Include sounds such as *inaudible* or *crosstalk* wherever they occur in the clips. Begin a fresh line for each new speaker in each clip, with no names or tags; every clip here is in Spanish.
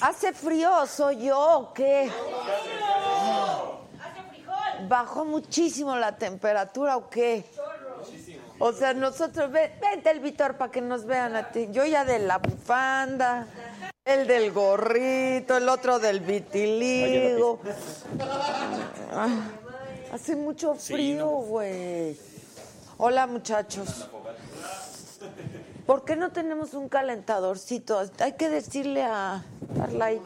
¿Hace frío? ¿Soy yo o qué? ¿Bajó muchísimo la temperatura o qué? O sea, nosotros, ve- vente el Vitor para que nos vean a ti. Yo ya de la bufanda, el del gorrito, el otro del vitiligo. Ah, Hace mucho frío, güey. Hola, muchachos. ¿Por qué no tenemos un calentadorcito? Hay que decirle a Starlight.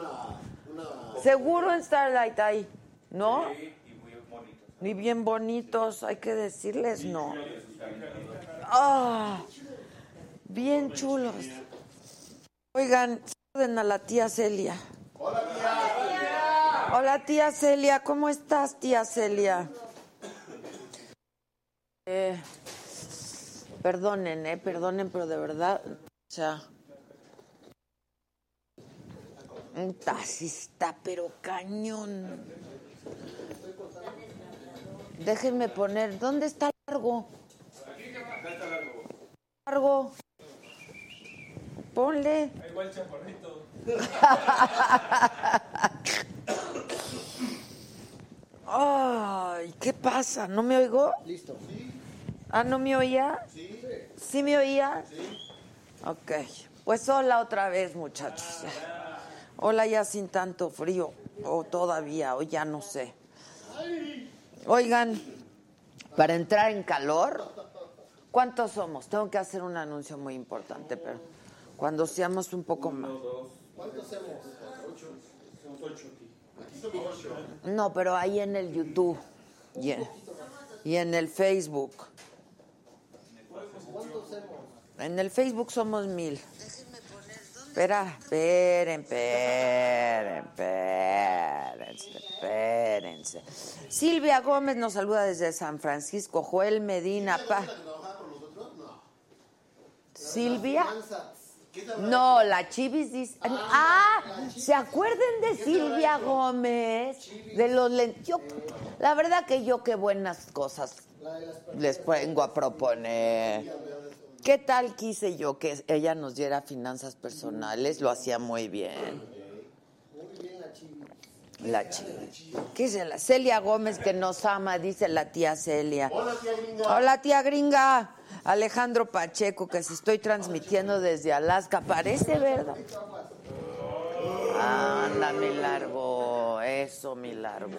Seguro en Starlight hay, ¿no? Ni bien bonitos, hay que decirles no. Ah, bien chulos. Oigan, saluden a la tía Celia. Hola tía Celia, ¿cómo estás tía Celia? Eh, Perdonen, eh, perdonen, pero de verdad, o sea. un taxi está, pero cañón. Déjenme poner, ¿dónde está largo? Largo. Ponle. *laughs* Ay, ¿qué pasa? ¿No me oigo? Listo. Ah, ¿no me oía? Sí. ¿Sí me oía? Sí. Ok. Pues hola otra vez, muchachos. Hola ya sin tanto frío, o todavía, o ya no sé. Oigan, para entrar en calor, ¿cuántos somos? Tengo que hacer un anuncio muy importante, pero cuando seamos un poco más. No, pero ahí en el YouTube y en, y en el Facebook. En el Facebook somos mil. Espera, esperen, esperen, espérense, espérense. Silvia Gómez nos saluda desde San Francisco. Joel Medina, pa. Silvia. No, la Chivis dice. Ah, ¿se acuerdan de Silvia Gómez? De los len- yo- La verdad que yo qué buenas cosas les vengo a proponer. ¿Qué tal quise yo que ella nos diera finanzas personales? Lo hacía muy bien. La Chivis. ¿Qué dice la Celia Gómez que nos ama? Dice la tía Celia. Hola tía gringa. Hola tía gringa. Alejandro Pacheco, que se estoy transmitiendo desde Alaska. Parece verdad. Anda, mi largo. Eso, mi largo.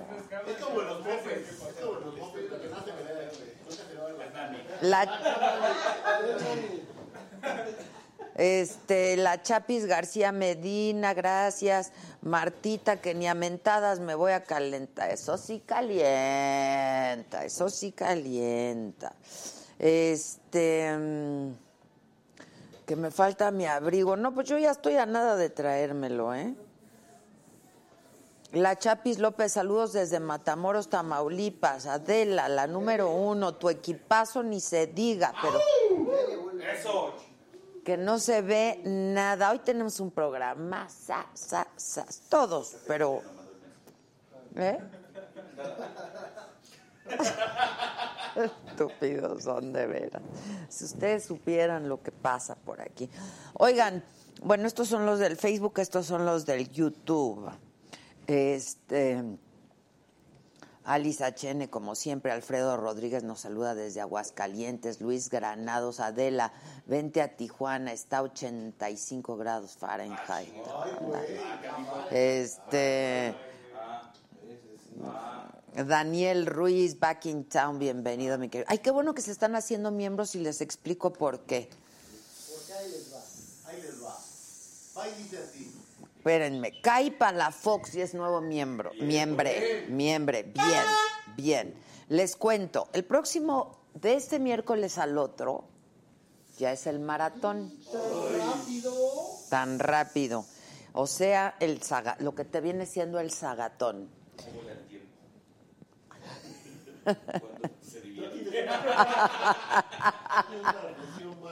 La... Este, la Chapis García Medina, gracias. Martita, que ni a mentadas me voy a calentar. Eso sí calienta, eso sí calienta. Este. mm, que me falta mi abrigo. No, pues yo ya estoy a nada de traérmelo, ¿eh? La Chapis López, saludos desde Matamoros, Tamaulipas. Adela, la número uno, tu equipazo ni se diga, pero que no se ve nada. Hoy tenemos un programa, sa, sa, sa, todos, pero... ¿Eh? Estúpidos son de veras. Si ustedes supieran lo que pasa por aquí. Oigan, bueno, estos son los del Facebook, estos son los del YouTube. Este. Alisa Chene, como siempre, Alfredo Rodríguez nos saluda desde Aguascalientes, Luis Granados, Adela, vente a Tijuana, está 85 grados Fahrenheit. Ándale. Este. Daniel Ruiz, back in town, bienvenido, mi querido. Ay, qué bueno que se están haciendo miembros y les explico por qué. Espérenme, Caipa la Fox y es nuevo miembro. Miembre, miembre, bien, bien. Les cuento, el próximo, de este miércoles al otro, ya es el maratón. Tan rápido. O sea, el saga, lo que te viene siendo el sagatón. *laughs*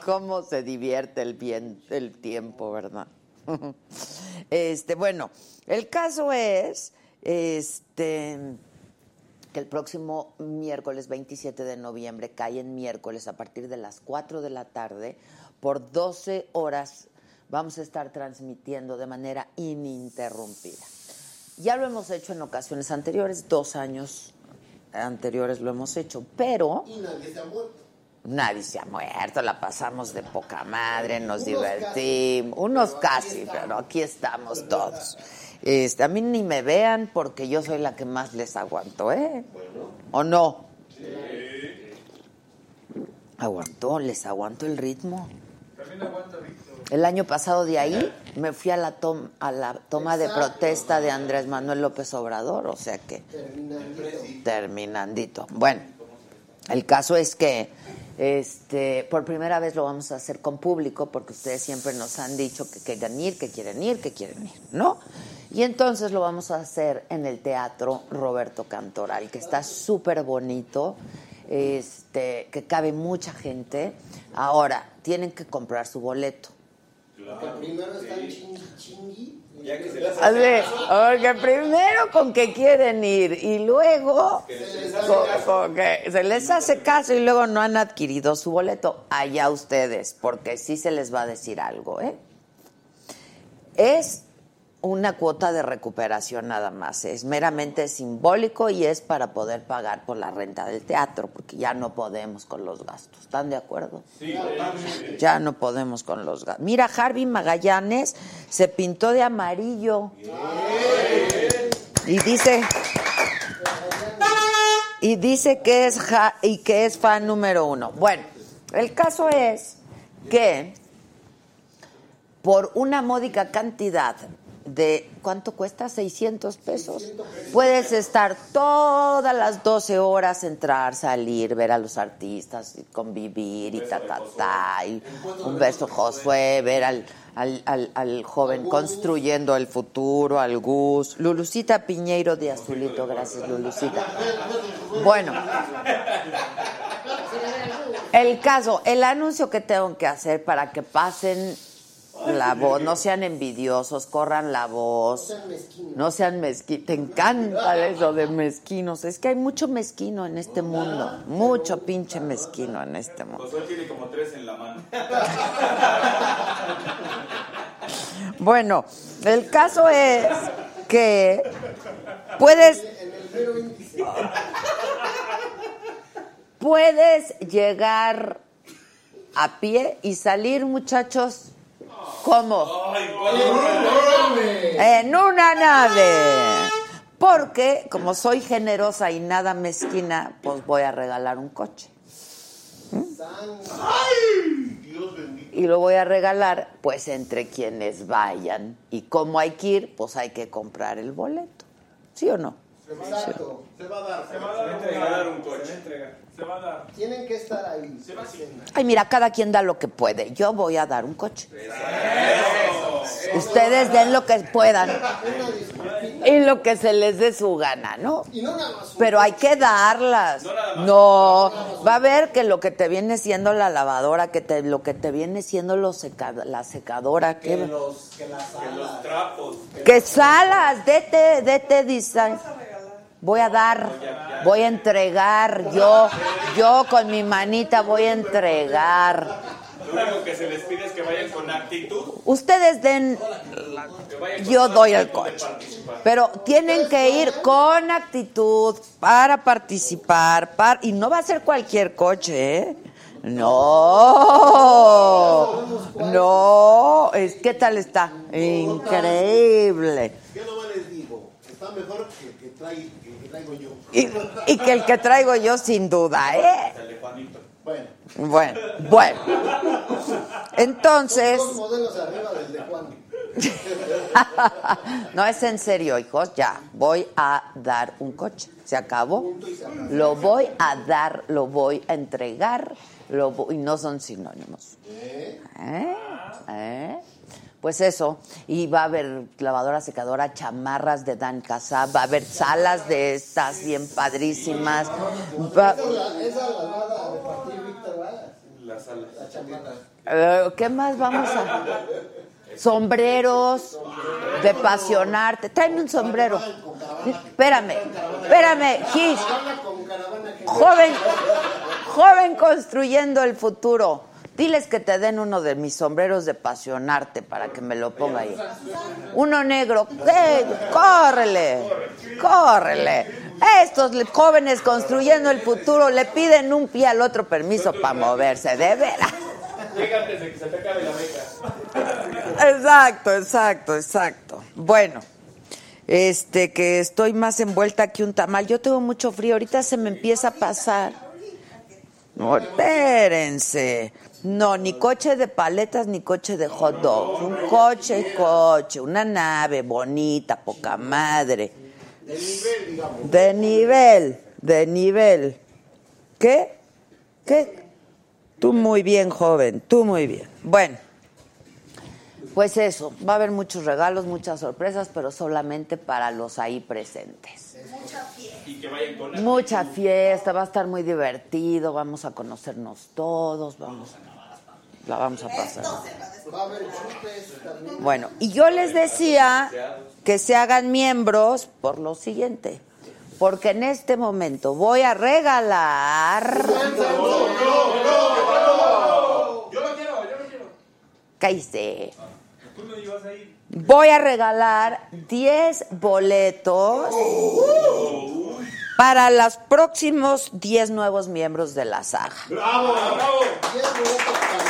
cómo se divierte el bien el tiempo, ¿verdad? *laughs* Este, bueno, el caso es este que el próximo miércoles 27 de noviembre cae en miércoles a partir de las 4 de la tarde por 12 horas vamos a estar transmitiendo de manera ininterrumpida. Ya lo hemos hecho en ocasiones anteriores, dos años anteriores lo hemos hecho, pero Nadie se ha muerto, la pasamos de poca madre, nos divertimos, unos casi, pero aquí estamos todos. Este, a mí ni me vean porque yo soy la que más les aguanto, ¿eh? ¿O no? Aguantó, les aguanto el ritmo. El año pasado de ahí me fui a la, tom- a la toma de protesta de Andrés Manuel López Obrador, o sea que terminandito. Bueno, el caso es que este, por primera vez lo vamos a hacer con público porque ustedes siempre nos han dicho que quieren ir, que quieren ir, que quieren ir, ¿no? Y entonces lo vamos a hacer en el Teatro Roberto Cantoral, que está súper bonito, este, que cabe mucha gente. Ahora, tienen que comprar su boleto. Así, porque primero con que quieren ir y luego con- con que se les hace caso y luego no han adquirido su boleto. Allá ustedes, porque sí se les va a decir algo, ¿eh? Es una cuota de recuperación nada más, es meramente simbólico y es para poder pagar por la renta del teatro, porque ya no podemos con los gastos. ¿Están de acuerdo? Ya no podemos con los gatos. Mira, Harvey Magallanes se pintó de amarillo. Y dice. Y dice que es ja- y que es fan número uno. Bueno, el caso es que por una módica cantidad de ¿cuánto cuesta? 600 pesos. Puedes estar todas las 12 horas, entrar, salir, ver a los artistas, y convivir y ta, ta, ta, y un beso Josué, ver al, al, al- al joven construyendo el futuro, al Gus. Lulucita Piñeiro de Azulito, gracias Lulucita. Bueno, el caso, el anuncio que tengo que hacer para que pasen la voz, no sean envidiosos, corran la voz, no sean mezquinos. Te encanta eso de mezquinos. Es que hay mucho mezquino en este mundo, mucho pinche mezquino en este mundo.
Josué tiene como tres en la mano.
Bueno, el caso es que puedes. Puedes llegar a pie y salir, muchachos, como en una nave. Porque, como soy generosa y nada mezquina, pues voy a regalar un coche. y lo voy a regalar pues entre quienes vayan. Y como hay que ir, pues hay que comprar el boleto. ¿Sí o no?
Exacto.
Se va a dar, se va a
Se va a entregar un
coche.
coche. Se va a entregar. Se va a dar.
Tienen que estar ahí.
Ay, mira, cada quien da lo que puede. Yo voy a dar un coche. Ustedes den lo que puedan
Una disculpita.
y lo que se les dé su gana, ¿no?
Y no nada más.
Pero hay que darlas. No, va a ver que lo que te viene siendo la lavadora, que te, lo que te viene siendo los seca- la secadora, que,
Que los, que las alas.
Trapos.
que salas, dete, dete, design. Voy a dar, voy a entregar, yo, yo con mi manita voy a entregar.
Lo único que se les pide es que vayan con actitud.
Ustedes den,
Que vayan con
yo
toda
doy el
actitud de
coche.
participar.
Pero tienen que ir con actitud para participar, par- y no va a ser cualquier coche, ¿eh? No, no, es qué tal está, increíble.
Yo nomás les digo, está mejor que el que, trae, que el que traigo yo.
Y, y que el que traigo yo sin duda, ¿eh?
Bueno,
Bueno, bueno. Entonces, *laughs*
dos modelos arriba del de Juan.
no es en serio, hijos, ya, voy a dar un coche, se acabó. Lo voy a dar, lo voy a entregar, lo vo- y no son sinónimos. ¿Eh? ¿Eh? Pues eso, y va a haber lavadora, secadora, chamarras de Dan Casa, va a haber salas de estas bien padrísimas. Va-
Esa, esa la va a repartir Víctor, ¿verdad?
Las alas.
La chamata.
Eh, ¿Qué más vamos a...? Sombreros, de pasionarte. Tráeme un sombrero. Espérame, espérame, Gis. Joven, joven construyendo el futuro. Diles que te den uno de mis sombreros de pasionarte para que me lo ponga ahí. Uno negro. ¡Eh, ¡Córrele! ¡Córrele! Estos le- jóvenes construyendo el futuro le piden un pie al otro permiso para moverse, de veras.
Llega antes de que se te acabe la beca.
Exacto, exacto, exacto. Bueno, este que estoy más envuelta que un tamal. Yo tengo mucho frío, ahorita se me empieza a pasar. No, espérense. No, ni coche de paletas ni coche de hot dog. Un coche, coche, una nave bonita, poca madre. De nivel, de nivel. ¿Qué? ¿Qué? Tú muy bien, joven, tú muy bien. Bueno. Pues eso, va a haber muchos regalos, muchas sorpresas, pero solamente para los ahí presentes.
Y que vayan con actitud.
Mucha fiesta, va a estar muy divertido, vamos a conocernos todos, vamos la vamos a pasar.
Va a haber chutes también.
Bueno, y yo les decía que se hagan miembros por lo siguiente, porque en este momento voy a regalar...
Yo lo quiero, yo lo quiero.
Cállese.
Tú no ibas a ir.
Voy a regalar 10 boletos para los próximos 10 nuevos miembros de la saga.
¡Bravo! ¡Bravo!
10 boletos para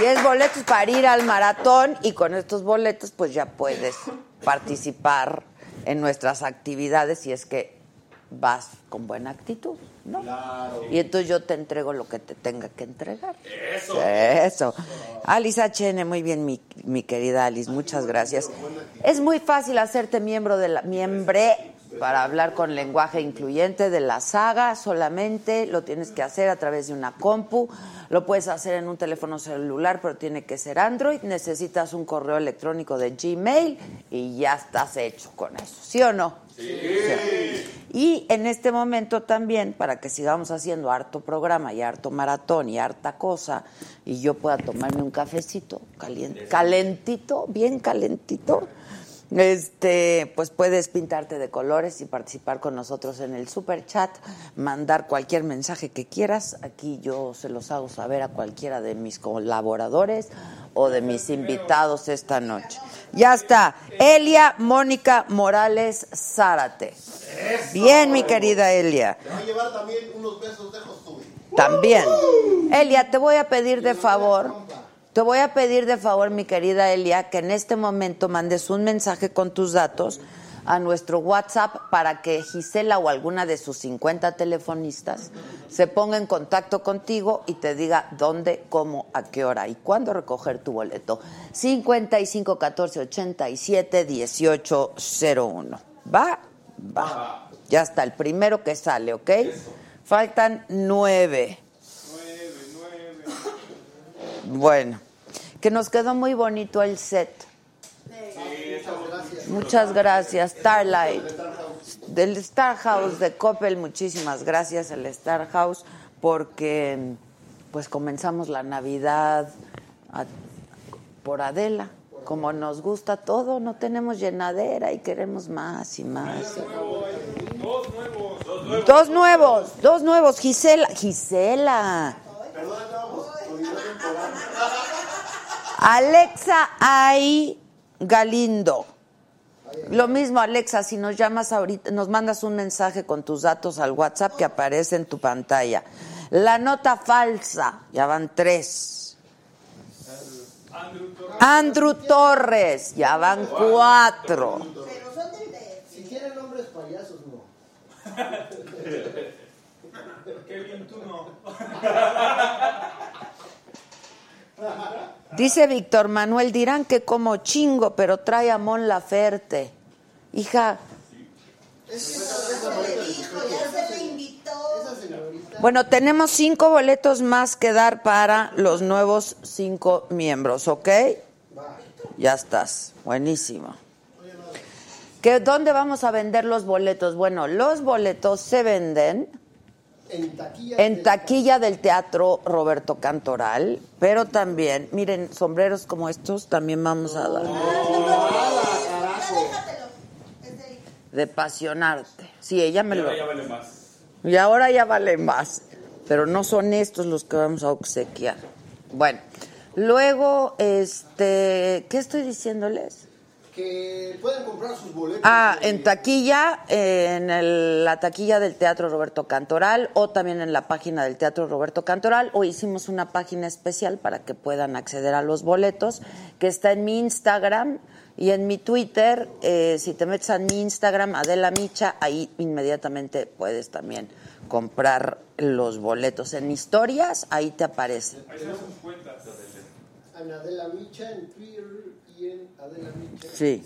10 boletos para ir al maratón y con estos boletos pues ya puedes participar en nuestras actividades si es que vas con buena actitud, ¿no? Y entonces yo te entrego lo que te tenga que entregar. Eso. Eso. Alice HN, muy bien, mi, mi querida Alice, muchas gracias. Es muy fácil hacerte miembro de la miembre para hablar con lenguaje incluyente de la saga, solamente lo tienes que hacer a través de una compu, lo puedes hacer en un teléfono celular, pero tiene que ser Android, necesitas un correo electrónico de Gmail y ya estás hecho con eso, ¿sí o no? Y en este momento también, para que sigamos haciendo harto programa y harto maratón y harta cosa, y yo pueda tomarme un cafecito caliente, calentito, bien calentito, este, pues puedes pintarte de colores y participar con nosotros en el super chat, mandar cualquier mensaje que quieras. Aquí yo se los hago saber a cualquiera de mis colaboradores o de mis invitados esta noche. Ya está. Elia Mónica Morales Zárate. Bien, mi querida Elia.
Te va a llevar también unos besos de Josué.
También. Elia, te voy a pedir de favor, te voy a pedir de favor, mi querida Elia, que en este momento mandes un mensaje con tus datos a nuestro WhatsApp para que Gisela o alguna de sus 50 telefonistas se ponga en contacto contigo y te diga dónde, cómo, a qué hora y cuándo recoger tu boleto. 55 14 87 18 01. ¿Va? Va. Ya está, el primero que sale, ¿ok? Faltan nueve. Bueno, que nos quedó muy bonito el set. Muchas gracias, Starlight. Del Star House de Coppel, muchísimas gracias al Star House porque pues comenzamos la Navidad a- por Adela. Como nos gusta todo, no tenemos llenadera y queremos más y más. Dos nuevos, dos nuevos, Gisela, Gisela. Alexa Ay Galindo. Lo mismo, Alexa, si nos llamas ahorita, nos mandas un mensaje con tus datos al WhatsApp que aparece en tu pantalla. La nota falsa, ya van tres. Andrew Torres, ya van cuatro.
Si quieren hombres payasos, no.
Kevin, tú no.
Dice Víctor Manuel, dirán que como chingo, pero trae a Mon Laferte. Hija, bueno, tenemos cinco boletos más que dar para los nuevos cinco miembros, ¿ok? Ya estás, buenísimo. ¿Que ¿Dónde vamos a vender los boletos? Bueno, los boletos se venden
En taquilla.
en taquilla del Teatro Roberto Cantoral, pero también, miren, sombreros como estos también vamos a dar. De pasionarte. Sí, ella me lo...
Ahora ya vale más.
Y ahora ya vale más. Pero no son estos los que vamos a obsequiar. Bueno, luego, este, ¿qué estoy diciéndoles?
Que pueden comprar sus boletos.
Ah,
de-
en taquilla, en el- la taquilla del Teatro Roberto Cantoral o también en la página del Teatro Roberto Cantoral o hicimos una página especial para que puedan acceder a los boletos que está en mi Instagram y en mi Twitter. Eh, si te metes a mi Instagram, Adela Micha, ahí inmediatamente puedes también comprar los boletos. En historias, ahí te aparece.
En Adela Micha, en Twitter y en Adela Micha.
Sí.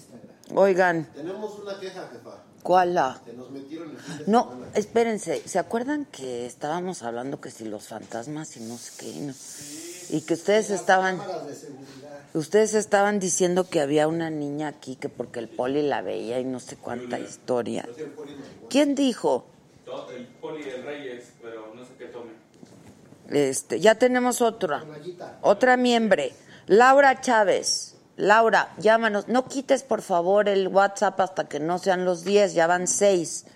Oigan,
Tenemos una queja, jefa.
¿cuál la?
Que nos metieron el fin de
No,
semana.
espérense, ¿se acuerdan que estábamos hablando que si los fantasmas y no sé qué? y no- Y que ustedes estaban
Cámaras de seguridad.
ustedes estaban diciendo que había una niña aquí que porque el poli la veía y no sé cuánta historia. ¿Quién dijo?
Todo El poli del Reyes, pero no sé qué tome.
Este, ya tenemos otra.
Mayita.
Otra miembre. Laura Chávez. Laura, llámanos. No quites, por favor, el WhatsApp hasta que no sean los 10, ya van 6.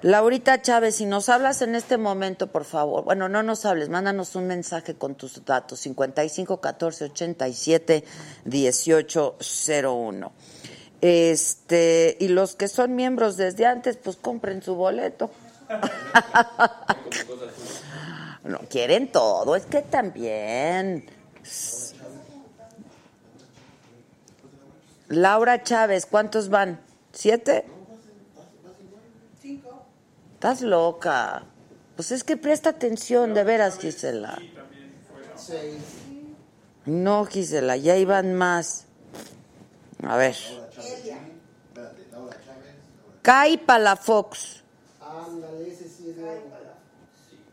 Laurita Chávez, si nos hablas en este momento, por favor. Bueno, no nos hables, mándanos un mensaje con tus datos. 55 14 87 18 01. Este, y los que son miembros desde antes, pues compren su boleto. *laughs* No quieren todo, es que también. Laura Chávez, ¿cuántos van? ¿Siete? Cinco. Estás loca. Pues es que presta atención, de veras, Gisela. No, Gisela, ya iban más. A ver. Kai Palafox,
Ándale, ese sí es nuevo.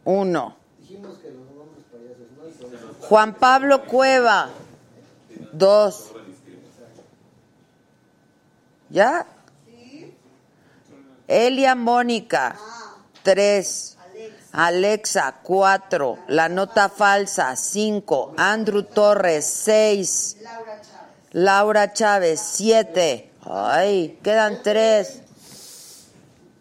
uno.
Dijimos que los hombres payasos no son.
Juan Pablo Cueva. Dos. ¿Ya? Elia Mónica. Tres. Alexa, cuatro. La nota falsa, cinco. Andrew Torres, seis. Laura Chávez, siete. Ay, quedan tres.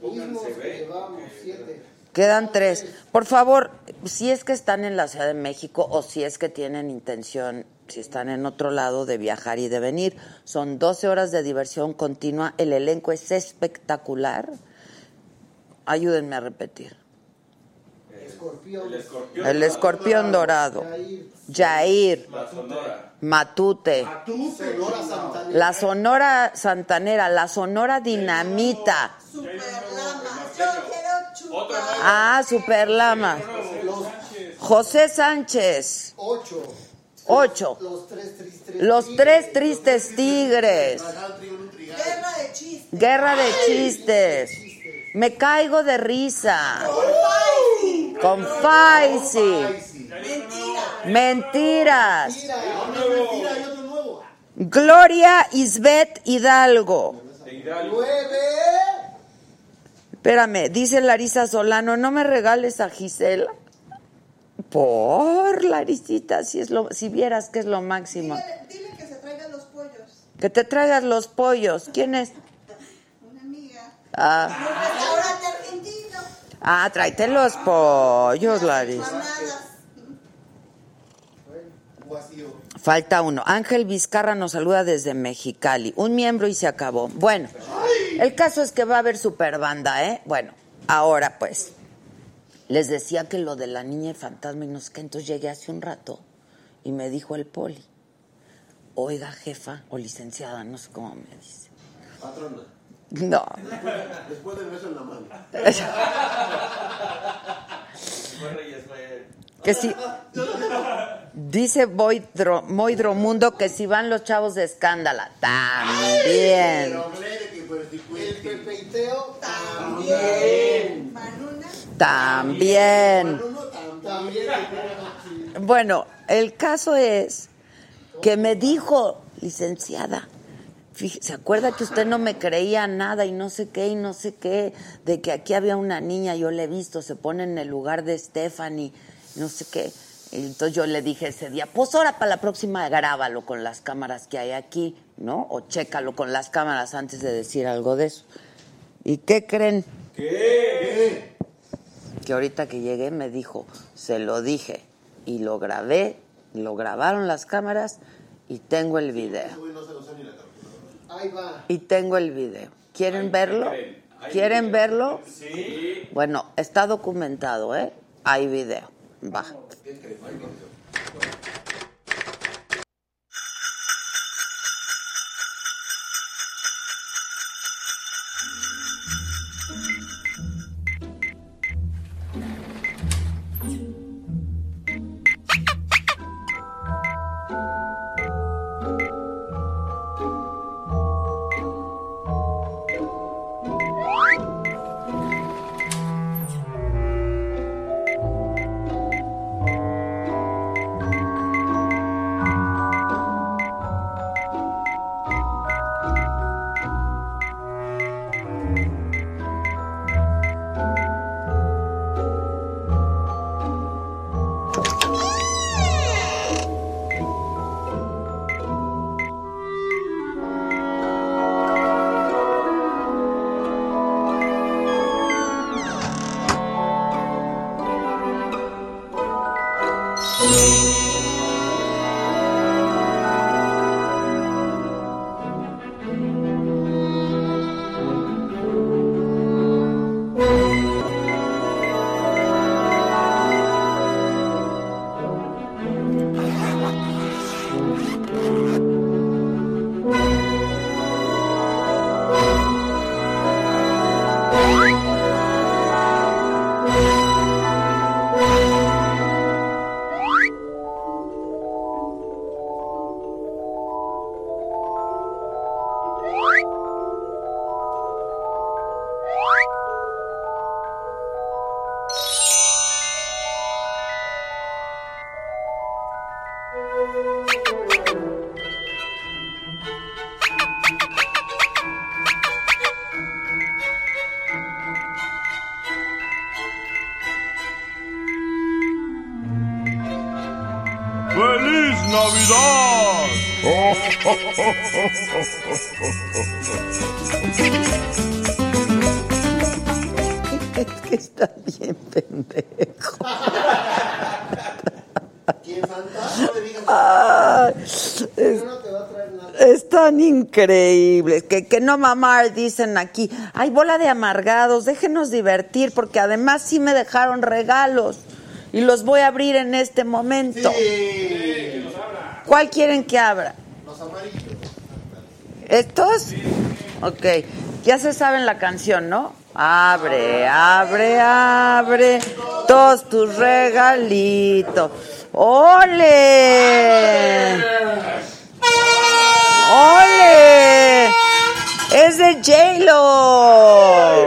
Mismos que llevamos, siete.
Quedan tres. Por favor, si es que están en la Ciudad de México o si es que tienen intención, si están en otro lado, de viajar y de venir, son 12 horas de diversión continua. El elenco es espectacular. Ayúdenme a repetir.
Escorpión.
El escorpión.
El escorpión dorado,
Jair.
Jair,
La sonora.
Matute,
Tú, Sonora Santana.
la Sonora Santanera, la Sonora Dinamita.
Otra más.
Ah, Superlama. José Sánchez,
Ocho.
ocho.
Los tres tristes.
Los tres tristes tigres. Guerra de chistes. Me caigo de risa. Con Faisy. Mentiras. Gloria Isbeth Hidalgo.
De Hidalgo.
Espérame, dice Larisa Solano, no me regales a Gisela. Por Larisita, si es lo, si vieras que es lo máximo.
Dile, dile que se traigan los pollos.
Que te traigas los pollos. ¿Quién es?
Una amiga.
Ah,
En un restaurante argentino.
ah tráete los pollos, Larisa.
Manadas.
vacío.
Falta uno. Ángel Vizcarra nos saluda desde Mexicali. Un miembro y se acabó. Bueno, el caso es que va a haber superbanda, ¿eh? Bueno, ahora pues. Les decía que lo de la niña y fantasma y no sé qué, entonces llegué hace un rato y me dijo el poli. Oiga, jefa o licenciada, no sé cómo me dice.
Patrona.
No.
Después del beso en la mano.
Fue Reyes, fue.
Que si.
*laughs*
Dice Boydro, Moidromundo que si van los chavos de escándala. También.
Pero hombre, que por si
El
cuente.
pepeiteo
También. Manuna.
También.
Uno también.
Bueno, el caso es que me dijo, licenciada, fíjese, ¿se acuerda que usted no me creía nada y no sé qué y no sé qué? De que aquí había una niña, yo la he visto, se pone en el lugar de Stephanie, no sé qué. Y entonces yo le dije ese día, pues ahora para la próxima grábalo con las cámaras que hay aquí, ¿no? O chécalo con las cámaras antes de decir algo de eso. ¿Y qué creen? que ahorita que llegué me dijo, se lo dije y lo grabé, lo grabaron las cámaras y tengo el video.
Ahí va.
Y tengo el video. ¿Quieren
Ahí
verlo?
creen, ahí
¿Quieren
creen.
verlo?
Sí.
Bueno, está documentado, ¿eh? Hay video. Va.
¡Feliz Navidad!
Es que está bien
*laughs*
pendejo.
¿Quién fantasma? Le digas,
Ay, es- Están increíbles. Que, que no mamar, dicen aquí. Ay, bola de amargados, déjenos divertir, porque además sí me dejaron regalos. Y los voy a abrir en este momento. ¿Cuál quieren que abra?
Los amarillos.
¿Estos? Ok. Ya se saben la canción, ¿no? Abre, abre, abre todos tus regalitos. ¡Ole! ¡Ole! Es de J-Lo.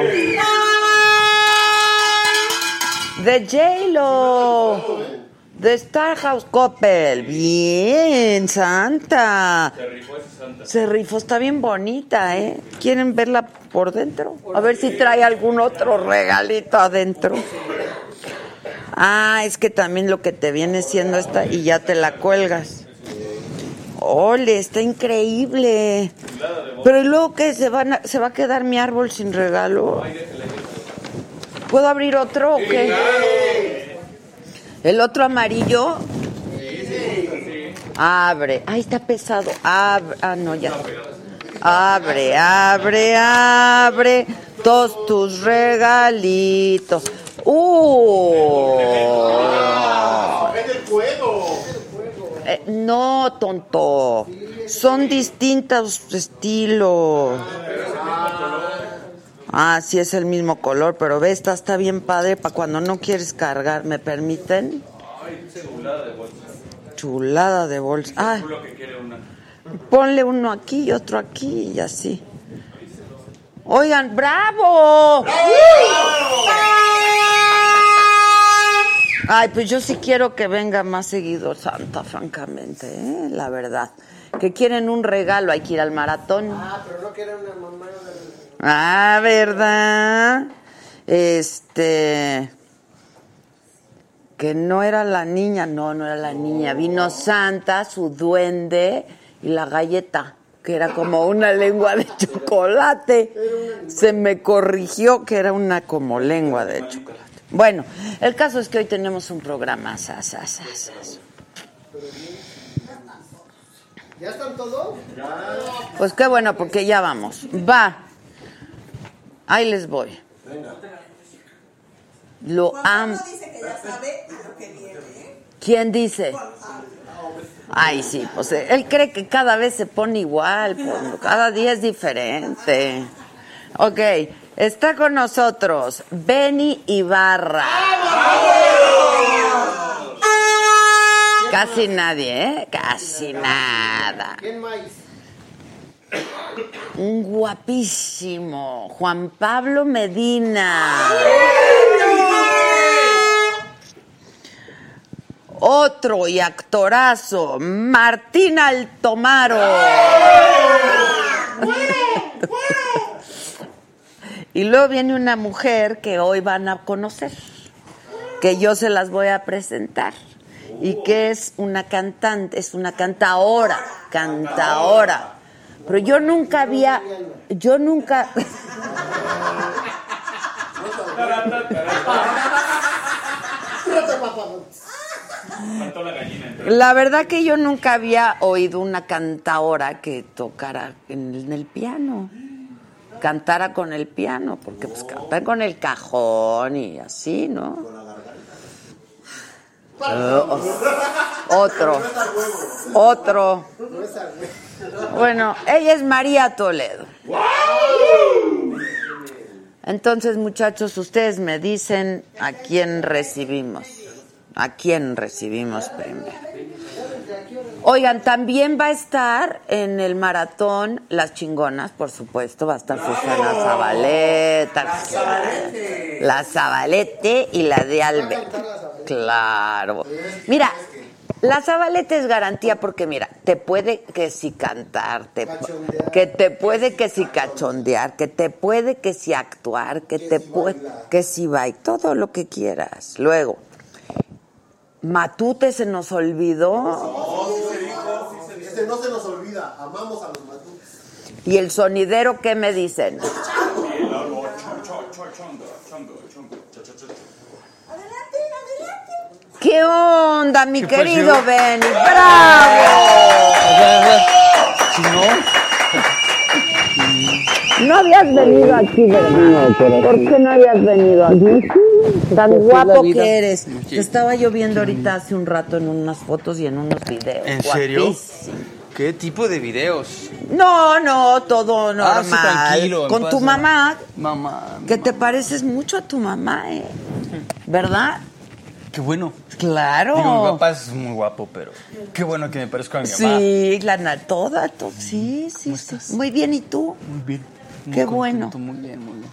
J-Lo. The Star House Coppel. Bien, Santa.
Se rifó ese santa.
Se rifó, está bien bonita, ¿eh? ¿Quieren verla por dentro? A ver si trae algún otro regalito adentro. Ah, es que también lo que te viene siendo esta y ya te la cuelgas. Ole, está increíble. Pero ¿y luego que se van a- se va a quedar mi árbol sin regalo. ¿Puedo abrir otro o qué? El otro amarillo. Abre. Ay, está pesado. Abre. Ah, no, ya. Abre, abre, abre. Todos tus regalitos. ¡Uh! Eh, no, tonto. Son distintos estilos. Ah, sí es el mismo color, pero ve, esta está bien padre para cuando no quieres cargar, ¿me permiten? Chulada de bolsa. Ah, ponle uno aquí y otro aquí y así. Oigan, ¡bravo! Ay, pues yo sí quiero que venga más seguido Santa, francamente, ¿eh? la verdad. Que quieren un regalo, hay que ir al maratón. Ah, pero no quieren una mamá. Ah, ¿verdad? Este. Que no era la niña, no, no era la niña. Vino Santa, su duende y la galleta, que era como una lengua de chocolate. Se me corrigió que era una como lengua de chocolate. Bueno, el caso es que hoy tenemos un programa. sa, sa, sa, sa, sa.
¿Ya están todos?
Pues qué bueno, porque ya vamos. Va. Ahí les voy. Lo
Juan
am.
Pablo dice que ya sabe lo que viene. ¿eh?
¿Quién dice?
Juan Pablo.
Ay, sí, pues eh, él cree que cada vez se pone igual, pues, cada día es diferente. Ok, está con nosotros Benny Ibarra. Casi nadie, ¿eh? Casi nada.
¿Quién más?
Un guapísimo Juan Pablo Medina. Otro y actorazo, Martín Altomaro. y luego viene una mujer que hoy van a conocer, que yo se las voy a presentar. Y que es una cantante, es una cantaora, cantaora. Pero yo nunca había, yo nunca...
Cantó la gallina. entonces.
La verdad que yo nunca había oído una cantaora que tocara en el, en el piano, cantara con el piano, porque pues cantar con el cajón y así, ¿no? Eh, o- otro, otro. Bueno, ella es María Toledo. Entonces, muchachos, ustedes me dicen a quién recibimos. A quién recibimos primero. Oigan, también va a estar en el maratón Las Chingonas, por supuesto, va a estar Susana Zabaleta. La Zabalete y la de Albert. Claro. Mira, la Zabalete es garantía porque, mira, te puede que si cantar, te, que te puede que si cachondear, que te puede que si actuar, que, te puede Pues, que si bail, todo lo que quieras. Luego, Matute se nos olvidó.
Este no se nos olvida, amamos a los matutos.
¿Y el sonidero qué me dicen?
El árbol, chon, chon, chon, chongo, chongo, chongo, cho, cho, cho, cho.
Adelante, adelante.
¿Qué onda, mi
pasó?
querido Benny? ¡Bravo!
Si no,
*laughs* No habías venido aquí, ¿verdad? ¿Por qué no habías venido aquí? Tan guapo que eres. Te estaba yo viendo ahorita hace un rato en unas fotos y en unos videos.
¿En serio?
Guapísimo.
¿qué tipo de videos?
No, no, todo normal.
Ah, tranquilo, en
Con
paz,
tu
¿no?
mamá,
Mamá.
que te pareces mucho a tu mamá, ¿eh? ¿Verdad?
Qué bueno.
Claro.
Digo, mi papá es muy guapo, pero qué bueno que me parezco a mi mamá. Mm.
Sí, la na- toda, to- sí, sí, sí. Muy bien, ¿y tú?
Muy bien. Muy
Qué
contento,
bueno.
Muy bien, muy bien.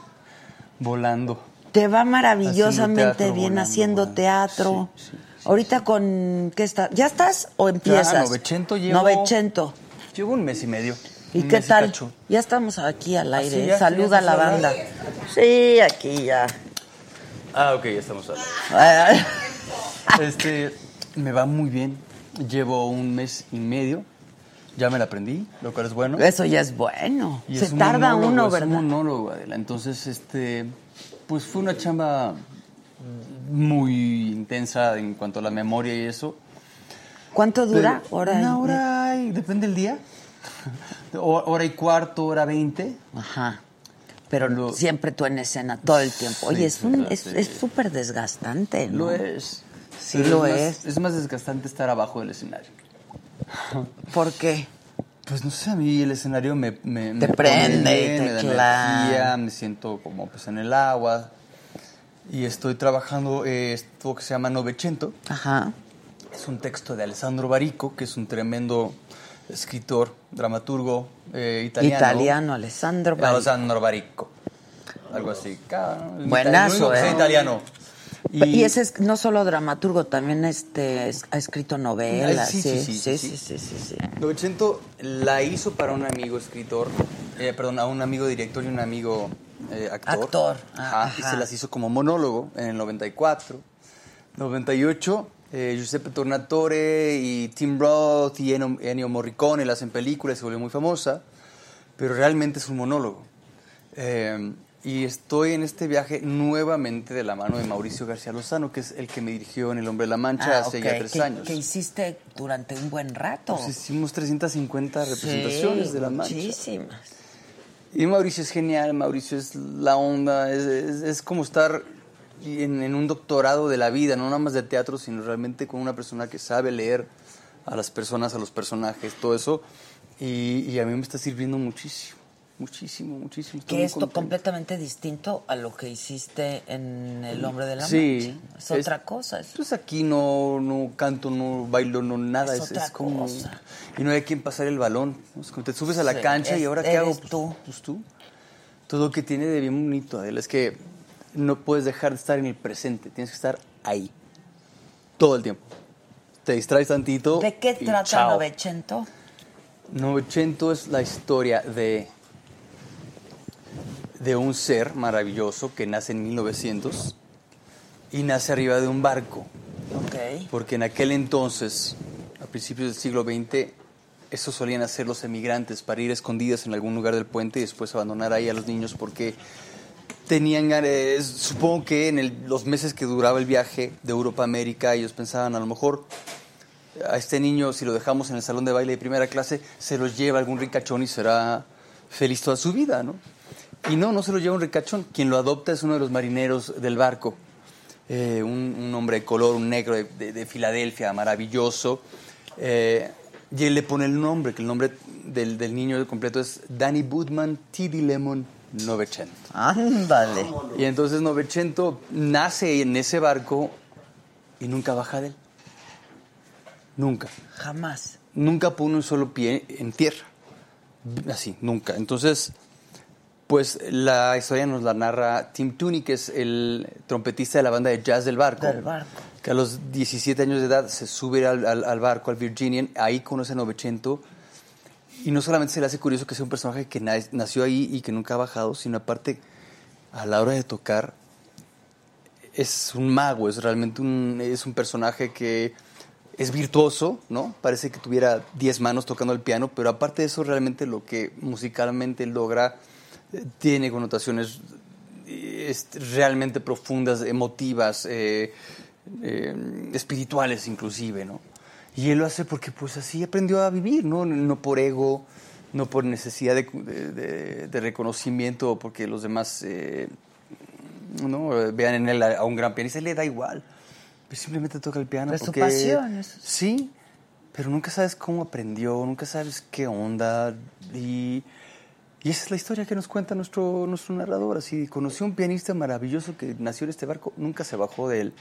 Volando.
Te va maravillosamente
Haciendo teatro,
bien
volando,
haciendo
volando.
teatro.
Sí, sí, sí,
Ahorita con qué está, ya estás o empiezas.
Ya, 900 llevo.
900.
Llevo un mes y medio.
¿Y
un
qué
mes
tal?
cacho.
Ya estamos aquí al aire.
ya,
Saluda a
sí,
la
ya estás
banda. Sí, aquí ya.
Ah, ok, ya estamos hablando. *laughs* Este, me va muy bien. Llevo un mes y medio. Ya me la aprendí, lo cual es bueno.
Eso ya es bueno.
Y
Se
es un
tarda
monólogo,
uno,
es
¿verdad?
un monólogo, Adela. Entonces, este, pues fue una chamba muy intensa en cuanto a la memoria y eso.
¿Cuánto dura?
Pero
Hora y-
Una hora y, depende del día. Ho- Hora y cuarto, hora veinte.
Ajá. Pero
Lo-
siempre tú en escena, todo el tiempo. Oye,
Sí,
es un,
claro,
es
sí.
es súper desgastante, ¿no?
Lo es.
Sí
Pero
lo
más-
es.
Es más desgastante estar abajo del escenario.
¿Por qué?
Pues no sé, a mí el escenario me... me- me
Te prende, te
me da
clava.
energía, me siento como pues en el agua. Y estoy trabajando eh, esto que se llama Novecento.
Ajá.
Es un texto de Alessandro Barico, que es un tremendo escritor, dramaturgo eh, italiano.
Italiano, Alessandro. Bari.
Alessandro Barico. Algo así. Claro, el
Buenazo,
italiano,
¿eh?
sí, italiano.
y, ese es no solo dramaturgo, también este es- ha escrito novelas.
Ay, sí,
sí,
sí,
sí, sí,
sí, sí,
sí, sí, sí.
Novecento la hizo para un amigo escritor, eh, perdón, a un amigo director y un amigo eh, actor.
Actor, ah,
Ajá,
ajá.
Y se las hizo como monólogo en el 94. 98, eh, Giuseppe Tornatore y Tim Roth y Ennio, Ennio Morricone la hacen películas, se volvió muy famosa, pero realmente es un monólogo. Eh, y estoy en este viaje
Mm.
nuevamente de la mano de Mauricio García Lozano, que es el que me dirigió en El Hombre de la Mancha
Ah,
hace
ok,
ya tres
que-
años.
Que hiciste durante un buen rato.
Pues hicimos 350 representaciones
Sí,
de La Mancha.
Muchísimas.
Y Mauricio es genial, Mauricio es la onda, es, es- es como estar en, en un doctorado de la vida, no nada más de teatro, sino realmente con una persona que sabe leer a las personas, a los personajes, todo eso. Y, y a mí me está sirviendo muchísimo, muchísimo, muchísimo. Estoy
Que
muy
esto
contento.
completamente distinto a lo que hiciste en El Hombre de la
Sí.
Mancha. Es, otra cosa. es-
Pues aquí no, no canto, no bailo, no nada.
Es
Es,
otra
es como.
cosa.
Y no hay a quien pasar el balón. ¿no? Es como te subes a la
Sí,
cancha y
es-
ahora ¿qué
eres
hago? Pues
tú.
pues tú. Todo lo que tiene de bien bonito, Adela, es que no puedes dejar de estar en el presente. Tienes que estar ahí. Todo el tiempo. Te distraes tantito.
¿De qué
y
trata
chao.
Novecento?
Novecento es la historia de, de un ser maravilloso que nace en 1900 y nace arriba de un barco.
Ok.
Porque en aquel entonces, a principios del siglo XX, eso solían hacer los emigrantes para ir escondidas en algún lugar del puente y después abandonar ahí a los niños porque tenían, gan- eh, supongo que en el- los meses que duraba el viaje de Europa a América, ellos pensaban a lo mejor a este niño, si lo dejamos en el salón de baile de primera clase, se lo lleva algún ricachón y será feliz toda su vida, ¿no? Y no, no se lo lleva un ricachón. Quien lo adopta es uno de los marineros del barco. Eh, un, un hombre de color, un negro de, de- de Filadelfia, maravilloso. Eh, y él le pone el nombre, que el nombre del, del niño completo es Danny Budman T.D. Lemon Novecento.
Ándale.
Y entonces Novecento nace en ese barco y nunca baja de él. Nunca
Jamás.
nunca pone un solo pie en tierra. Así, nunca. Entonces, pues la historia nos la narra Tim Tooney, que es el trompetista de la banda de jazz del barco.
Del barco.
Que a los 17 años de edad se sube al, al- al barco, al Virginian, ahí conoce a Novecento. Y no solamente se le hace curioso que sea un personaje que na- nació ahí y que nunca ha bajado, sino aparte, a la hora de tocar, es un mago, es realmente un, es un personaje que es virtuoso, ¿no? Parece que tuviera 10 manos tocando el piano, pero aparte de eso, realmente lo que musicalmente logra eh, tiene connotaciones eh, es- realmente profundas, emotivas, eh, eh, espirituales inclusive, ¿no? Y él lo hace porque pues así aprendió a vivir, ¿no? No por ego, no por necesidad de, de- de- de reconocimiento o porque los demás... eh, ¿no? Eh, Vean en él a a un gran pianista, le da igual. Pero simplemente toca el piano.
Es su
porque-
pasión, es-
Sí, pero nunca sabes cómo aprendió, nunca sabes qué onda. Y, y esa es la historia que nos cuenta nuestro, nuestro narrador. Así, conoció un pianista maravilloso que nació en este barco, nunca se bajó de él.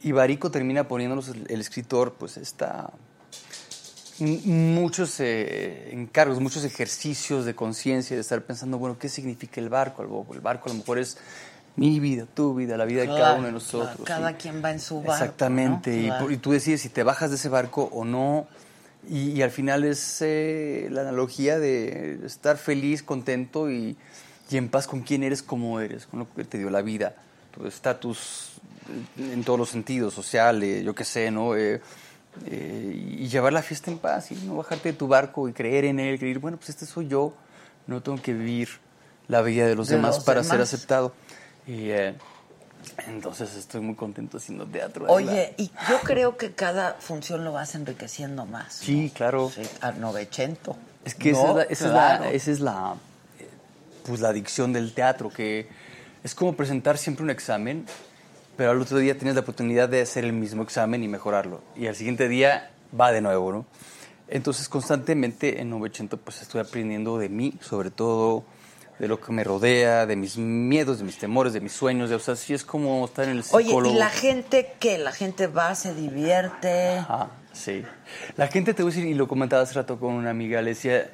Y Barico termina poniéndonos el, el escritor, pues está muchos eh, encargos, muchos ejercicios de conciencia, de estar pensando, bueno, ¿qué significa el barco? El bo- El barco a lo mejor es mi vida, tu vida, la vida de cada uno de nosotros.
Cada
y-
quien va en su barco.
Exactamente,
¿no?
y,
Claro.
por- y tú decides si te bajas de ese barco o no. Y, y al final es eh, la analogía de estar feliz, contento y, y en paz con quién eres, cómo eres, con lo que te dio la vida, tu estatus eh, en todos los sentidos, social, eh, yo qué sé, ¿no? Eh, eh, y llevar la fiesta en paz y no bajarte de tu barco y creer en él, creer, bueno, pues este soy yo, no tengo que vivir la vida de los
De
demás
los
para ser
demás.
aceptado. Y, eh, entonces estoy muy contento haciendo teatro. la
Oye,
verdad.
y yo creo que cada función lo vas enriqueciendo más.
Sí,
¿no?
claro.
Sí, a 900.
es que esa,
¿No?
es la, esa es la-
Claro.
esa es la, eh, pues la adicción del teatro, que es como presentar siempre un examen, pero al otro día tienes la oportunidad de hacer el mismo examen y mejorarlo. Y al siguiente día va de nuevo, ¿no? Entonces constantemente en 900 pues estoy aprendiendo de mí, sobre todo de lo que me rodea, de mis miedos, de mis temores, de mis sueños, de, o sea, sí es como estar en el
Oye,
psicólogo.
¿y la gente qué? La gente va, se divierte.
Ajá, sí. La gente, te voy a decir, y lo comentaba hace rato con una amiga, le decía,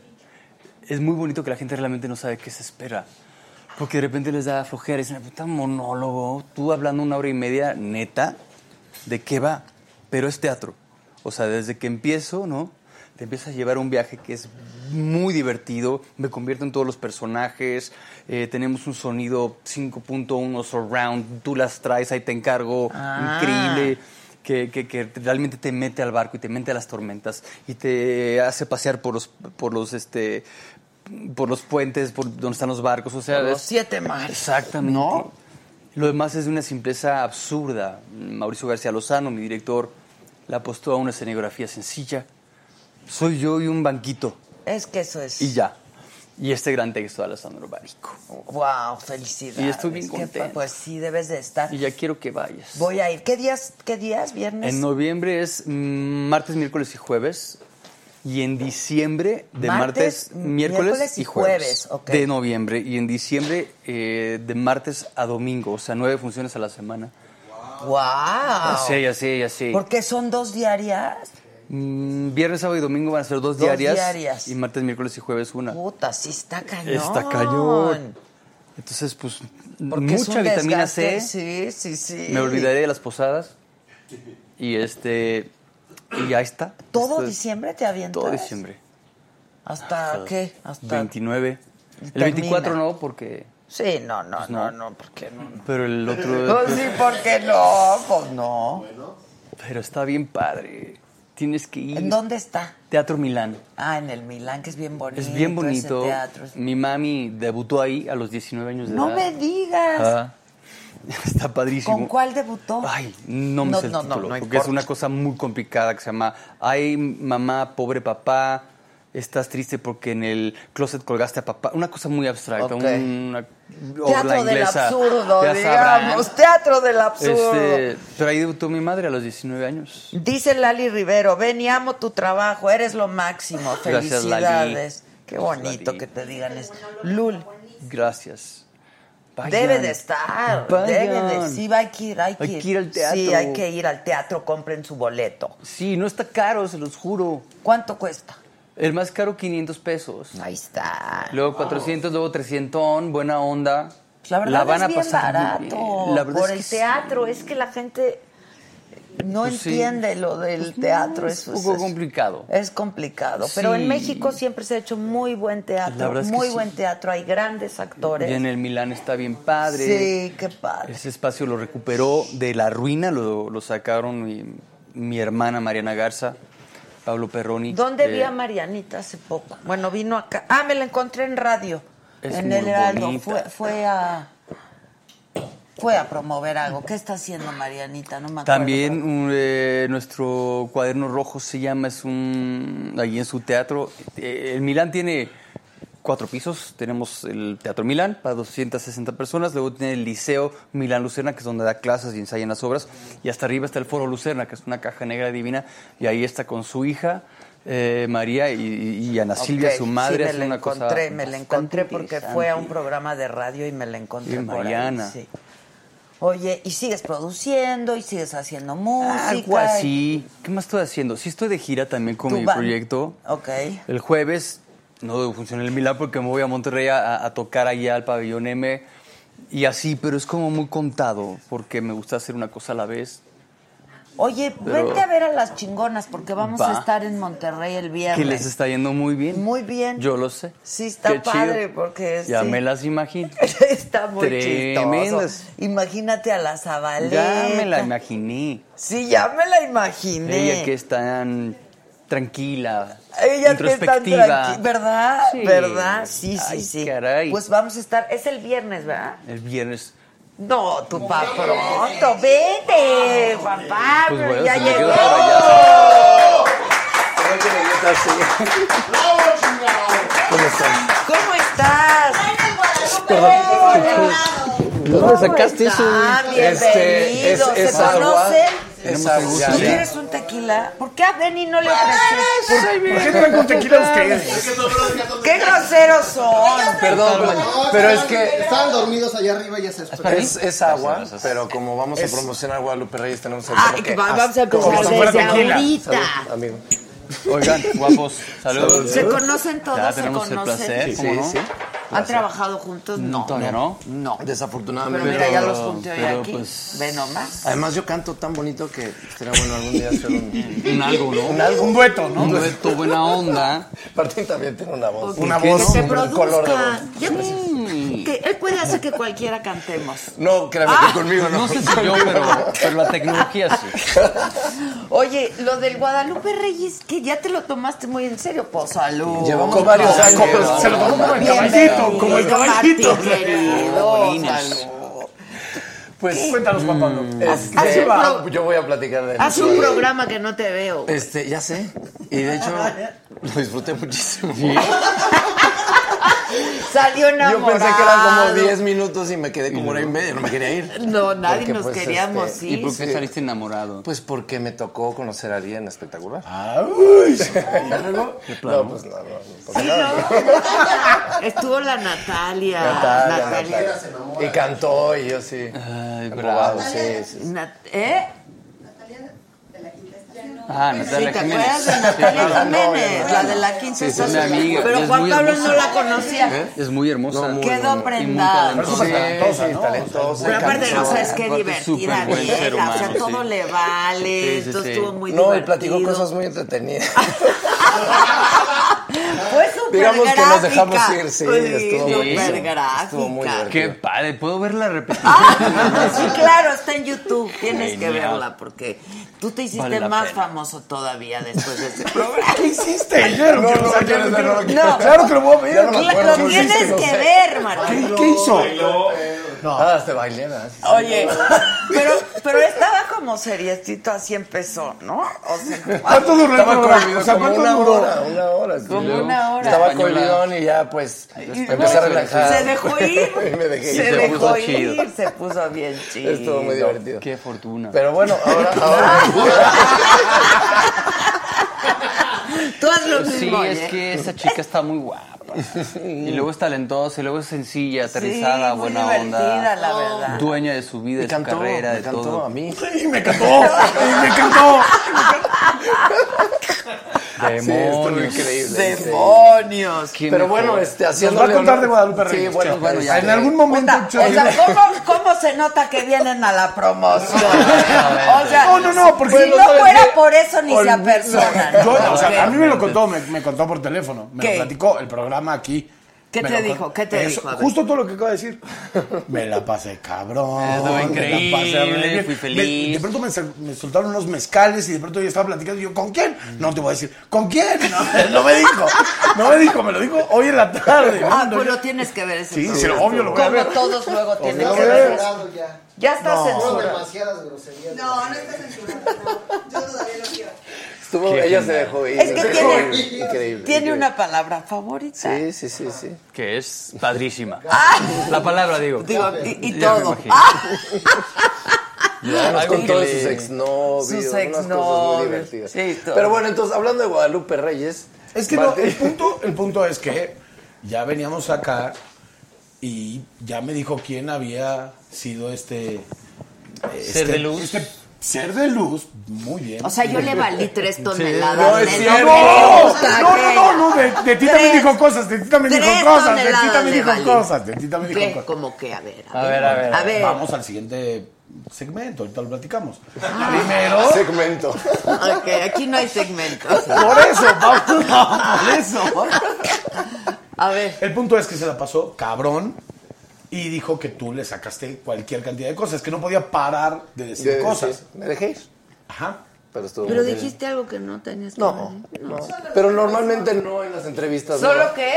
es muy bonito que la gente realmente no sabe qué se espera. Porque de repente les da flojera, dicen, puta monólogo, tú hablando una hora y media, neta, ¿de qué va? Pero es teatro. O sea, desde que empiezo, ¿no? Te empiezas a llevar un viaje que es muy divertido, me convierto en todos los personajes, eh, tenemos un sonido 5.1 surround, tú las traes, ahí te encargo,
Ah.
increíble que, que- que realmente te mete al barco y te mete a las tormentas y te hace pasear por los por los este por los puentes, por donde están los barcos, o sea,
Por los
es-
siete mares.
Exactamente.
¿No?
Lo demás es de una simpleza absurda. Mauricio García Lozano, mi director, la apostó a una escenografía sencilla. Soy yo y un banquito
Es que pues, eso es.
y ya. Y este gran texto de Alessandro Barico.
Oh. Wow, felicidades.
Y estoy bien
Qué pa-
contento.
Pues sí, debes de estar.
Y ya quiero que vayas.
Voy a ir. ¿Qué días? ¿Qué días? ¿Viernes?
En noviembre es mm, martes, miércoles y jueves. Y en diciembre, de
Martes,
martes, miércoles,
miércoles y
y jueves.
jueves, ok.
De noviembre. Y en diciembre, eh, de martes a domingo. O sea, nueve funciones a la semana.
Wow. Ah,
Así, así, así.
Porque son dos diarias.
Mm, viernes, sábado y domingo van a ser dos,
Dos
diarias,
diarias.
Y martes, miércoles y jueves una.
Puta, sí está cañón.
Está cañón. Entonces, pues,
Porque es
mucha
un
vitamina
desgaste,
C.
Sí, sí, sí.
Me olvidaré de las posadas. Y este. Y ya está.
¿Todo
Esto es-
diciembre te avientas?
Todo diciembre.
¿Hasta qué? Hasta...
29. El
Termina.
24 no, porque. pues
Sí, no, no,
no.
no, no, ¿por qué no?
Pero el
*laughs*
otro.
No, Oh, sí, ¿por qué no? Pues no.
Pero está bien padre. Tienes que ir.
¿En dónde está?
Teatro Milán.
Ah, en el Milán, que es bien bonito.
Es bien bonito.
ese teatro. Es-
Mi mami debutó ahí a los 19 años de
No
edad.
me digas.
Ajá. *laughs* Está padrísimo.
¿Con cuál debutó?
Ah, Ay, no me
No,
sé el
no, no,
título,
no
porque es
importa.
una cosa muy complicada que se llama Ay, mamá, pobre papá, estás triste porque en el closet colgaste a papá. Una cosa muy abstracta,
Ok.
una obra
Teatro del
inglesa.
absurdo,
Ya sabrán. ¿eh?
digamos. Teatro del absurdo.
Este, pero ahí debutó mi madre a los 19 años.
Dice Lali Rivero, ven y amo tu trabajo, eres lo máximo.
Gracias, Lali.
Felicidades. Qué
Gracias,
bonito
Lali.
que te digan eso. Lul,
Gracias. Vayan.
debe de estar.
Vayan.
Debe de. Sí, hay que ir, hay que,
Hay que ir al
Sí,
teatro.
hay que ir al teatro, compren su boleto.
Sí, no está caro, se los juro.
¿Cuánto cuesta?
El más caro, 500 pesos.
Ahí está.
Luego 400, luego 300, buena onda.
Pues La verdad es bien
pasar muy
barato.
bien. La verdad es
por
que
el
sí.
teatro, es que la gente no
Pues sí.
entiende lo del
Pues no,
teatro.
es
eso
un poco complicado.
Es complicado. Pero en
Sí.
México siempre se ha hecho muy buen
La
teatro.
verdad es que
muy
sí.
buen teatro. Hay grandes actores.
Y en el Milán está bien padre.
Sí, qué padre.
Ese espacio lo recuperó de la ruina, lo, lo sacaron mi, mi hermana Mariana Garza, Pablo Perroni.
¿Dónde
Eh,
vi a Marianita hace poco? Bueno, vino acá. Ah, me la encontré en radio.
Es
en
muy
el Heraldo.
bonita.
Fue, fue a. Fue a promover algo. ¿Qué está haciendo Marianita? No me acuerdo.
También un, eh, nuestro cuaderno rojo se llama, es un. allí en su teatro. Eh, el Milán tiene cuatro pisos. Tenemos el Teatro Milán para 260 personas. Luego tiene el Liceo Milán Lucerna, que es donde da clases y ensayan las obras. Y hasta arriba está el Foro Lucerna, que es una caja negra divina. Y ahí está con su hija. eh, María y, y Ana
Ok,
Silvia, su madre,
sí, me
hacen
la
una cosa
encontré, me la
bastante
encontré porque fue a un
interesante.
programa de radio y me la encontré
Sí,
por ahí,
Mariana.
sí. Oye, y sigues produciendo y sigues haciendo música.
Algo
y-
así. ¿Qué más estoy haciendo? Sí estoy de gira también con
Tu
mi
band.
proyecto.
Ok.
El jueves no funciona el Milán porque me voy a Monterrey a, a tocar allá al pabellón M. Y así, pero es como muy contado, porque me gusta hacer una cosa a la vez.
Oye,
Pero-
vente a ver a las chingonas porque vamos a
Va.
estar en Monterrey el viernes.
Que les está yendo muy bien.
Muy bien.
Yo lo sé.
Sí, está
Qué chido.
padre, porque
Ya
sí.
me las imagino.
Está muy
Tremendas.
chistoso. Imagínate a la Zabaleta.
Ya me la imaginé.
Sí, ya me la imaginé.
Ella que es tan tranquila,
Ella que está
introspectiva.
tranqui- ¿verdad?
Sí.
¿Verdad? Sí, sí,
Ay,
sí.
caray.
Pues vamos a estar, es el viernes, ¿verdad?
El viernes.
No, tu papá pronto, vete, papá,
Pues bueno,
ya
se me quedo
llegó.
por allá. Tengo que regresar, sí. *laughs* ¿Cómo estás?
¿Cómo estás?
¿Dónde sacaste eso? Este,
Ah, bienvenido, ¿se
agua.
conocen?
Es agua.
¿Tú quieres un tequila? ¿Por qué a Benny no le ofreces?
¿Por qué traen con tequila ustedes?
¡Qué groseros son!
Perdón, pero- pero es que
Estaban dormidos allá arriba y ya se despertaron.
Es, es agua, pero como vamos a promocionar Guadalupe Reyes, tenemos que
Ah,
hacerlo
que
que-
vamos a
como
cruzar
si fuera
desde
tequila.
ahorita.
Amigo.
*laughs* Oigan, guapos, saludos.
Se conocen
Ya
todos, se
tenemos el
conocen.
placer, ¿cómo no?
¿Han trabajado juntos? No.
Todavía no.
No. Pero
Desafortunadamente.
mira, ya los junté hoy
pero,
aquí.
pues-
Ve nomás.
Además, yo canto tan bonito que sería bueno algún día hacer un,
*laughs* Un algo, ¿no?
un álbum.
Un dueto, ¿no? Un dueto, buena *laughs* onda.
Martín también tiene una voz.
Ok,
Una
que
voz,
se
un color de voz.
produzca. Ya- que él puede hacer que cualquiera cantemos.
No, créeme, que conmigo no.
Ah, No sé si yo, pero, pero la tecnología sí.
Oye, lo del Guadalupe Reyes, que ya te lo tomaste muy en serio, pues salud.
Llevamos varios años.
Como-
Se lo tomó como el caballito,
como el caballito.
*laughs*
Martín, querido, salud.
Pues, cuéntanos, Juan Pablo.
Haz un pro-
yo voy a
*laughs*
platicar de
Haz un programa que no te veo.
Este, ya sé. Y de hecho, lo disfruté muchísimo. *laughs*
Salió enamorado.
Yo pensé que eran como 10 minutos y me quedé como hora y media, no me quería ir.
No, nadie
Porque,
nos
pues,
queríamos
este,
ir.
¿Y por qué saliste enamorado?
Pues porque me tocó conocer a alguien espectacular. No, pues no, no, no pasa
*laughs* Sí,
nada.
¿no? Estuvo la Natalia.
Ah, Natalia,
Natalia.
Natalia. Y cantó y yo sí.
Ay,
Embobado,
bravo.
sí, sí, sí.
Nat- ¿Eh?
Ah,
Sí,
Natalia
¿Te
Jiménez.
acuerdas de
Sí,
Natalia
claro.
Jiménez?
No,
La de la 15
Sí, es una
estación.
amiga, y
Pero
es
Juan
muy
Pablo
hermosa. ¿Eh?
no la conocía.
Es muy hermosa.
No, muy
Quedó prendada.
talentosa.
Sí, sí, talentosa.
Pero aparte, no
cantó.
sabes qué
Aparte,
divertida
súper buen
vieja.
ser
o sea,
humano,
todo
sí.
le vale.
Sí, sí,
entonces
sí.
estuvo muy
No, y
divertido.
platicó cosas muy entretenidas.
Fue súper
Digamos que nos dejamos
gráfica.
ir, sí,
Pues,
estuvo
súper
buenísimo.
gráfica.
Estuvo muy divertido.
Qué padre, ¿puedo verla repetida?
Ah, sí, claro, está en YouTube. Tienes que
Genial.
verla porque tú te hiciste
Vale la
más
pena.
famoso todavía después de ese programa.
¿Qué hiciste? Yo
*laughs*
No, no, yo no quiero-
No.
Claro que lo voy a ver.
Claro, lo tienes que ver, Martín.
¿Qué hizo?
Ah, te bailé, ¿verdad? Sí, sí.
Oye, pero, pero estaba como seriecito, así empezó, ¿no? O sea,
¿Cuánto duró el
Estaba
programa? O sea,
cohibidón como
¿cuánto
una
duró?
hora, una hora. sí.
Como una hora.
Estaba
Española.
cohibidón y ya, pues, me empecé a
se-
relajar.
se dejó ir.
*laughs* Y me dejé
se,
ir.
se
dejó
puso
ir,
chido.
se puso bien chido.
*laughs* Estuvo muy divertido.
Qué fortuna.
Pero
*laughs*
bueno, ahora, ahora
Tú haz lo
sí,
mismo.
es
¿eh?
que esa chica está
*laughs*
muy guapa. Y luego es talentosa, y luego es sencilla,
Sí,
aterrizada,
muy
buena
divertida,
onda.
la verdad.
Dueña de su vida,
Oh. me
de su
cantó,
carrera,
me
de
cantó a
todo.
mí.
Y me cantó. Y me cantó.
Sí, estuvo
Demonios.
increíble. increíble.
Demonios.
Qué
Pero
mejor.
bueno, este, haciendo.
Nos va a contar de Guadalupe
Sí,
Reyes,
bueno,
chao.
bueno, ya.
En algún momento,
O sea,
Chuy,
*laughs* o sea,
*laughs*
¿cómo, cómo se nota que vienen *laughs* a la promoción? O sea,
No, no, no, porque
si
no
no
sabes
fuera
qué.
por eso ni se
Ol- *laughs*
apersonan.
Yo, o
¿Qué?
sea, a mí me lo contó, me, me contó por teléfono, me
¿Qué?
lo platicó el programa aquí.
¿Qué
Me lo
te dijo?
con-
¿Qué te
Eso,
dijo? A ver.
Justo todo lo que acabo de decir. Me la pasé cabrón.
Ah,
Estuvo
me la
increíble,
pasé re bien.
fui
Me-
feliz.
de pronto me, sal- me soltaron unos mezcales y de pronto yo estaba platicando y yo, ¿con quién?
Mm.
No te voy a decir, ¿con quién? No, *laughs* no me dijo, no me dijo, me lo dijo hoy en la tarde.
Ah,
No,
pues
yo-
lo tienes que ver ese
Sí,
programa.
sí, obvio lo voy a
Como
ver.
todos luego tienen
lo
que
voy a
ver.
ver.
eso.
Censurado ya.
Ya está
Fueron
censurado.
demasiadas groserías.
No, no está censurado. no. Yo todavía lo quiero.
Estuvo, ella se dejó ir.
Es que
se dejó
tiene,
ir. Increíble.
tiene
increíble.
una palabra favorita.
Sí, sí, sí, sí.
Que es
*laughs*
padrísima. La palabra, digo.
Ah. Digo, y, y
Ya me
todo. *laughs*
imagino.
Ah,
Ya nos
Algo
contó
que
de
le-
sus exnovios,
Sus
unas cosas
exnovios,
muy divertidas.
sí, todo.
Pero bueno, entonces, hablando de Guadalupe Reyes.
Es que no,
Martín-
el punto, el punto es que ya veníamos acá y ya me dijo quién había sido este.
Ser de luz.
este Ser de luz, muy bien.
O sea, yo le valí tres toneladas.
No, es
de-
cierto.
me gusta,
No, no,
¿qué?
no, no, de, de ti también
Tres-
dijo cosas, de ti también
tres
dijo cosas, de ti
toneladas
también
le
dijo
valí.
cosas, de ti también dijo
¿Qué?
cosas.
Como que, a ver,
A ver, a ver,
A ver.
Vamos al siguiente segmento, ahorita lo platicamos.
Ah.
Primero.
Segmento.
Ok, aquí no hay segmento.
Por eso, *laughs* vamos, por eso.
A ver.
El punto es que se la pasó cabrón y dijo que tú le sacaste cualquier cantidad de cosas, que no podía parar de decir
De-
cosas.
sí, Me dejé ir,
Ajá.
pero estuvo
Pero
muy bien.
dijiste algo que no tenías que
No,
decir.
no. Pero normalmente no en las entrevistas.
¿Solo
no.
qué?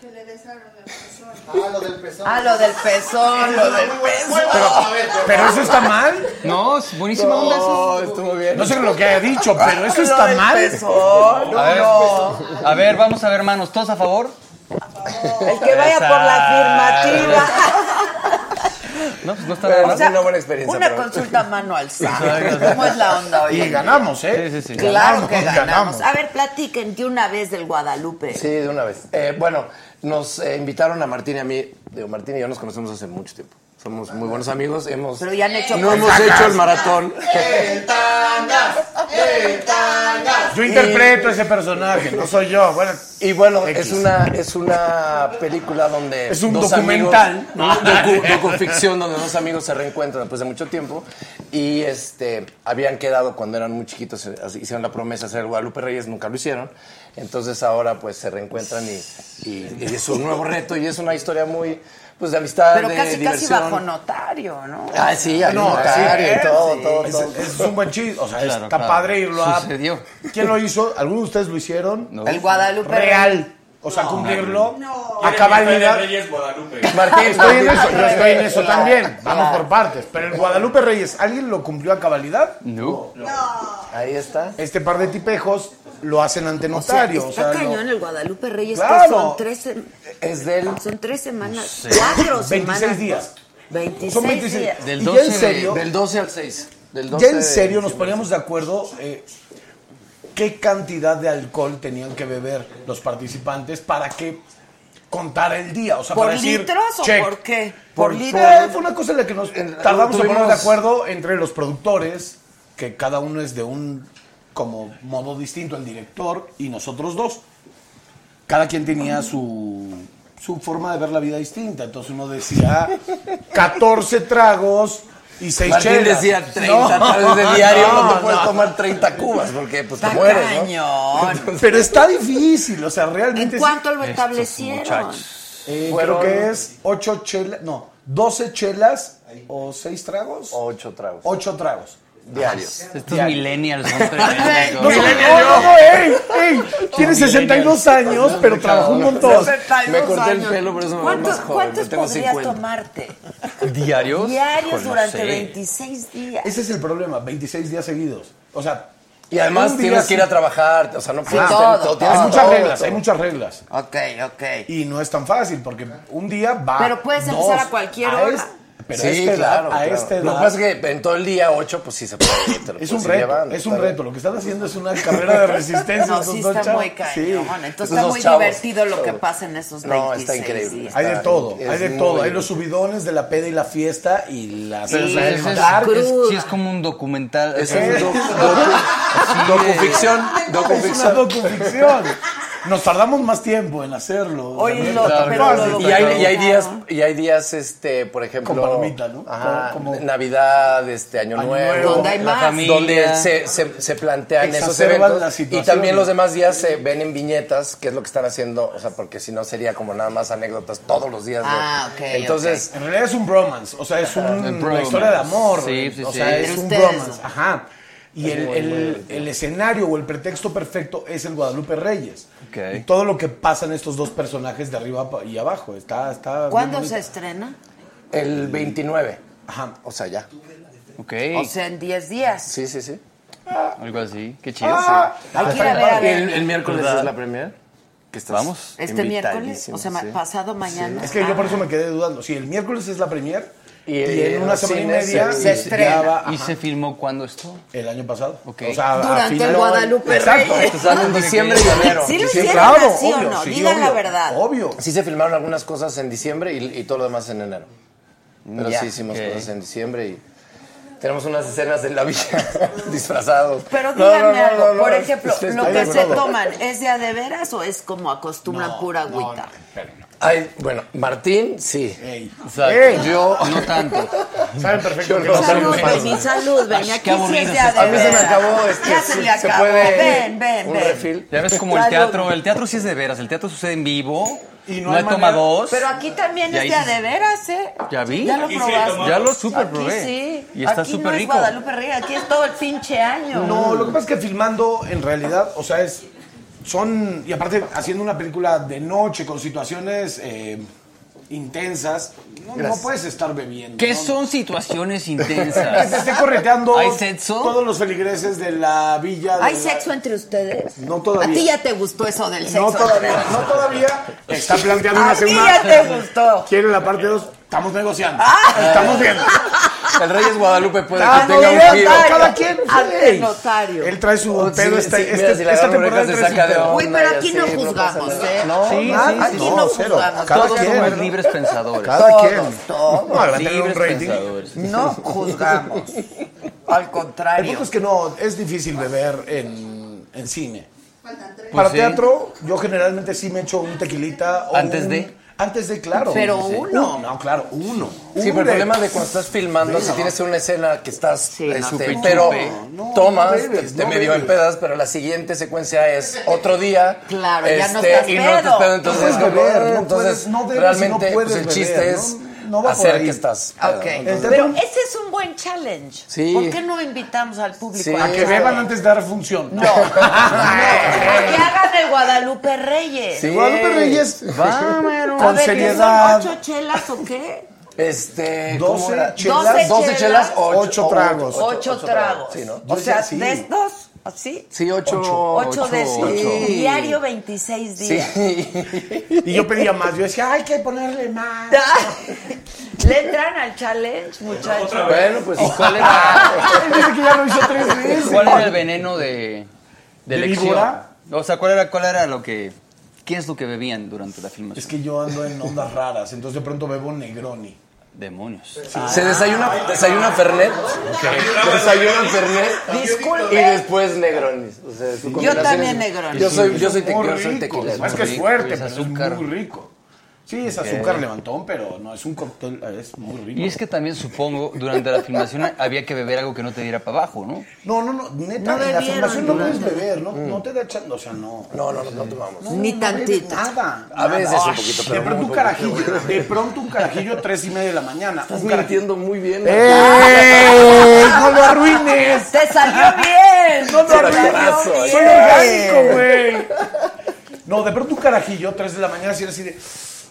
Que le besaron el pezón.
Ah, lo del pezón.
Ah, lo del pezón. Lo del
Pero, a ver, pero-
Pero eso está mal.
No, es buenísima onda
No,
eso.
estuvo bien.
No sé lo que haya dicho,
*laughs*
pero eso
Lo
está
del
mal.
pezón.
A ver, a ver, vamos a ver, hermanos, ¿todos a favor?
El que vaya por la afirmativa.
No, pues no está
Pero
mal.
no fue una buena experiencia.
Una
pero-
consulta mano alzada.
Exacto.
¿Cómo es la onda hoy?
Y
en día?
ganamos, ¿eh?
Sí, sí, sí.
Claro que
Ganamos,
ganamos.
ganamos.
A ver, platiquen de una vez del Guadalupe.
Sí, de una vez. Eh, bueno, nos eh, invitaron a Martín y a mí. Digo, Martín y yo nos conocemos hace mucho tiempo. Somos muy buenos amigos. Hemos,
Pero ya han hecho
no hemos
cosas.
hecho el maratón.
*laughs* Yo interpreto ese personaje, no soy yo. Bueno,
Y bueno,
X.
es una, es una película donde.
Es un
dos
documental,
amigos- un *laughs* docu- docuficción donde dos amigos se reencuentran después de mucho tiempo. Y este habían quedado cuando eran muy chiquitos, se- así- hicieron la promesa de hacer el Guadalupe Reyes, nunca lo hicieron. Entonces ahora pues se reencuentran y, y- y es un nuevo reto y es una historia muy. Pues de amistad,
Pero
de
casi, casi
diversión.
bajo notario, ¿no?
Ah, sí, había
No,
notario
sí, eh,
y todo,
sí.
todo,
Es,
todo.
es un buen chiste. O sea,
Claro,
está
claro.
padre irlo a.
Sucedió.
¿Quién lo hizo? ¿Alguno de ustedes lo hicieron?
No.
El Guadalupe.
Real. O sea, cumplirlo.
No.
A cabalidad.
Reyes Guadalupe.
Martín, estoy en eso, yo estoy en eso
Claro,
también. Vamos
claro.
por partes. Pero el Guadalupe Reyes, ¿alguien lo cumplió a cabalidad?
No.
Ahí está.
Este par de tipejos lo hacen ante
O sea,
notario. O sea,
está
lo-
cañón el Guadalupe Reyes. que
Claro.
son, tres, se-
Es del.
son tres
*laughs*
semanas, cuatro
26
semanas.
días.
26,
Son 26.
días.
Del
¿Y ya
12
en
de-
serio?
Del 12 al 6. Del 12
Ya en
de-
serio nos poníamos de acuerdo eh, qué cantidad de alcohol tenían que beber los participantes para que contara el día. O sea,
¿Por
para decir,
litros o
check.
por qué?
Por,
¿Por
litros.
litros?
fue una cosa en la que nos tardamos en
tuvimos-
poner de acuerdo entre los productores, que cada uno es de un como modo distinto, el director y nosotros dos. Cada quien tenía su, su forma de ver la vida distinta. Entonces uno decía 14 tragos y 6
Martín
chelas.
decía 30 tal vez de diario. No, te puedes
no.
tomar 30 cubas porque pues te
Está
mueres, ¿no?
cañón.
Pero está difícil, o sea, realmente. es-
¿En cuánto lo establecieron?
muchachos.
Eh,
Fueron-
Creo que es 8 chelas, no, 12 chelas o 6 tragos.
Ocho tragos.
8 tragos.
Diarios.
Estos millennials son tremendos.
No, no, no, no, ey, ey, tiene
Millennials.
62 años, pero trabajó un montón.
Me corté el pelo, por eso me veo
¿Cuántos-
más joven.
¿Cuántos
pero tengo
podrías
50.
tomarte?
¿Diarios?
Diarios
Híjole, no
durante
sé.
26 días.
Ese es el problema, 26 días seguidos. O sea,
Y además
un día
tienes que ir a
sí.
trabajar. O sea, no puedes
todo,
tener
todo.
tienes
Hay muchas
todo,
reglas, hay
todo.
muchas reglas.
Ok, ok.
Y no es tan fácil, porque un día va.
ah, Pero puedes
dos,
empezar a cualquier hora.
es- pero
Sí,
a esta edad,
claro,
a
claro.
esta edad.
Lo que pasa es que en todo el día 8, pues sí se puede. te lo
Es
puedes
un
ir
reto,
llevando,
es un
claro.
reto. Lo que están haciendo es una carrera de resistencia.
No,
estos
sí
dos
está
chavos.
muy cañón.
Sí.
Entonces
Estos
está
dos
muy
chavos,
divertido lo que
chavos.
pasa en esos 26
No, está *laughs* increíble.
días.
Hay de
Está-
todo,
es
hay de
muy
todo. Hay
bien.
los subidones de la peda y la fiesta y las...
Pero, o sea,
el
es, es-
dar-
es-
cruda.
sí es como un documental.
Es
o sea,
un docu- docu- docuficción.
Es una
Docuficción.
docuficción. Nos tardamos más tiempo en hacerlo.
Oye,
También
lo-
está
pero
fácil.
lo-
Y hay, y hay días,
Claro.
y hay días, este, por ejemplo,
Con palomita, ¿no?
Ajá,
Como- como-
Navidad, este, Año,
Año
Nuevo,
Nuevo. Donde
hay
la
más.
familia. donde
Familia.
se, se, se plantean esos
Exacerban las
eventos. Y
situaciones.
también los demás días se ven en viñetas, que es lo que están haciendo, o sea, porque si no sería como nada más anécdotas todos los días. de-
Ah, ok,
Entonces,
En realidad es un bromance, o sea, es un- una
bromance.
historia de amor.
Sí, sí,
o
sí.
sea, es
Entre
un
ustedes,
bromance.
¿no?
Ajá. Y el, el- el escenario o el pretexto perfecto es el Guadalupe Reyes.
Ok.
Y todo lo que pasa en estos dos personajes de arriba pa- y abajo. Está, está bien
¿Cuándo
bonito.
se estrena?
el 29,
Ajá.
o sea, ya.
Ok, Ah.
O sea, en 10 días. Ah,
Sí, sí, sí.
algo así. Qué chido.
Hay que ir a ver, a
Y el,
ver.
el miércoles
¿Verdad?
es la premier. Que estás
Vamos.
Este miércoles, o
invitadísimo,
sea, ma-
sí.
pasado mañana.
Es que yo por
Ah.
eso me quedé dudando. Si el miércoles es la premier y,
Y el-
en una
los
semana y
cines
media
se-
se
ya
estrena.
va-
¿Y
ajá,
se filmó cuándo esto?
el año pasado.
Ok.
O sea, a
Durante el
final-
Guadalupe
Exacto.
Reyes.
Están en diciembre y enero.
Sí lo
Sí,
hicieron
claro,
así o
obvio,
no,
sí,
digan la
obvio,
verdad.
Obvio.
Sí se filmaron algunas cosas en diciembre y, y todo lo demás en enero. Pero
Ya,
sí hicimos
ok.
cosas en diciembre y Tenemos unas escenas en la villa *laughs* disfrazados.
Pero
No, no,
díganme
no,
algo,
no, no,
por
es-
ejemplo,
es- es-
lo
hay
que
de
se
todo.
toman, ¿es de a de veras o es como acostumbran pura agüita?
Ay, bueno, Martín, sí. Exacto.
Ey.
Yo no tanto.
Saben
perfecto
Mi salud, ven, mi salud, ven, aquí sí es de a de
A mí se me
veras.
acabó este.
Ya se le
se
acabó,
puede
ven, ven,
un
ven.
refil.
Ya ves como el
Salud.
teatro, el teatro sí es de veras, el teatro sucede en vivo, y no,
hay
hay,
manera-
toma dos.
Pero aquí también
Y
es
ahí
de a
sí-
de veras, ¿eh?
¿Ya vi?
Ya lo
Aquí sí
probaste.
tomamos. Ya lo super probé.
Aquí sí.
Y está
Aquí
súper
no
rico.
es Guadalupe Reyes, aquí es todo el pinche año.
No, lo que pasa es que filmando, en realidad, o sea, es. Son. Y aparte, haciendo una película de noche con situaciones eh, intensas, no, no
Gracias.
puedes estar bebiendo.
¿Qué
¿no? *laughs*
son situaciones
Que te
intensas?
esté correteando
¿Hay sexo?
todos los feligreses de la villa. de
¿Hay
la-
sexo entre ustedes?
No todavía.
A ti ya te gustó eso del sexo.
No todavía, no
*laughs*
todavía. Está planteando una
A ti
segunda.
ya te gustó.
Quiere la parte 2. Estamos negociando.
Ah.
Estamos Ah, viendo.
El Reyes Guadalupe puede
Estamos
que tenga un giro.
viendo, Cada quien.
Ante
güey.
notario.
Él trae su
Oh, sí,
pedo. esta
sí, mira,
este-
si la
esta
agarra
temporada
orejas,
él
se
trae su
saca de
pedo.
onda.
Uy, pero aquí
Sí,
no
no pasa
juzgamos,
nada.
¿eh?
No,
Sí,
nadie.
sí,
Aquí
sí.
no,
No, cero.
juzgamos.
Cada
Todos
quien.
somos libres pensadores.
Cada quien.
todos.
No, adelante,
libres
un rating.
pensadores.
No
*laughs*
juzgamos. Al
El
contrario.
punto es que no, es difícil beber en, en cine.
Faltan tres.
Para
Pues
sí.
teatro, yo generalmente sí me echo un tequilita. o
¿Antes
un-
de?
Antes de, claro.
Pero uno.
No, no, claro, uno.
Sí,
Uno
pero el
de-
problema de cuando estás filmando, si tienes una escena que estás,
Sí, no,
este,
chupe,
pero
chupe.
No, no
tomas,
bebes,
te
no
medio
bebes.
en pedas, pero la siguiente secuencia es otro día. Este,
Claro, ya no estás
y
pedo.
no estás pedo,
No
entonces, "Ah",
puedes beber, no
entonces
puedes- no debes y no
realmente pues,
puedes
el chiste
beber,
es
no- no va por
hacer
ahí.
que estás. pedo.
Ok.
teatro-
Pero ese es un buen challenge.
Sí.
¿Por qué no invitamos al público
Sí.
A que beban antes de dar función.
No. no. A que hagan el Guadalupe Reyes.
Sí.
Guadalupe Reyes,
Vámonos.
Con
A ver, ¿qué
seriedad.
¿Son ocho chelas o qué?
Este, ¿cómo
12
era?
chelas,
12
12
chelas,
chelas,
ocho tragos.
Ocho, tragos.
Sí, ¿no?
O
Yo
sea,
sé, sí.
de estos, así.
Sí, 8.
Ocho, de esos.
Sí.
Diario 26 días.
Y yo pedía más. Yo decía, hay que ponerle más.
*laughs* ¿Le entran al challenge, muchachos?
Bueno, pues.
¿Cuál era,
Él dice que ya lo hizo tres veces.
cuál era el veneno de, de
¿De
elección?
víbora?
O sea, ¿cuál era, ¿cuál era lo que... ¿Qué es lo que bebían durante la filmación?
Es que yo ando en ondas raras, entonces de pronto bebo Negroni.
Demonios.
Se desayuna, desayuna Fernet. Desayuna Fernet.
Disculpe.
Y después Negronis. O sea, su combinación
también
es-
Negronis.
Yo soy, yo soy, tequi-
Muy
yo soy
rico,
tequila.
Es que es
rico,
fuerte,
es
pero
azúcar.
es muy rico. Sí, es azúcar levantón, pero no, es un cóctel, es muy rico.
Y es que también supongo, durante la filmación había que beber algo que no te diera para abajo, ¿no?
No, no, no, neta,
No
en la
bebieron,
formación no puedes
no.
beber, no, no te da echan, o sea, no.
No, no, no, Mm. no tomamos.
Ni
no bebes
tantito.
Nada.
A
nada.
veces un poquito, pero
De pronto
muy
un
poco.
carajillo, de pronto un carajillo tres y media de la mañana.
Estás
un carajillo. ¡Eh!
mintiendo muy bien.
¡Ey! ¡No lo arruines!
¡Te salió bien!
¡No lo
Soy
arruines!
orgánico,
¡Soy
eh.
orgánico, güey! No, de pronto un carajillo, tres de la mañana, si era así de...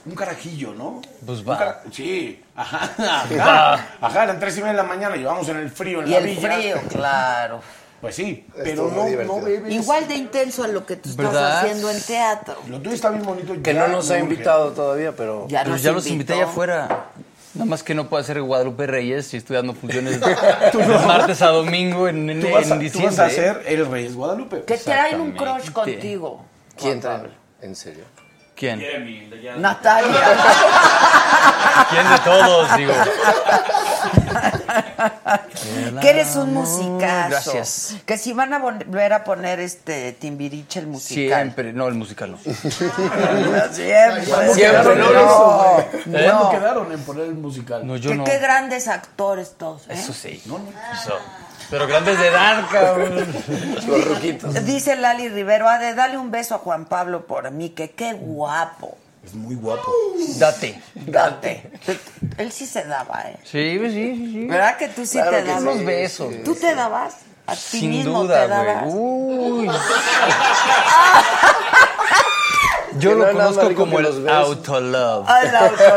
Un carajillo, ¿no?
Pues
Un
va.
cara- Sí, ajá, ajá, ajá, eran tres y media de la mañana, llevamos en el frío, en
Y
la
el
villa.
frío, claro.
Pues sí,
Estuvo
*laughs* pero
muy
no,
divertido.
no
¿Eh?
bebes.
Igual de intenso a lo que tú estás
¿Verdad?
haciendo en teatro.
Lo tuyo está bien bonito.
Que no
ya
nos
me
ha
urge.
invitado todavía, pero.
Ya
Pues
nos
ya los invité
invitó.
allá afuera. Nada más que no puedo hacer Guadalupe Reyes si estoy
*laughs*
dando funciones de martes a domingo en, en-
Tú vas,
en
a, tú
diciembre.
vas a ser el Reyes Guadalupe.
Que traen un
Exactamente.
crush contigo.
¿Quién trae? ¿En serio?
¿Quién?
Natalia.
*laughs*
*laughs*
¿Quién de todos? Digo.
*laughs* que eres un musicazo.
Gracias.
Que si van a volver a poner este Timbiriche el musical.
Siempre. No, el
*laughs*
musical no.
Siempre. Siempre.
Siempre,
no.
no,
eso,
¿Eh?
¿Cuándo quedaron en poner el musical?
No, yo
Que
no.
qué grandes actores todos. ¿eh?
Eso sí. Eso. Pero grandes de edad, cabrón.
Los ruquitos.
Dice Lali Rivero, ha de dale un beso a Juan Pablo por mí, que qué guapo.
Es muy guapo.
Date.
Date. Él sí se daba, ¿eh?
Sí, pues sí, sí, sí.
¿Verdad que tú sí
Claro que
te dabas?
sí,
Unos besos.
¿Tú te dabas? A ti
Sin
mismo te
duda,
dabas.
güey. Uy. Yo
Que no
lo
hay nada más
conozco
rico
como
que
el
los besos.
autolove.
Ay, la autolove.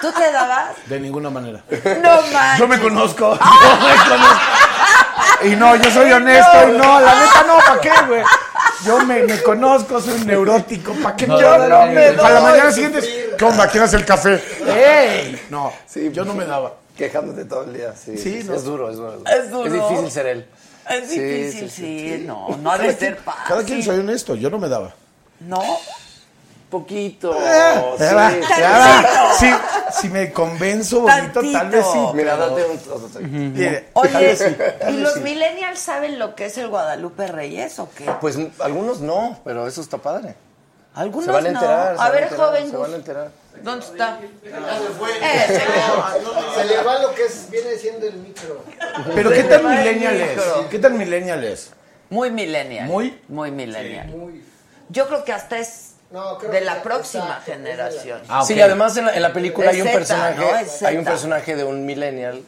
¿Tú te dabas?
De
*laughs*
ninguna manera.
No manches.
Yo me conozco. *laughs* Yo me conozco. Y no, yo soy honesto. Y no, la neta no, ¿para qué, güey? Yo me, me conozco, soy un neurótico. ¿Para qué?
No,
yo no,
no, no,
me
no,
Para la mañana siguiente, es, ¿qué onda? ¿Quieres el café? ¡Ey! No,
Sí,
yo no me daba.
Quejándote todo el día. Sí,
Sí,
sí,
no.
es duro, es duro.
Es duro.
Es difícil ser él.
Es
Sí,
difícil, sí.
sí, sí,
No, no ha de ser fácil.
Cada quien soy honesto, yo no me daba.
¿No?
Poquito.
Eh,
Oh,
sí.
eh, va, eh, va. Si, si me convenzo bonito, tal vez sí.
Tantito.
Mira,
pero-
date un... otro trago.
Mire, tal
Oye,
vez sí, tal
*laughs* ¿y
vez
los
sí.
millennials saben lo que es el Guadalupe Reyes o qué?
Pues m- algunos no, pero eso está padre.
Algunos
Se van a
no.
enterar. se
a
van
ver,
enterar,
joven,
Se van a enterar.
¿dónde está?
fue.
Eh, se quedó.
Se le va lo que es, viene siendo el micro.
Pero ¿qué
Se
tan
va el
millennial es?
micro.
¿Qué tan millennial es?
Muy millennial.
¿Muy?
Muy millennial. Yo creo que hasta es
No, creo
de
que
la
está-
próxima
está-
generación.
Ah,
Sí, además en la, en la película
Es
hay un
Zeta,
personaje,
¿no? Es Zeta.
hay un personaje de un millennial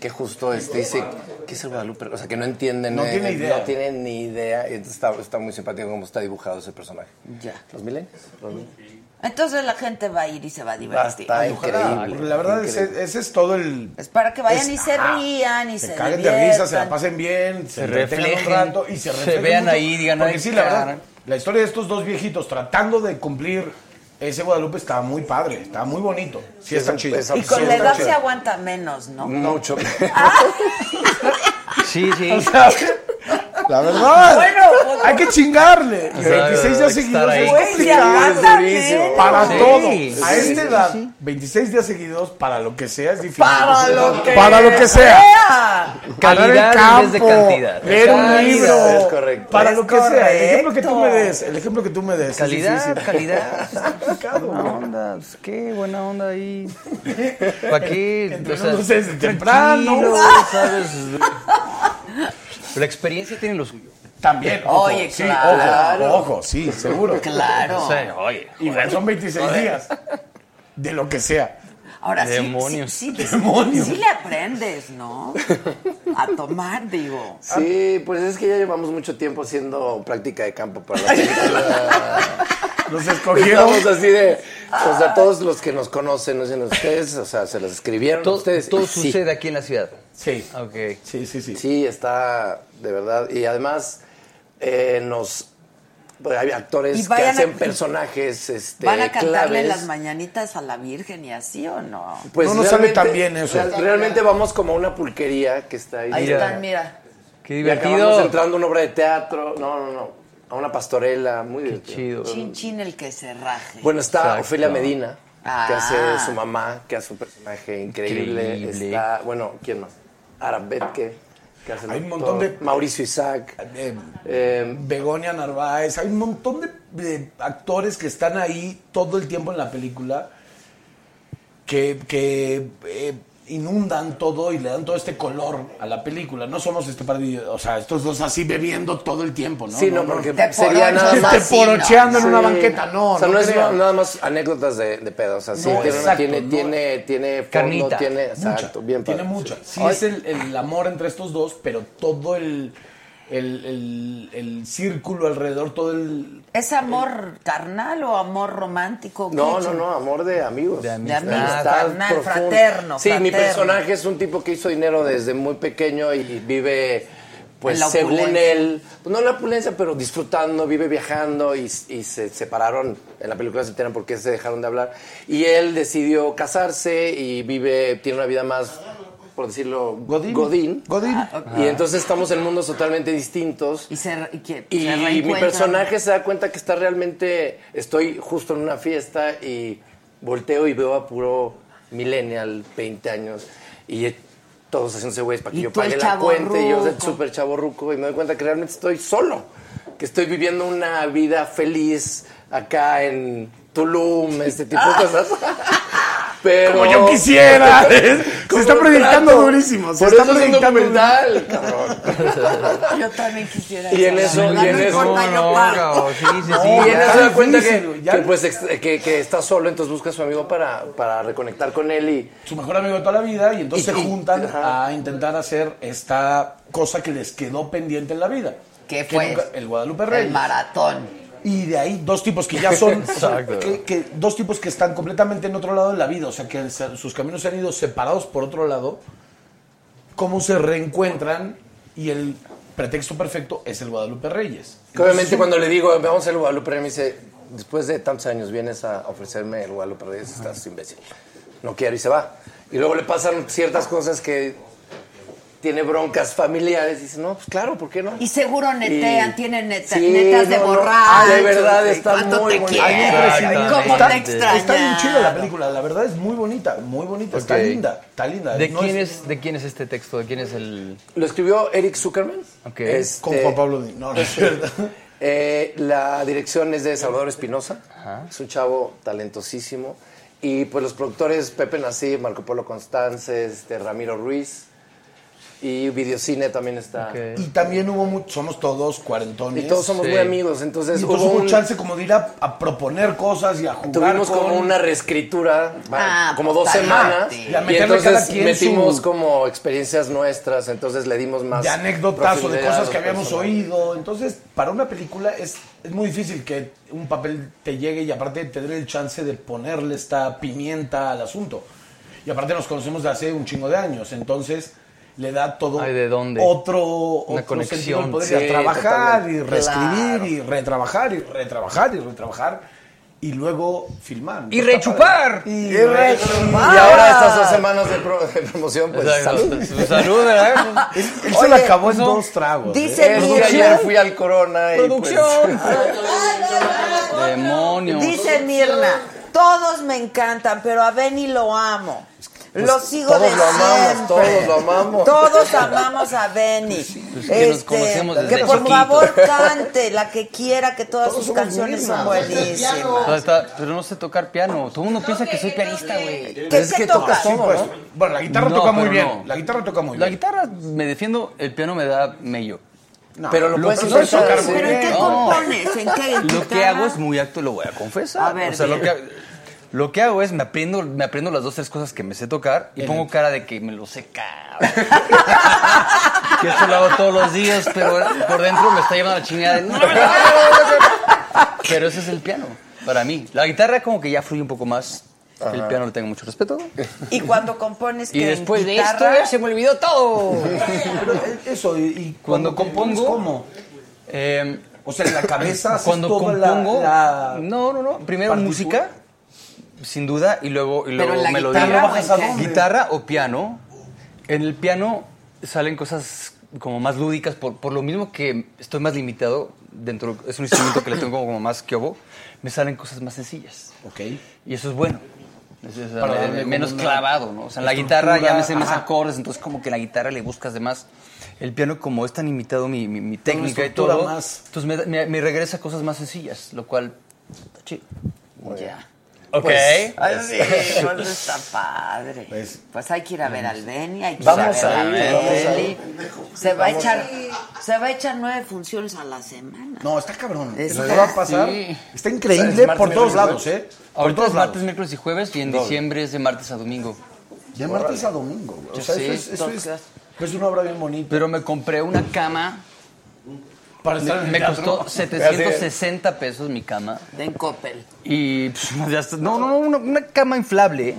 que justo este dice ¿qué es el Guadalupe? O sea que no entienden,
No
eh,
tiene idea.
no tienen ni idea. Entonces está, está muy simpático cómo está dibujado ese personaje.
Ya.
Los millennials. los millennials.
Entonces la gente va a ir y se va a divertir.
Está
Ojalá,
increíble.
La verdad, ese,
increíble.
ese es todo el...
Es para que vayan y
Es-
se
ajá.
rían y se,
se caguen de
diviertan.
risa, se la pasen bien, se, reflejen un
reflejen,
rato y se
se
reflejen
vean
mucho.
ahí, digan,
Porque
"Ay,
sí, la verdad,
caray".
la historia de estos dos viejitos tratando de cumplir ese Guadalupe está muy padre, está muy bonito. Sí, está
es-
chido.
es
Y con
Sí, está
la edad
chido.
se aguanta menos,
*laughs*
¿no?
mucho.
Sí, sí.
La verdad.
Bueno, pues-
hay que chingarle. Y
sea,
26
hay
días
que
seguidos
estar
es
ahí.
Güey, se
complicado.
aguanta
durísimo.
menos.
Para
Sí,
todo.
sí,
A esta
sí,
edad,
sí.
26 días seguidos, para lo que sea, es difícil.
Para lo que
Para lo que sea. Parar el
Calidad en vez de
campo,
cantidad.
Leer un
Calidad.
libro.
Es correcto.
Para
Es
lo que sea. El ejemplo que tú me
correcto.
des. El ejemplo que tú me des. es
Calidad,
difícil. *laughs*
calidad.
Complicado,
Buena
güey.
onda, pues, qué buena
*laughs*
onda ahí. ¿Para qué?
Entrenando desde temprano.
tranquilo, ¿sabes? Pero la experiencia tiene lo suyo.
También. Ojo,
Oye,
sí,
claro.
Ojo, ojo, sí, seguro.
Claro.
O sea, oye.
Y son 26 días. De lo que sea.
Ahora sí-
Demonios.
sí, sí,
Demonios.
sí le aprendes, ¿no? A tomar, digo.
Sí, pues es que ya llevamos mucho tiempo haciendo práctica de campo para la película.
*laughs* Los
Estamos
escogieron.
así de, o sea, todos los que nos conocen, no dicen ustedes, o sea, se las escribieron
Todo,
ustedes.
todo
y sí.
sucede aquí en la ciudad.
Sí.
Ok.
Sí, sí, sí.
Sí, está de verdad. Y además, eh, nos. bueno, hay
Y
actores que
vayan a-
hacen personajes este,
¿Van a cantarle
claves.
las mañanitas a la Virgen y así o no?
Pues
No nos sale
realmente-
tan bien eso.
real- realmente vamos como a una pulquería que está ahí.
Ahí
Ya.
están, mira.
Qué
Y acabamos
divertido.
entrando a una obra de teatro. No, no, no. A una pastorela. Muy divertido.
Chido.
Chin chin el que se raje.
Bueno, está
Exacto.
Ofelia Medina, que
Ah.
hace su mamá, que hace un personaje increíble.
Increíble.
Está, bueno, ¿quién más? Arabetke, que hace el
Hay un
doctor.
montón de-
Mauricio Isaac.
Eh,
eh,
Begonia Narváez, hay un montón de, de actores que están ahí todo el tiempo en la película que, que, eh, inundan todo y le dan todo este color a la película. No somos este par de- o sea, estos dos así bebiendo todo el tiempo, ¿no?
sí, no,
No, no.
porque
Te
sería
poro-
nada
Este,
más.
sí, no.
porocheando en una
Sí.
banqueta, no.
O sea, no, es
creo.
nada más anécdotas de, de pedo. O sea, sí,
No,
tiene,
exacto,
tiene,
no.
tiene, tiene fondo,
Carnita.
tiene.
Mucha,
Exacto, bien
tiene
padre,
mucha.
sí.
Sí, es el, el amor entre estos dos, pero todo el, el, el- el círculo alrededor, todo el...
¿Es amor carnal o amor romántico?
No,
¿Qué
no,
chin-
no, amor de amigos. De
amistad. De amigos, carnal, fraterno,
Ah, Sí, mi
fraterno.
personaje es un tipo que hizo dinero desde muy pequeño y vive, pues
En la
según
opulencia.
él, pues, no en la opulencia, pero disfrutando, vive viajando y, y se separaron. En la película se enteran por qué se dejaron de hablar. Y él decidió casarse y vive, tiene una vida más, por decirlo, Godín.
Godín.
Ah,
Y entonces estamos en mundos totalmente distintos.
Y se, y que-
Y
se
mi
reencuentran.
personaje se da cuenta que está realmente. Estoy justo en una fiesta y volteo y veo a puro millennial, 20 años, y todos haciéndose güeyes para que
Y
yo
tú el
pague la cuenta y yo
chavorruco.
súper chaborruco y me doy cuenta que realmente estoy solo, que estoy viviendo una vida feliz acá en Tulum, este tipo
Ah.
de
*laughs*
cosas. Pero
Como yo
*laughs*
quisiera. se
¿Cómo
está
lo
proyectando
trato?
durísimo. Se
Por eso
está
es un
proyectando
documental, cabrón.
*laughs* Yo también quisiera.
Y en
esa
eso-
verdad,
y en
no
eso-
importa, yo pago.
cabrón, sí, sí, sí.
Y
No,
en
ya
eso se da
difícil,
cuenta que,
güey, ya.
que, pues, ex- que, que está solo, entonces busca a su amigo para, para reconectar con él y
su mejor amigo de toda la vida y entonces
Y-
se
y-
juntan
ajá.
a intentar hacer esta cosa que les quedó pendiente en la vida.
¿Qué
Que
fue?
nunca- el Guadalupe Reyes.
El maratón.
Y de ahí dos tipos que
*laughs*
ya son, que, que dos tipos que están completamente en otro lado de la vida, o sea que se- sus caminos se han ido separados por otro lado, cómo se reencuentran y el pretexto perfecto es el Guadalupe Reyes.
que obviamente cuando le digo vamos al Guadalupe Reyes", me dice después de tantos años vienes a ofrecerme el Guadalupe Reyes estás imbécil no quiero y se va y luego le pasan ciertas cosas que tiene broncas familiares. Dice, no, pues claro, ¿por qué no?
Y seguro netean,
Y-
tienen neta-
Sí,
netas de
no, no.
borracho.
Ah, de verdad, está
¿Cuánto
muy
te
bonita.
quieren?
Exactamente.
¿Cómo
está,
te extrañas?
Está bien chida la película, la verdad es muy bonita, muy bonita, está
Ok.
linda, está linda.
¿De,
No
quién es, ¿De quién es este texto? ¿De quién es el...?
Lo escribió Eric Zuckerman.
Ok.
Este,
Con Juan Pablo Di- No,
*laughs*
no es cierto.
eh, la dirección es de Salvador Espinosa. Es un chavo talentosísimo. Y pues los productores Pepe Nací, Marco Polo Constance, este, Ramiro Ruiz. Y Videocine también está.
Ok.
Y también hubo mucho, somos todos cuarentones.
Y todos somos
Sí.
muy amigos, entonces,
Y entonces
hubo
hubo
un-
chance como de ir a, a proponer cosas y a jugar
Tuvimos
con...
como una reescritura,
Ah,
como
pues,
dos
está
semanas.
bien.
Y,
Y a meterle cada
entonces
quien
metimos
su-
como experiencias nuestras, entonces le dimos más.
de anécdotas o de
profundidad a
cosas
los
que habíamos
personajes.
oído. Entonces, para una película es, es muy difícil que un papel te llegue y aparte tener el chance de ponerle esta pimienta al asunto. Y aparte nos conocemos de hace un chingo de años, entonces le da todo
Ay, ¿de dónde?
otro,
Una
otro
conexión.
sentido al poder
Sí,
ir a trabajar
totalmente.
y reescribir
Claro.
y retrabajar y retrabajar y retrabajar y luego filmar.
Y
Está
rechupar.
padre. Y,
Y ahora estas dos semanas de, pro- de promoción, pues salud. pues,
Su salud, ¿verdad?
Él se lo acabó en dos tragos. ¿eh?
Dice
Es que
Michelle-
ayer fui al Corona y *laughs*
Producción.
pues,
Demonios.
Dice Mirna, todos me encantan, pero a Benny lo amo. lo sigo
pues, todos
de
lo amamos, Pues
siempre.
todos lo amamos. *laughs*
Todos amamos a Benny. Este,
que nos conocemos desde
que por
chiquito.
favor cante la que quiera, que todas sus canciones son buenísimas.
Todo está- pero no sé tocar piano. Todo el mundo piensa que soy pianista, güey.
¿Qué se toca?
Sí, pues, Bueno, la guitarra
No,
toca muy
pero
bien.
no.
La guitarra toca muy
La
bien.
guitarra me defiendo, el piano me da mello.
No,
Pero lo puedes
sabes
intentar,
tocar
sí.
muy
¿Pero en
bien.
qué
No.
compones? ¿En qué
Lo que
guitarra?
hago es muy acto, lo voy a confesar.
¿ah? A ver,
o sea, lo
dime.
que, lo que hago es me aprendo, me aprendo las dos, tres cosas que me sé tocar y pongo cara de que me lo sé cabrón. *laughs* que esto lo hago todos los días, pero por dentro me está llevando la chingada de, "No, no, no, no, no". Pero ese es el piano, para mí. La guitarra como que ya fluye un poco más. El piano le tengo mucho respeto.
Y cuando compones
Y
que en
después de esto
guitarra,
se me olvidó todo.
*laughs* Pero eh, eso, y, y
Cuando compongo-
¿Cómo?
Eh,
O sea, en la cabeza haces
cuando
toda la-
compongo
la-
no no no primero
partitura.
música sin duda y luego y luego
en la
melodía
guitarra,
¿Lo bajas a dónde?
guitarra o piano en el piano salen cosas como más lúdicas por, por lo mismo que estoy más limitado dentro es un instrumento que le tengo como más que obo me salen cosas más sencillas
Ok.
y eso es bueno Es- es-
Para
eh,
darle como
menos
una
clavado, ¿no? O sea, en la
estructura,
guitarra ya me sé más
ajá.
acordes, entonces como que la guitarra le buscas de más. El piano como es tan imitado mi, mi- mi técnica y
estructura
todo,
más.
entonces me, da- me- me regresa a cosas más sencillas, lo cual está chido. Ya. Pues, Ok.
Pues,
*laughs*
Ay, sí, eso está padre. Pues, hay que ir a ver al Benny, hay que
Vamos
ir a
a
ver
ir,
a
vamos a
Benny. Se va a echar, se va a echar nueve funciones a la semana.
No, está cabrón.
Es-
Lo que va a pasar.
Sí.
Está increíble
Martes,
por todos
miércoles,
lados, ¿eh? Por
Ahorita
todos
es martes,
lados.
miércoles y jueves y en diciembre es de martes a domingo.
De martes a domingo. güey. O
Yo
sea,
sé,
eso es, eso es,
tocas.
pues, una obra bien bonita.
Pero me compré una cama,
Para
me,
estar en el
me
teatro.
costó 760 pesos mi cama.
Den Coppel.
Y pues, ya está- no, no, no, una, una cama inflable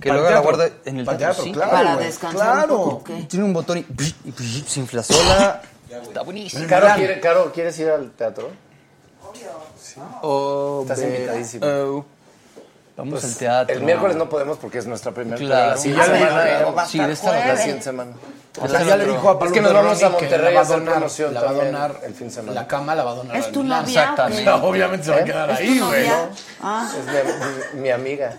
que
Para
luego
el
la
teatro.
guarda en el
Para el teatro,
teatro, sí.
claro.
Para
güey,
descansar
claro.
un poco, ¿qué?
Tiene un botón y, y- y *laughs* se infla sola.
*laughs*
Está buenísimo.
Caro, quiere- Caro, ¿quieres ir al teatro?
Oh,
Estás
ve-
invitadísimo. Pues,
oh. Vamos
Pues,
al teatro.
El miércoles no podemos porque es nuestra primera. pero
Claro.
La siguiente
Ya le
semana,
dijo,
eh,
sí, de esta
la
jueves.
siguiente semana.
O sea, ya le dijo a
Es
Pablo
que nos vamos
Perroni
a Monterrey
que la
a hacer
va donar,
promoción
la va a
también
donar
el fin de semana.
La cama la ¿Eh? va a donar.
¿Es tu
al-
novia?
*laughs*
exactamente.
o qué?
No, obviamente se va a quedar
¿Es tu
ahí, güey.
novia? Ah,
Es mi, mi- mi amiga.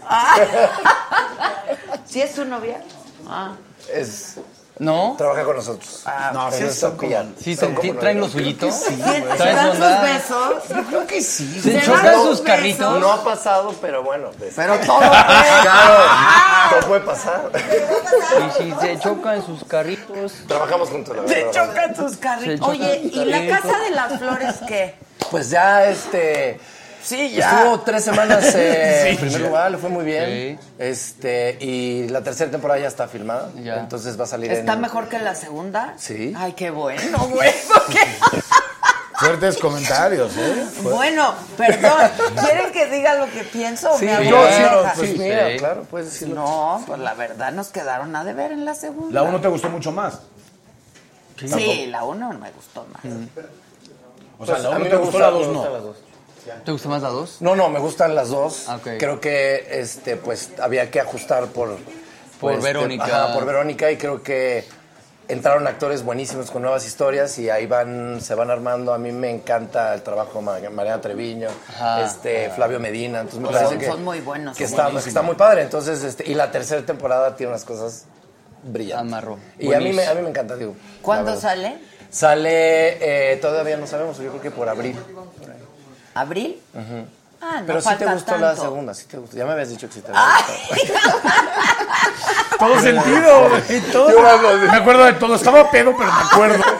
¿sí es tu novia? Ah.
Es,
¿No?
trabaja con nosotros.
No, sí,
pero
está
son como-
cabrón.
Sí,
son
te-
como
ti-
nueve.
traen los suyitos.
¿Se
Traen
dan
su
sus
onda.
besos?
Creo que sí.
Se
¿Se
chocan
dan sus
sus
besos?
carritos.
No ha pasado, pero bueno. pues, *laughs*
Pero todo es-
Claro, todo puede pasar.
Y si se chocan sus carritos.
Trabajamos juntos, la
Se
verdad.
chocan sus carritos.
chocan
Oye,
sus
¿y la
carritos.
casa de las flores qué?
Pues ya,
*laughs*
este...
Sí,
Estuvo tres semanas eh, en
Sí.
primer lugar, le fue muy bien. Este, y la tercera temporada ya está filmada.
Ya.
Entonces va a salir
¿Está
en-
mejor que la segunda?
Sí.
Ay, qué *laughs* bueno, güey. porque-
Fuertes comentarios, ¿eh?
Bueno, perdón. ¿Quieren que diga lo que pienso o
Sí,
me
yo,
hago
sí,
pendeja?
pues
Sí.
mira,
Sí.
claro, puedes decirlo.
No, pues la verdad nos quedaron a deber en la segunda.
La uno te gustó mucho más.
Sí, la uno me gustó más.
O sea,
Pues,
la
a
uno
mí
te
me
gustó,
gusta-
la
me
dos
gusta
no.
las dos.
¿Te gusta más la dos?
No, no, me gustan las dos.
Ah, ok.
Creo que este, pues había que ajustar por
Por
este,
Verónica.
ajá, por Verónica y creo que entraron actores buenísimos con nuevas historias y ahí van, se van armando. A mí me encanta el trabajo de Ma- Mariana Treviño,
Ajá,
este,
ajá.
Flavio Medina. Entonces me
Son-
parece que,
son muy buenos,
Que
son
está,
buenísimos.
que está muy padre. Entonces, este, y la tercera temporada tiene unas cosas brillantes.
Amarró.
Y a mí, me,
Buenísimo.
a mí me encanta, digo. la
¿Cuándo
verdad.
sale?
Sale, eh, todavía no sabemos, yo creo que por abril.
¿Abril?
Ujú.
Ah, no
Pero sí te
falta
gustó la
tanto.
segunda, sí te gustó. Ya me habías dicho que sí te había
¡Ay!
gustado.
*laughs*
Todo sentido, güey. todo. Me acuerdo de todo. Estaba pedo, pero me acuerdo.
*laughs*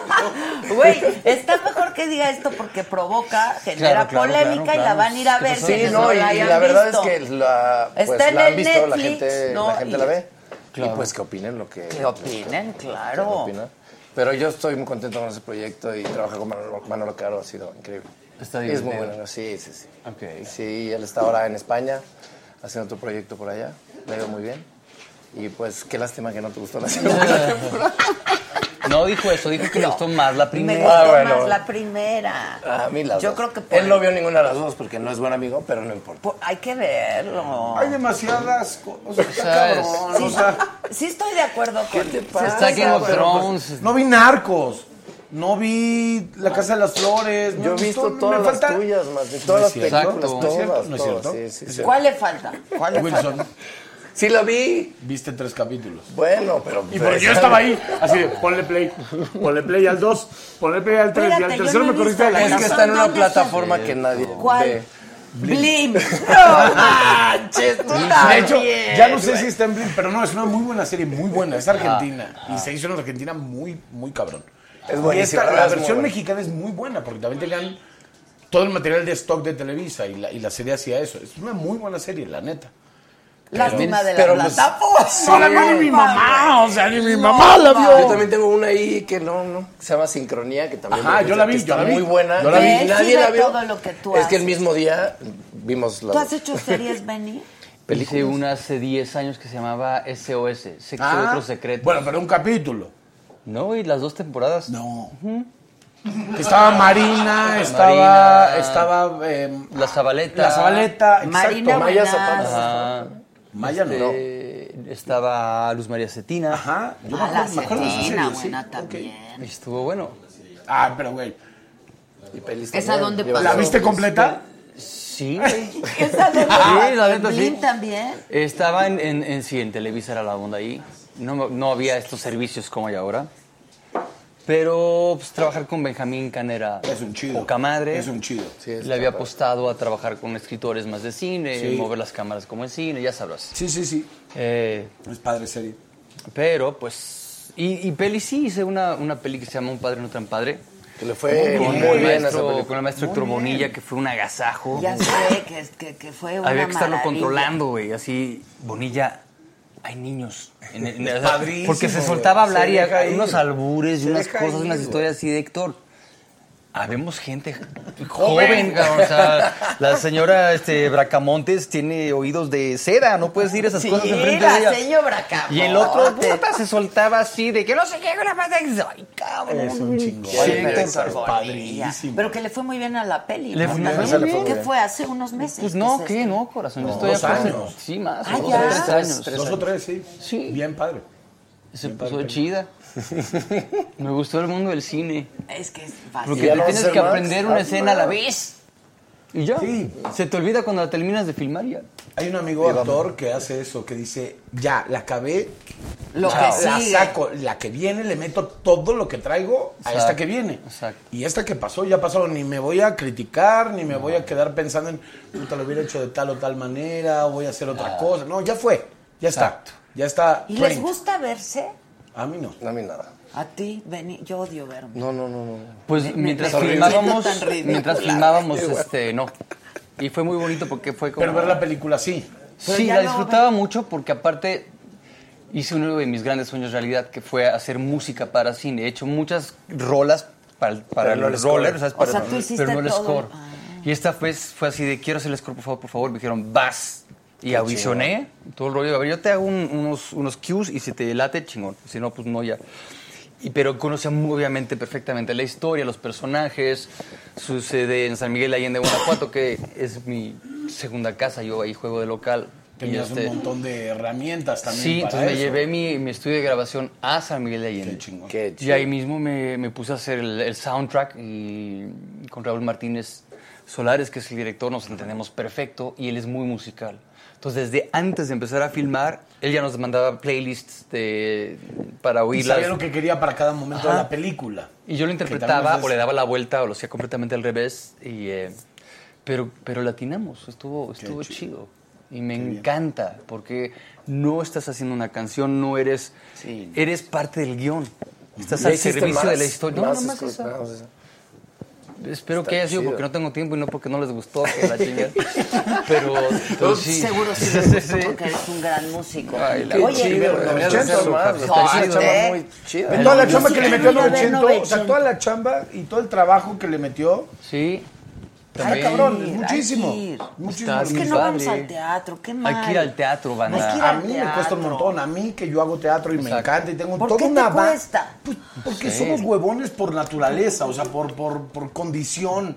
Güey, está mejor que diga esto porque provoca,
Claro,
genera
claro,
polémica
claro,
y la
claro.
van a ir a
¿Qué
ver.
pasó?
quienes
Sí, no, y,
la
y
hayan
la verdad
visto.
es que la, pues,
Está en
la han
el
visto, la
Netflix,
gente,
¿no?
la, gente
Y-
la ve.
Claro.
Y pues que opinen lo que...
Que opinen, claro.
que opinan. Pero yo estoy muy contento con ese proyecto y trabajar con Manolo, Manolo Caro ha sido increíble.
Está
Y Es muy
divertido.
bueno, sí, sí, sí. Sí, él está ahora en España haciendo otro proyecto por allá. Le ha ido muy bien. Y pues qué lástima que no te gustó la
*laughs*
segunda temporada.
No dijo eso, dijo que le gustó más la
Me
primera.
gustó
Ah, bueno,
más
bueno.
la primera.
A mí las
Yo
dos.
creo que por-
Él no vio ninguna de las dos porque no es buen amigo, pero no importa.
Por- hay que verlo.
Hay demasiadas cosas. Está
sea, es-
cabrón. o sea,
Sí estoy de acuerdo con... ¿Qué te
Está Game of Thrones.
pues, no vi narcos. No vi La Casa de las Flores. no
Yo he
vi
visto
todo,
todas
me
las
falta-
tuyas, más de
No es
todas las
cierto,
películas,
no es
todas,
cierto, no es
todas,
cierto.
sí, sí, sí.
¿Cuál le falta? ¿Cuál le falta?
Wilson,
Sí la vi.
viste tres capítulos.
Bueno, pero...
Y porque yo estaba ahí, así de, ponle play, ponle play al 2, ponle play al 3 y
Espérate,
al
yo
tercero
no he
me corriste
visto
a la
Es
la
que
casa.
está en una
¿Dónde está?
plataforma que nadie
¿Cuál?
ve.
Blim. ¡No manches! tú
De hecho,
también,
ya no sé
güey. Ah.
si está en Blink, pero no, es una muy buena serie, muy buena. Es argentina. Y se hizo en Argentina muy, muy cabrón.
Es
Y
buenísima,
esta,
la
la
verdad es muy
versión
buena.
mexicana es muy buena porque también tenían todo el material de stock de Televisa y la, y la serie hacía eso. Es una muy buena serie, la neta.
Lástima de la
Pero, pues,
plataforma.
Solamente mi
Ah,
mamá, o sea, ni mi mamá la vio.
Yo también tengo una ahí que no, no, que se llama Sincronía, que también...
Ajá,
me
yo la vi,
que está
yo la vi.
muy buena.
Yo la vi.
y
Él sí
Nadie
ve
la vio.
todo lo que tú
Es que el
haces.
mismo día vimos
¿Tú has
las
*laughs* hecho series, Benny?
Hice una hace 10 años que se llamaba SOS, Sexo de Otros Secretos.
Ah, Bueno, pero un capítulo.
No, y las dos temporadas.
No. Que Estaba Marina, estaba.
Marina.
Estaba. eh,
La Zabaleta.
La Zabaleta, exacto.
Marina
Maya
Buenas.
Zapata.
Ajá.
Maya no.
Este, Estaba Luz María Cetina.
Ajá. Yo me
A Ah, la
acuerdo, me acuerdo de esa
Cetina,
serie, sí.
buena
Ok.
también.
Y estuvo bueno.
Ah, pero güey.
¿Esa dónde pasó?
¿La viste completa?
Sí, güey.
*laughs* ¿Esa dónde
*laughs* Ah,
pasó?
la neta,
¿En
sí.
Blim también?
Estaba en, en, en- sí, en Televisa era la onda ahí. No, me- no había estos servicios como hay ahora. Pero pues, trabajar con Benjamín Canera
Es un chido.
poca madre.
Es un chido.
Le había apostado a trabajar con escritores más de cine,
Sí.
mover las cámaras como en cine, ya sabrás.
Sí, sí, sí.
Eh,
Es padre serie.
pero pues. Y, y peli sí, hice una, una peli que se llama Un padre no tan padre.
Que le fue
con,
muy
el
bien a esa
maestro, con
película.
el maestro Héctor Bonilla, que fue un agasajo.
Ya sé que, que, que fue una
Había que estarlo
maravilla.
controlando, güey. Así, Bonilla, hay niños. En- en- o sea,
Padrísimo,
porque se
güey.
soltaba a hablar
Se
y
deja
a-
ir.
unos albures y
Se
unas
deja
cosas,
ir,
unas
güey.
historias así de Héctor. Habemos gente joven, cabrón. O sea, la señora este, Bracamontes tiene oídos de seda. No puedes decir esas
Sí,
cosas enfrente de
la
ella.
señor Bracamontes.
Y el otro puta, se soltaba así de que no sé qué, la más de... Ay, cabrón.
Es un chingón.
Sí,
Oye,
Héctor,
esa es
padrísimo.
Pero que le fue muy bien a la peli.
Le
¿no?
fue muy
También.
bien.
¿Qué fue? Hace unos meses.
Pues
que
no,
se
¿qué?
estrenó.
No, corazón. yo estoy
dos
acá hace-
años.
Sí, más.
Ah,
dos,
ya.
tres años.
Dos o tres, sí.
Sí.
Bien padre.
Se puso chida. *laughs* Me gustó el mundo del cine.
Es que es fácil.
Porque
ya
te
lo
tienes
hace
que
Max.
aprender una
Ah,
escena a la
no.
vez. Y ya.
Sí.
Se te olvida cuando la terminas de filmar ya.
Hay un amigo actor que hace eso, que dice, ya, la acabé,
Lo
la,
que
la
sigue.
saco, la que viene le meto todo lo que traigo a
Exacto,
esta que viene.
exacto.
Y esta que pasó, ya pasó, ni me voy a criticar, ni me voy a quedar pensando en, puta, lo hubiera hecho de tal o tal manera, voy a hacer otra cosa. No, ya fue, ya está, ya está.
¿Y les
trained.
gusta verse?
A mí no.
No, a mí nada.
A ti, Benny, yo odio verme. *laughs*
No, no, no, no.
Pues
Me- me-
mientras
me siento
filmábamos,
tan ridícula.
mientras filmábamos, este, no. Y fue muy bonito porque fue como...
Pero ver la película sí.
Pero
Sí,
ya
la
no-
disfrutaba mucho porque aparte hice uno de mis grandes sueños realidad que fue hacer música para cine. He hecho muchas rolas para, para
Pero no
los
el
rollers,
score.
¿sabes?
O
Para-
sea, tú hiciste
pero no el
todo.
score.
Ah.
Y esta vez fue así de quiero hacer el score, por favor, por favor. Me dijeron, vas. Y audicioné todo el rollo. A ver, yo te hago un- unos, unos cues y si te late, chingón. Si no, pues no, ya. Y, pero conocía muy, obviamente perfectamente la historia, los personajes. Sucede en San Miguel de Allende, Guanajuato, que es mi segunda casa. Yo ahí juego de local.
Tenías
este-
un montón de herramientas también.
Sí,
para
entonces me
eso.
llevé mi, mi estudio de grabación a San Miguel de Allende. Y ahí mismo me, me puse a hacer el, el soundtrack y con Raúl Martínez Solares, que es el director, nos entendemos perfecto y él es muy musical. Entonces, desde antes de empezar a filmar, él ya nos mandaba playlists de, para
Y
oírlas.
sabía lo que quería para cada momento de
Ajá.
la película.
Y yo lo
también
interpretaba
es-
o le daba la vuelta o lo hacía completamente al revés. Y, eh, pero, pero latinamos, estuvo, estuvo chido. Y me encanta porque no estás haciendo una canción, no eres. Eres parte del guión. Estás
¿Ya
al
hiciste
servicio
más?
de la historia. No,
Más
nada más
escru-
esa.
nada más esa.
Espero
Está
que haya sido
chido.
porque no tengo tiempo y no porque no les gustó. que la chingada. pero, pero sí.
Seguro
*laughs*
sí les gustó porque eres un gran músico.
Ay, la
Oye,
chido,
pero
güey.
no me
Ochenta
hagas eso,
más,
Javi.
está
Fuerte.
chido, chava muy
Ve
chida.
toda la
Ay,
chamba
sí,
que le
sí,
metió
sí,
a
sí, sí,
Novecento,
sí,
o sea, toda la chamba y todo el trabajo que le metió.
Sí.
Está
También.
Ah, cabrón, es
Hay
muchísimo.
que ir.
Muchísimo.
Está
Es que
mi
no vamos
padre.
al teatro, qué mal.
Hay que ir al teatro, banda.
Hay que ir
A
al
mí me cuesta un montón, a mí que yo hago teatro y me encanta y tengo toda
¿Qué
una
te
ba-
cuesta?
Porque
Sí.
somos huevones por naturaleza, o sea, por, por, por condición.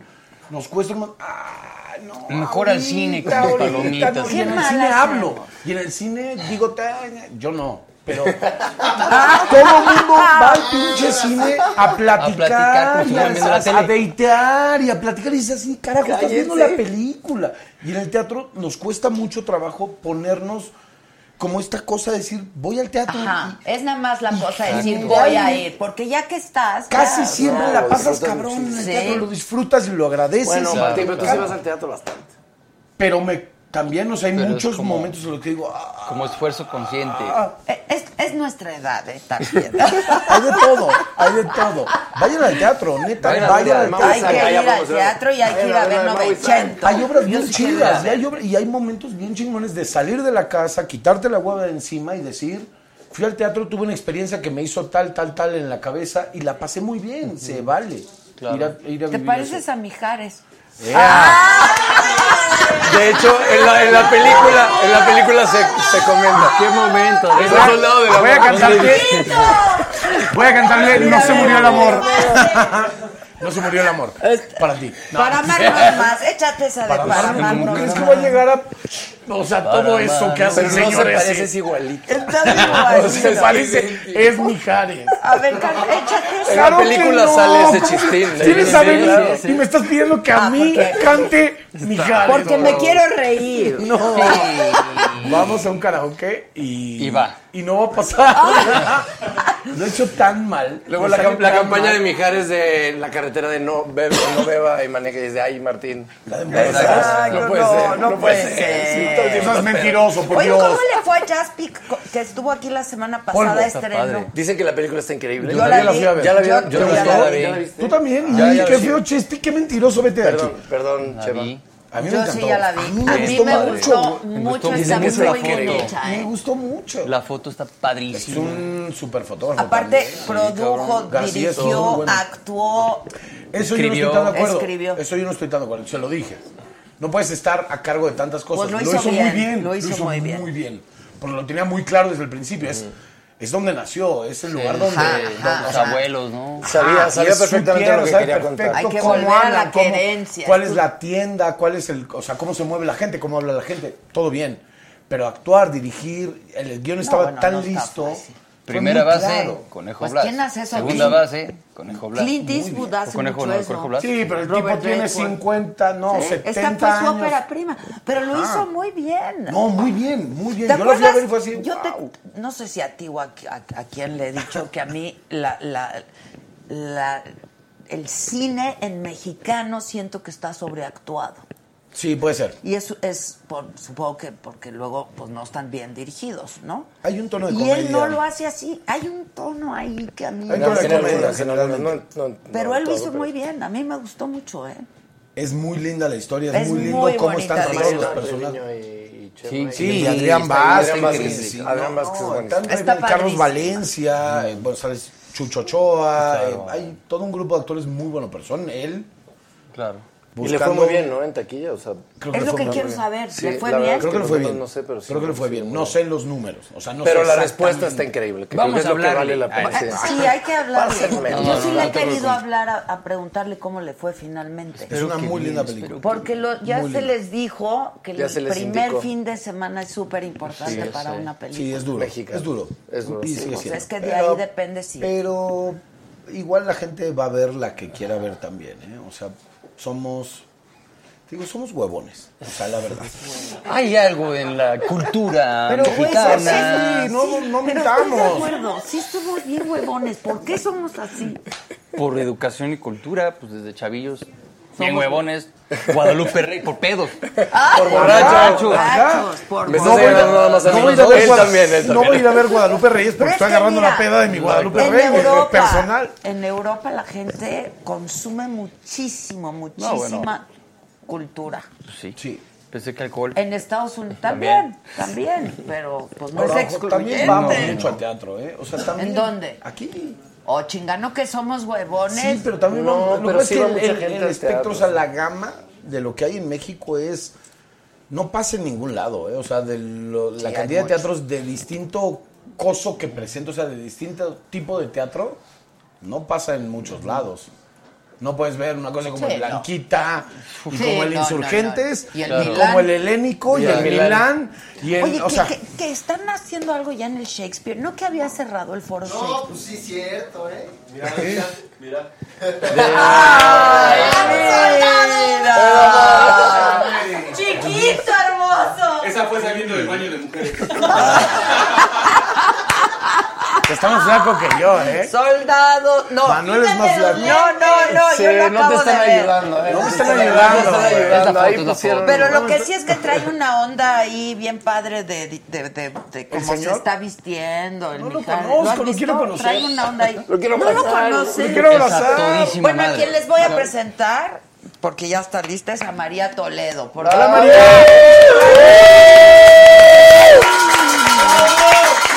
Nos cuesta un mon- Ah, no,
Mejor al cine que
ahorita,
tus palomitas.
no, Y
Qué
en el
mala
cine
onda.
hablo. Y en el cine digo, "Ta- yo no.
*laughs*
Pero todo el mundo va al pinche cine a platicar,
A platicar, como si
y a,
estuvieran viendo la
a,
tele.
deitear y a platicar. Y dices así, carajo, estás
Cállense.
viendo la película. Y en el teatro nos cuesta mucho trabajo ponernos como esta cosa de decir, voy al teatro y-
Ajá, es nada más la cosa de decir
Exacto.
voy a ir, porque ya que estás...
Casi
claro,
siempre
claro,
la pasas
disfrutas
cabrón en el
muchísimo.
teatro,
Sí.
lo disfrutas y lo agradeces.
Bueno,
y-
Martín, pero tú sí
Claro.
vas al teatro bastante.
Pero me, también, o sea, hay
Pero es
muchos
como-
momentos en los que digo, "Ah,
Como esfuerzo consciente.
Eh, Es, es nuestra edad, eh,
*laughs*
también.
hay de todo, hay de todo. Vayan al teatro, neta,
Vayan
vayan,
al
al
teatro.
teatro.
Hay que ir al teatro y hay que ir a ver Novecento.
Hay obras
Yo
bien
sí quiero ir a
chidas, y
ver.
hay, obra- y hay momentos bien chingones de salir de la casa, quitarte la hueva de encima y decir, fui al teatro, tuve una experiencia que me hizo tal, tal, tal en la cabeza y la pasé muy bien, se vale. Ir a, ir a
¿Te
vivir
pareces ¡Ah!
eso. ¡Eh!
a Mijares?
De hecho, en la, en la película, en la película se, se comenta. ¿Qué momento? Es un soldado de la
Voy a cantarte.
Voy a cantarle
No se murió el amor.
No se murió el amor. Para ti. No.
Para amarnos más, échate esa de para, amarnos
¿Cómo
más.
crees que va a llegar a.? *laughs* O sea, todo eso que hace el
Pero no
señor
se parece,
ese.
es igualito.
*laughs* No se parece, es Mijares.
A ver, can- échate esa.
Claro que no.
ese chistín. ¿eh?
¿Quieres
Sí,
saber?
claro, sí.
Y me estás pidiendo que a mí cante Mijares.
Ah, Porque me quiero reír.
No. Vamos a un karaoke y. Y va. Y no va a
Ah.
pasar. Lo he hecho tan mal.
Luego
Lo
la,
saqué
cam- la
tan
campaña
mal.
de Mijares de la carretera de no beba, no beba y maneja y dice, ay, Martín.
Ay,
no
no,
puede ser, no puede ser.
Sí, no es mentiroso, por
Oye,
Dios.
¿cómo le fue a Jaspic co- que estuvo aquí la semana
Polvo,
pasada
está padre.
estreno?
Dicen que la película está increíble.
Yo Yo la también la vi. fui a ver.
¿Ya la vieron?
Yo-
Yo
yo
también
la
la
vi.
vi.
Tú también.
Ya,
Ay,
ya
qué
lo sé.
feo chiste, qué mentiroso, vete de aquí.
Perdón, perdón, Chema.
A mí me
Yo
encantó.
sí ya la vi.
A mí me gustó mucho, güey.
mucho, está muy bien hecha,
Me
¿eh?
gustó mucho.
La foto está
Es
padrísima.
un super fotógrafo.
Aparte, produjo,
cabrón. García estuvo muy
dirigió,
bueno.
actuó.
Eso yo no estoy tan de acuerdo.
Escribió.
Eso yo no estoy tan de acuerdo. Se lo dije. No puedes estar a cargo de tantas cosas.
Pues lo hizo
muy
bien,
bien.
lo hizo muy bien.
Porque lo tenía muy claro desde el principio. Es, es donde nació, es el lugar donde,
Ajá,
donde-
ajá,
o
los
sea,
abuelos, ¿no?
Sabía,
Ah,
sabía
y es su
perfectamente
tierra,
lo que
sabe
quería contar.
perfecto
Hay que
cómo
volver a la
cómo-
querencia.
¿Cuál es la tienda? ¿Cuál es el, o sea, cómo se mueve la gente? ¿Cómo habla la gente? Todo bien. Pero actuar, dirigir, el guión estaba
bueno,
tan
no está
listo.
fácil.
fue
Primera
muy
base,
claro.
conejo
Pues,
Blas.
¿quién hace eso? Pues,
Segunda
Clint-
base, conejo Blas.
Clint Eastwood hace
O conejo,
mucho
no,
eso.
conejo Blas.
Sí, pero el
Robert
tipo tiene
Redford.
50, no,
Sí,
70
Eh, Esta fue su
años.
ópera prima, pero lo
Ajá.
hizo muy bien.
No, muy bien, muy bien.
¿Te
Yo la fui a ver y
acuerdas?
fue así.
Yo te-
"Wow".
no sé si a ti o a, a- a quién le he dicho que a mí la, la- la- el cine en mexicano siento que está sobreactuado.
Sí, puede ser.
Y eso es, por, supongo que porque luego pues no están bien dirigidos, ¿no?
Hay un tono de
Y
comedia.
él no lo hace así. Hay un tono ahí que a mí...
Hay un
me
tono de
gusta.
Generalmente,
comedia,
generalmente. No, no,
Pero
no
él lo
todo,
hizo
pero-
muy bien. A mí me gustó mucho, ¿eh?
Es muy linda la historia, es,
Es
muy lindo
muy
cómo
bonita
están
la
todos los
historia.
personajes.
Sí,
Sí, y
está
Adrián Vázquez.
Adrián Vázquez,
sí,
Adrián
no,
Vázquez es
no,
buenísimo.
están
Está
ahí Carlos
padrísimo.
Valencio, eh, bueno, sales Chucho Ochoa, eh, hay todo un grupo de actores muy buenos, pero son él.
Claro.
Y le fue muy bien, ¿no? En taquilla, o sea...
Creo le fue muy bien.
Sí, la
la
verdad
verdad
es
Creo que le fue bien.
No, no sé, pero sí.
Creo que le fue bien. No sé los números. O sea, no
Pero
sé
la
exactamente.
respuesta está increíble, que creo que es lo que vale
hablarle.
la pena.
Ah,
Sí.
Sí, hay que hablar.
Pásenme. No,
Yo sí
no,
le
no,
he
no te
querido
preocupes.
hablar a, a preguntarle cómo le fue finalmente.
Es una muy linda película.
Porque lo- ya
Muy
se
linda.
les dijo que
Ya
el
se les
primer
indicó.
fin de semana es súper importante
Sí,
para
sí.
una película.
Sí, es duro.
Mexicano.
Es duro.
Es duro,
Y
sí.
sigue
Pues
siendo.
es que de
Pero-
ahí depende si...
Pero igual la gente va a ver la que quiera ver también, ¿eh? O sea, somos... Digo, somos huevones. O sea, la verdad.
Hay algo en la
*laughs*
cultura
Pero, güey,
mexicana.
sí, no- no
pero
mintamos.
estoy de acuerdo. Sí somos bien huevones. ¿Por qué somos así?
Por educación y cultura, pues desde chavillos. Bien huevones. Guadalupe Rey, por pedos.
Ah,
por borrachos.
Por
Me
No voy, a,
borrachos.
no voy a ir a ver
Él
Guada-
también, él
no
también.
voy a ir a ver Guadalupe Reyes porque
Pero
estoy
es que
agarrando
mira,
la peda de mi Guadalupe
en
Reyes
Europa-
personal.
En Europa la gente consume muchísimo, muchísima
No, bueno.
cultura.
Pues, Sí. Pensé que alcohol.
En Estados Unidos Eh, también, también, pero pues no
Ahora,
es
ojo,
excluyente.
también vamos mucho al teatro, ¿eh? O sea, también...
¿En dónde?
Aquí.
O chingano que somos huevones.
Sí, pero también
No,
vamos- lo
pero
que pasa
sí va
es que
mucha
el, el-
gente
el
al teatro.
espectro, o sea, la gama de lo que hay en México es no pasa en ningún lado, ¿eh? o sea, de lo- la
hay
cantidad de
mucho.
teatros de distinto coso que presenta, o sea, de distinto tipo de teatro, no pasa en muchos lados. No puedes ver una cosa como
Sí,
el
no.
Blanquita, y
Sí,
como el
no, no,
Insurgentes,
no. Y el
y
Milán.
como el Helénico, y, el Milán, y el,
Oye,
o
que,
sea,
que- que están haciendo algo ya en el Shakespeare. ¿No que había cerrado el foro Shakespeare?
No, pues sí, cierto, ¿eh? Mira, mira. mira.
¡Chiquito, hermoso!
Esa fue saliendo del baño de mujeres.
que está más flaco que yo, ¿eh?
Soldado, no.
Manuel es más
quítale los
flaco.
lentes. No, no, no,
Sí,
yo lo
no te
acabo
están
de ver.
ayudando, ¿eh?
No me están
te No te están
ayudando. Es la
ayudando.
foto,
Ahí
es la
pusieron...
Pero lo que sí es que trae una onda ahí bien padre de, de, de- de cómo se
señor?
está vistiendo. El
No lo
Mijares.
conozco,
has
lo
visto?
quiero conocer.
Trae una onda ahí.
Lo quiero
no lo
abrazar,
conoces.
lo quiero abrazar. Esa
torísima
Bueno, a
madre.
quien les voy a presentar, porque ya está lista, es a María Toledo. Por
¡Hola,
favor.
María!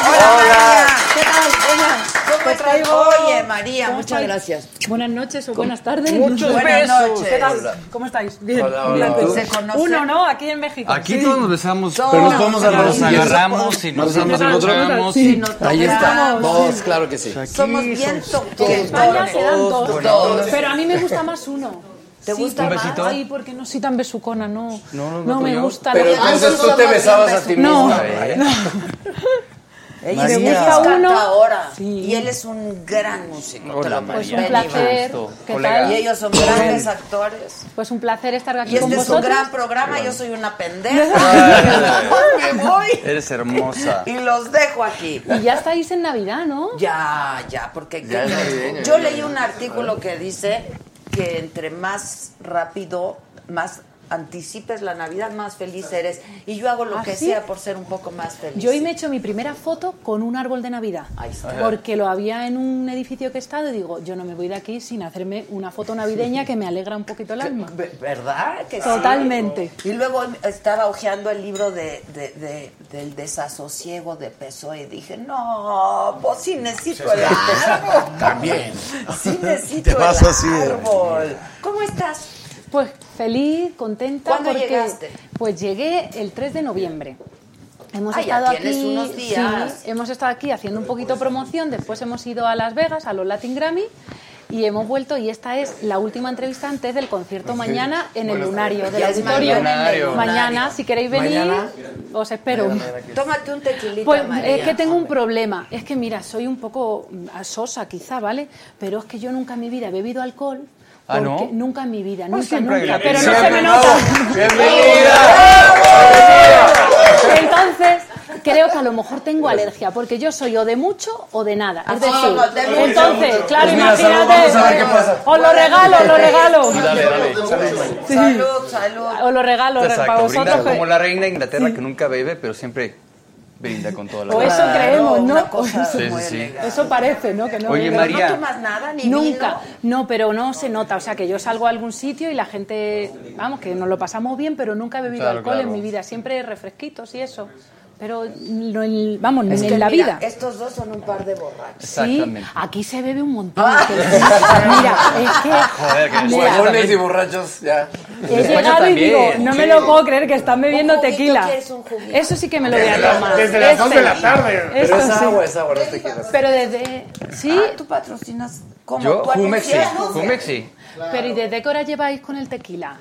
Hola, María. ¿Qué tal? ¿Cómo estás? Oye, María, muchas gracias.
Buenas noches o buenas tardes.
Muchos
buenas
besos.
noches. ¿Qué tal?
Hola.
¿Cómo estáis? Bien.
Hola, hola,
Bien, pues,
hola.
se conoce. Uno, ¿no? Aquí en México.
Aquí
Sí.
todos nos besamos,
Todos
pero nos
nos
podemos
agarramos.
nos agarramos y nos
Nos
damos el otro.
agarramos.
Sí,
Sí, nos
Ahí está.
tocamos.
Dos, claro que sí.
Somos bien
En
toquetos.
España se dan dos,
Todos, todos.
pero a mí me gusta más uno.
¿Te
Sí,
gusta
porque-
más? ¿Un besito?
Ay, porque no soy tan besucona, no.
No, no, no,
me
yo.
gusta.
Pero
la-
entonces tú te
Nosotros
besabas a
también
ti
No.
misma. ¿eh?
Ella
María.
es
Me gusta
música
uno.
ahora. Y él es un gran músico. te lo
Hola,
puedo
María.
Pues un
decir.
placer. ¿Qué
Colega.
tal?
Pues Y ellos son grandes actores.
Pues un placer estar aquí
Y
con
este es un
vosotros.
gran programa, yo soy
*laughs*
una pendeja. Me voy
Eres hermosa.
y los dejo aquí.
Y ya estáis en Navidad, ¿no?
Ya, ya, porque
Ya es
¿qué crees?
navideño,
yo
ya,
leí
ya.
un artículo que dice que entre más rápido, más anticipes la Navidad, más feliz eres. Y yo hago lo
¿Ah,
que
sí?
sea por ser un poco más feliz.
Yo hoy me he hecho mi primera foto con un árbol de Navidad.
Ahí está.
Porque lo había en un edificio que he estado y digo, yo no me voy de aquí sin hacerme una foto navideña que me alegra un poquito el alma.
Ve- ¿Verdad? Que sí?
Totalmente.
Y luego estaba hojeando el libro de, de- de- del desasosiego de Pessoa E y dije, no, pues sí necesito el *laughs* árbol.
También.
Sí necesito
Te vas
el
así eh. de-
árbol. ¿Cómo estás?
Pues feliz, contenta.
¿Cuándo
porque,
llegaste?
Pues llegué el 3 de noviembre. Hemos
Ah, ya
estado
tienes
aquí,
unos días.
sí, hemos estado aquí haciendo un poquito promoción. Después hemos ido a Las Vegas a los Latin Grammy y hemos vuelto. Y esta es la última entrevista antes del concierto mañana en el Lunario del
Ya es
auditorio.
mañana en el Lunario.
Mañana, si queréis venir,
Mañana.
os espero.
Tómate un tequilita,
Pues
María.
es que tengo un problema. Es que mira, soy un poco mm, a sosa quizá, ¿vale? Pero es que yo nunca en mi vida he bebido alcohol.
Ah, ¿no?
porque Nunca en mi vida,
Pues
nunca,
siempre
nunca.
hay-
Pero no se
Siempre
me
no.
nota.
¡Bienvenida!
*laughs* Entonces, creo que a lo mejor tengo alergia, porque yo soy o de mucho o de nada. Es
Ah,
decir,
de mucho.
entonces, claro,
Pues mira, salud,
imagínate.
vamos a ver qué pasa.
Os lo regalo, os lo regalo.
Dale, dale.
Salud, salud.
Os lo regalo re- para
Exacto,
vosotros.
brinda
que-
como la reina de Inglaterra que nunca bebe, pero siempre brinda con toda la
O eso
vida.
creemos, ¿no?
una cosa
O
Sí,
eso-
sí, sí.
Eso parece, ¿no? Que no
Oye,
bebe.
María.
¿No tomas nada ni
Nunca,
vino?
no, pero no se nota. O sea, que yo salgo a algún sitio y la gente, vamos, que nos lo pasamos bien, pero nunca he bebido
Claro,
alcohol
claro.
en mi vida. Siempre refresquitos y eso. Pero no en- vamos, ni
Es que
en la
mira,
vida.
Estos dos son un par de borrachos.
Sí,
Exactamente.
aquí se bebe un
*laughs*
montón. que- Mira, es que
Joder, que
Mira.
huevones y borrachos, ya.
he
Despacho
llegado y
también.
digo, no me
Sí.
lo puedo creer que están bebiendo tequila.
¿quieres un juguito?
Eso sí que me lo voy
Desde
a
las-
tomar.
desde las dos de la
Este.
tarde. Pero
Esto
es
sí. Este,
agua, es agua, no es tequila.
Pero desde... Sí,
Ah, tú patrocinas... ¿Cómo?
Yo,
¿Tú
Jumexi,
anuncias?
Jumexi.
Pero ¿y desde qué hora lleváis con el tequila?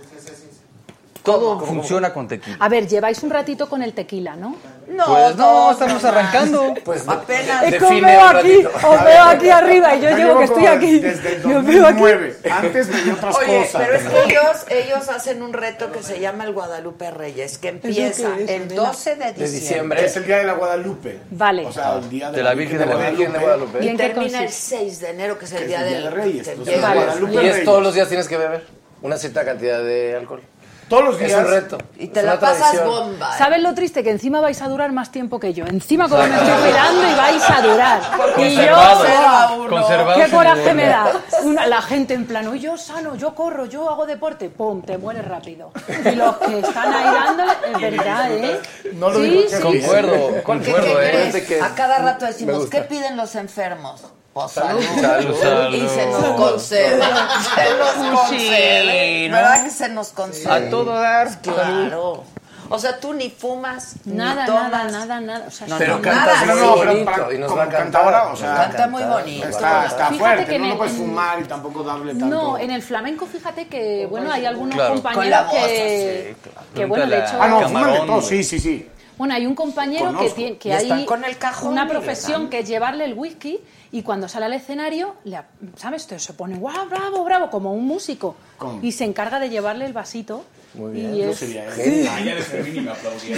Todo funciona con tequila.
A ver, lleváis un ratito con el tequila, ¿no?
No,
pues no, estamos arrancando.
Pues
apenas.
Es que os veo aquí, os veo aquí arriba y yo llevo
Yo
que
llevo
estoy
como
aquí.
desde el
Yo veo aquí.
2009. Antes veía otras
Oye,
cosas.
pero es que ellos, ellos hacen un reto que se llama el Guadalupe Reyes, que empieza
qué es,
el
nena?
12 de diciembre.
Es el día de la Guadalupe.
Vale.
O sea, el día de,
De la Virgen de la Virgen de Guadalupe.
Y termina el 6 de enero, que es el día del que llega
Vale.
Guadalupe
Y es
Reyes.
todos los días tienes que beber una cierta cantidad de alcohol.
Todos los
Es
días.
un reto.
Y
Es una tradición.
¿eh?
¿Sabes lo triste? Que encima vais a durar más tiempo que yo. Encima como me
*laughs*
estoy cuidando y vais a durar. Y yo...
Conservados.
¡buah!
Conservados
¡Qué
sin
coraje
duda.
me da! Una- la gente en plan, "Uy, yo sano, yo corro, yo hago deporte. ¡Pum! Te mueres rápido. Y los que están ahí dándole... Es verdad, ¿eh?
No
lo Sí, digo, sí, sí.
Concuerdo,
Porque,
concuerdo,
¿qué
eh.
crees?
Fíjate que-
A cada rato
Me
decimos,
gusta.
¿qué piden los enfermos? Pues
Salud.
salud.
Salud,
Y se nos
salud.
concede. se nos concede.
Cuchillo.
¿Verdad que se nos concede? Pues
A todo dar.
Claro. O sea, tú ni fumas,
Nada,
ni tomas.
nada, nada, nada. O sea,
Pero
no,
cantas
nada.
muy
No, no, pero
bonito
para- *laughs*
y nos
como
va a cantar ahora.
o sea,
Canta muy bonito.
Está, está
Fíjate que
fuerte, ¿no?
en
No
el-
puedes
en-
fumar y tampoco darle tanto.
No, en el flamenco fíjate que, bueno, hay algunos
Claro.
compañeros
Con la voz,
que, que, bueno, de hecho...
Ah, no, fuman de todo, sí, sí, sí.
Bueno, hay un compañero que
Conozco.
tiene que
Y están
hay
con el cajón
una
y
profesión
rezan.
que es llevarle el whisky y cuando sale al escenario, le ap- ¿sabes? Te- Se pone guau, bravo, bravo, como un músico
¿Cómo?
y se encarga de llevarle el vasito.
Muy
bien.
Yo
es-
sería él.
Sí.
Ayer escribí y me aplaudí.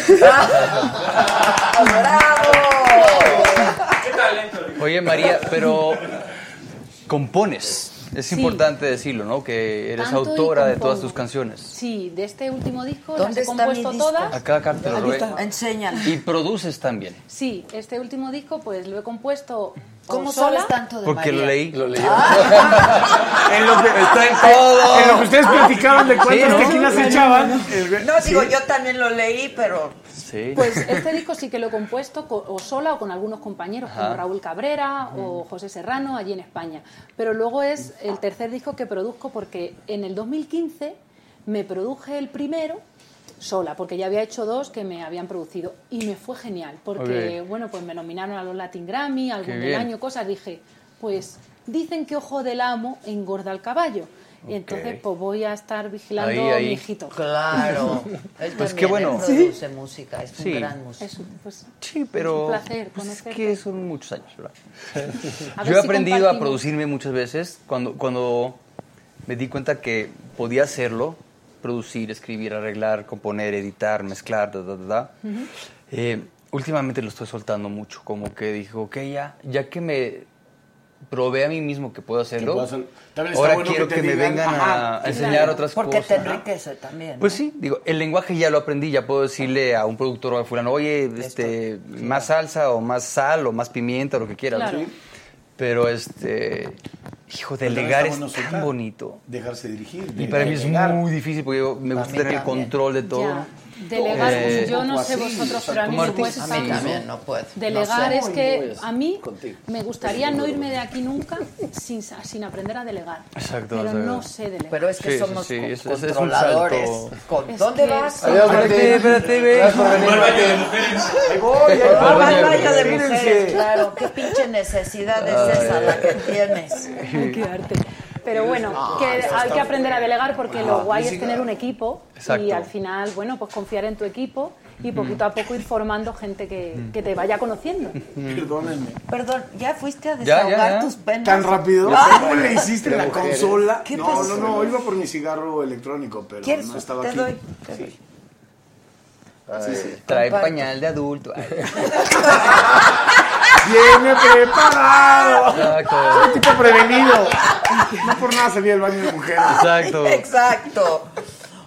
Oye, María, pero compones. Es
Sí.
importante decirlo, ¿no? Que eres
Canto y
autora de
compongo.
todas tus canciones.
*laughs* Sí, de este último disco las
¿Dónde
he
está
compuesto
mi disco?
todas.
Acá, acá te lo
Ahí
robé.
está. Enséñalo.
Y produces también.
Sí, este último disco pues lo he compuesto o
¿Cómo
sola.
sabes tanto de
*laughs*
Porque lo
María? Ah,
leí. Lo leí.
En lo que,
Está en todo.
en lo que ustedes platicaban de cuántas
Sí, ¿no?
tequilas se echaban.
No, digo, yo también lo leí, pero...
Sí.
Pues este disco sí que lo he compuesto co- o sola o con algunos compañeros,
Ajá.
como Raúl Cabrera o José Serrano, allí en España. Pero luego es el tercer disco que produzco porque en el 2015 me produje el primero sola, porque ya había hecho dos que me habían producido y me fue genial,
Muy
porque
bien.
bueno, pues me nominaron a los Latin Grammy,
Qué
algún del
bien.
año, cosas, dije, pues dicen que ojo del amo engorda el caballo. Y entonces
Ok.
pues voy a estar vigilando
Ahí,
a
ahí.
mi hijito.
Claro. Él
Pues
también,
qué bueno.
él produce música, es un
Sí.
gran músico.
Es un- pues,
Sí, pero
un placer
pues, es
conocerte.
que son muchos años, ¿verdad?
A ver
Yo he
si
aprendido a
compartimos.
producirme muchas veces cuando, cuando me di cuenta que podía hacerlo, producir, escribir, arreglar, componer, editar, mezclar, da, da, da, da.
Ujú.
Eh, últimamente lo estoy soltando mucho, como que dijo, ok, ya, ya que me probé a mí mismo que puedo hacerlo,
puedo hacerlo.
También está
ahora
bueno
quiero
que
que,
te
me
digan,
vengan
ajá,
a, a
claro,
enseñar otras
Porque
cosas.
te enriquece también. ¿no?
Pues sí, digo, el lenguaje ya lo aprendí, ya puedo decirle a un productor o a fulano, oye, este, más salsa o más sal o más pimienta, lo que quieras.
Claro.
¿no? Pero este, hijo,
Pero también
delegar
está
es
bueno
tan
soltar.
bonito.
Dejarse dirigir.
Y para mí es
delegar.
muy difícil porque yo- me gusta
También,
tener el
también.
control de todo.
Ya. Delegar,
Eh,
yo no sé
así,
vosotros,
o sea,
pero a mí
como
me
artista,
cuesta.
sí, ¿no?
puedo.
Delegar
No sé.
es que a mí me gustaría no irme de aquí nunca sin, sa- sin aprender a delegar.
Exacto,
Pero
exacto.
no sé delegar.
Pero es que
Sí, sí,
somos
sí,
co-
es- es- es un
controladores.
salto.
Con-
Es
¿Dónde
que-
vas?
Adiós, Martín. Espérate, espérate, ve. Gracias por venir. Vuélvete de mujeres.
Ahí voy, ahí voy.
Vamos,
Ah,
ya,
vaya de
mírense.
mujeres, claro. Qué pinche necesidad es
Ay,
esa
ay,
la
ay.
que tienes.
Ay, qué arte. Pero bueno,
Ah,
que
eso
hay
está
que aprender a delegar porque
Ah,
lo guay
sí,
es tener un equipo y
Exacto.
al final, bueno, pues confiar en tu equipo y
Mm.
poquito a poco ir formando gente que, que te vaya conociendo.
Perdónenme.
Mm. *laughs* Perdón, ¿ya fuiste a
Ya, ya,
desahogar
ya.
tus penas?
¿Tan rápido?
Ah.
¿Cómo le hiciste
De
la
mujeres.
consola?
¿Qué
no, no,
pasó?
no, iba por mi cigarro electrónico, pero
¿Quieres?
no estaba
Te
aquí.
doy,
Sí.
Ay,
Sí, sí.
Trae
Comparto.
pañal de adulto. *laughs* Ay.
¡Viene preparado!
Exacto.
Soy tipo prevenido. No por nada salí del baño de mujeres.
Exacto.
Exacto.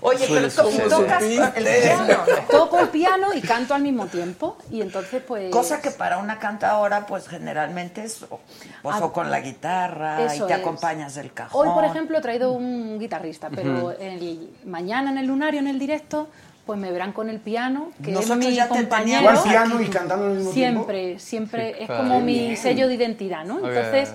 Oye,
Suele
pero to-
suceder.
tocas el piano.
Toco el piano y canto al mismo tiempo y entonces pues...
Cosa que para una cantadora, pues generalmente es o, pues,
Ah,
o con la guitarra
eso
y te
es.
acompañas del cajón.
Hoy, por ejemplo, he traído un guitarrista, pero
Ujú.
el- mañana en el lunario, en el directo, pues me verán con el piano, que
Nosotros
es mi
ya te
compañero.
teníamos Igual piano y aquí. cantando al mismo
Siempre, siempre
Sí,
es
claro.
como
Qué
mi
bien.
sello de identidad, ¿no?
Ok.
Entonces,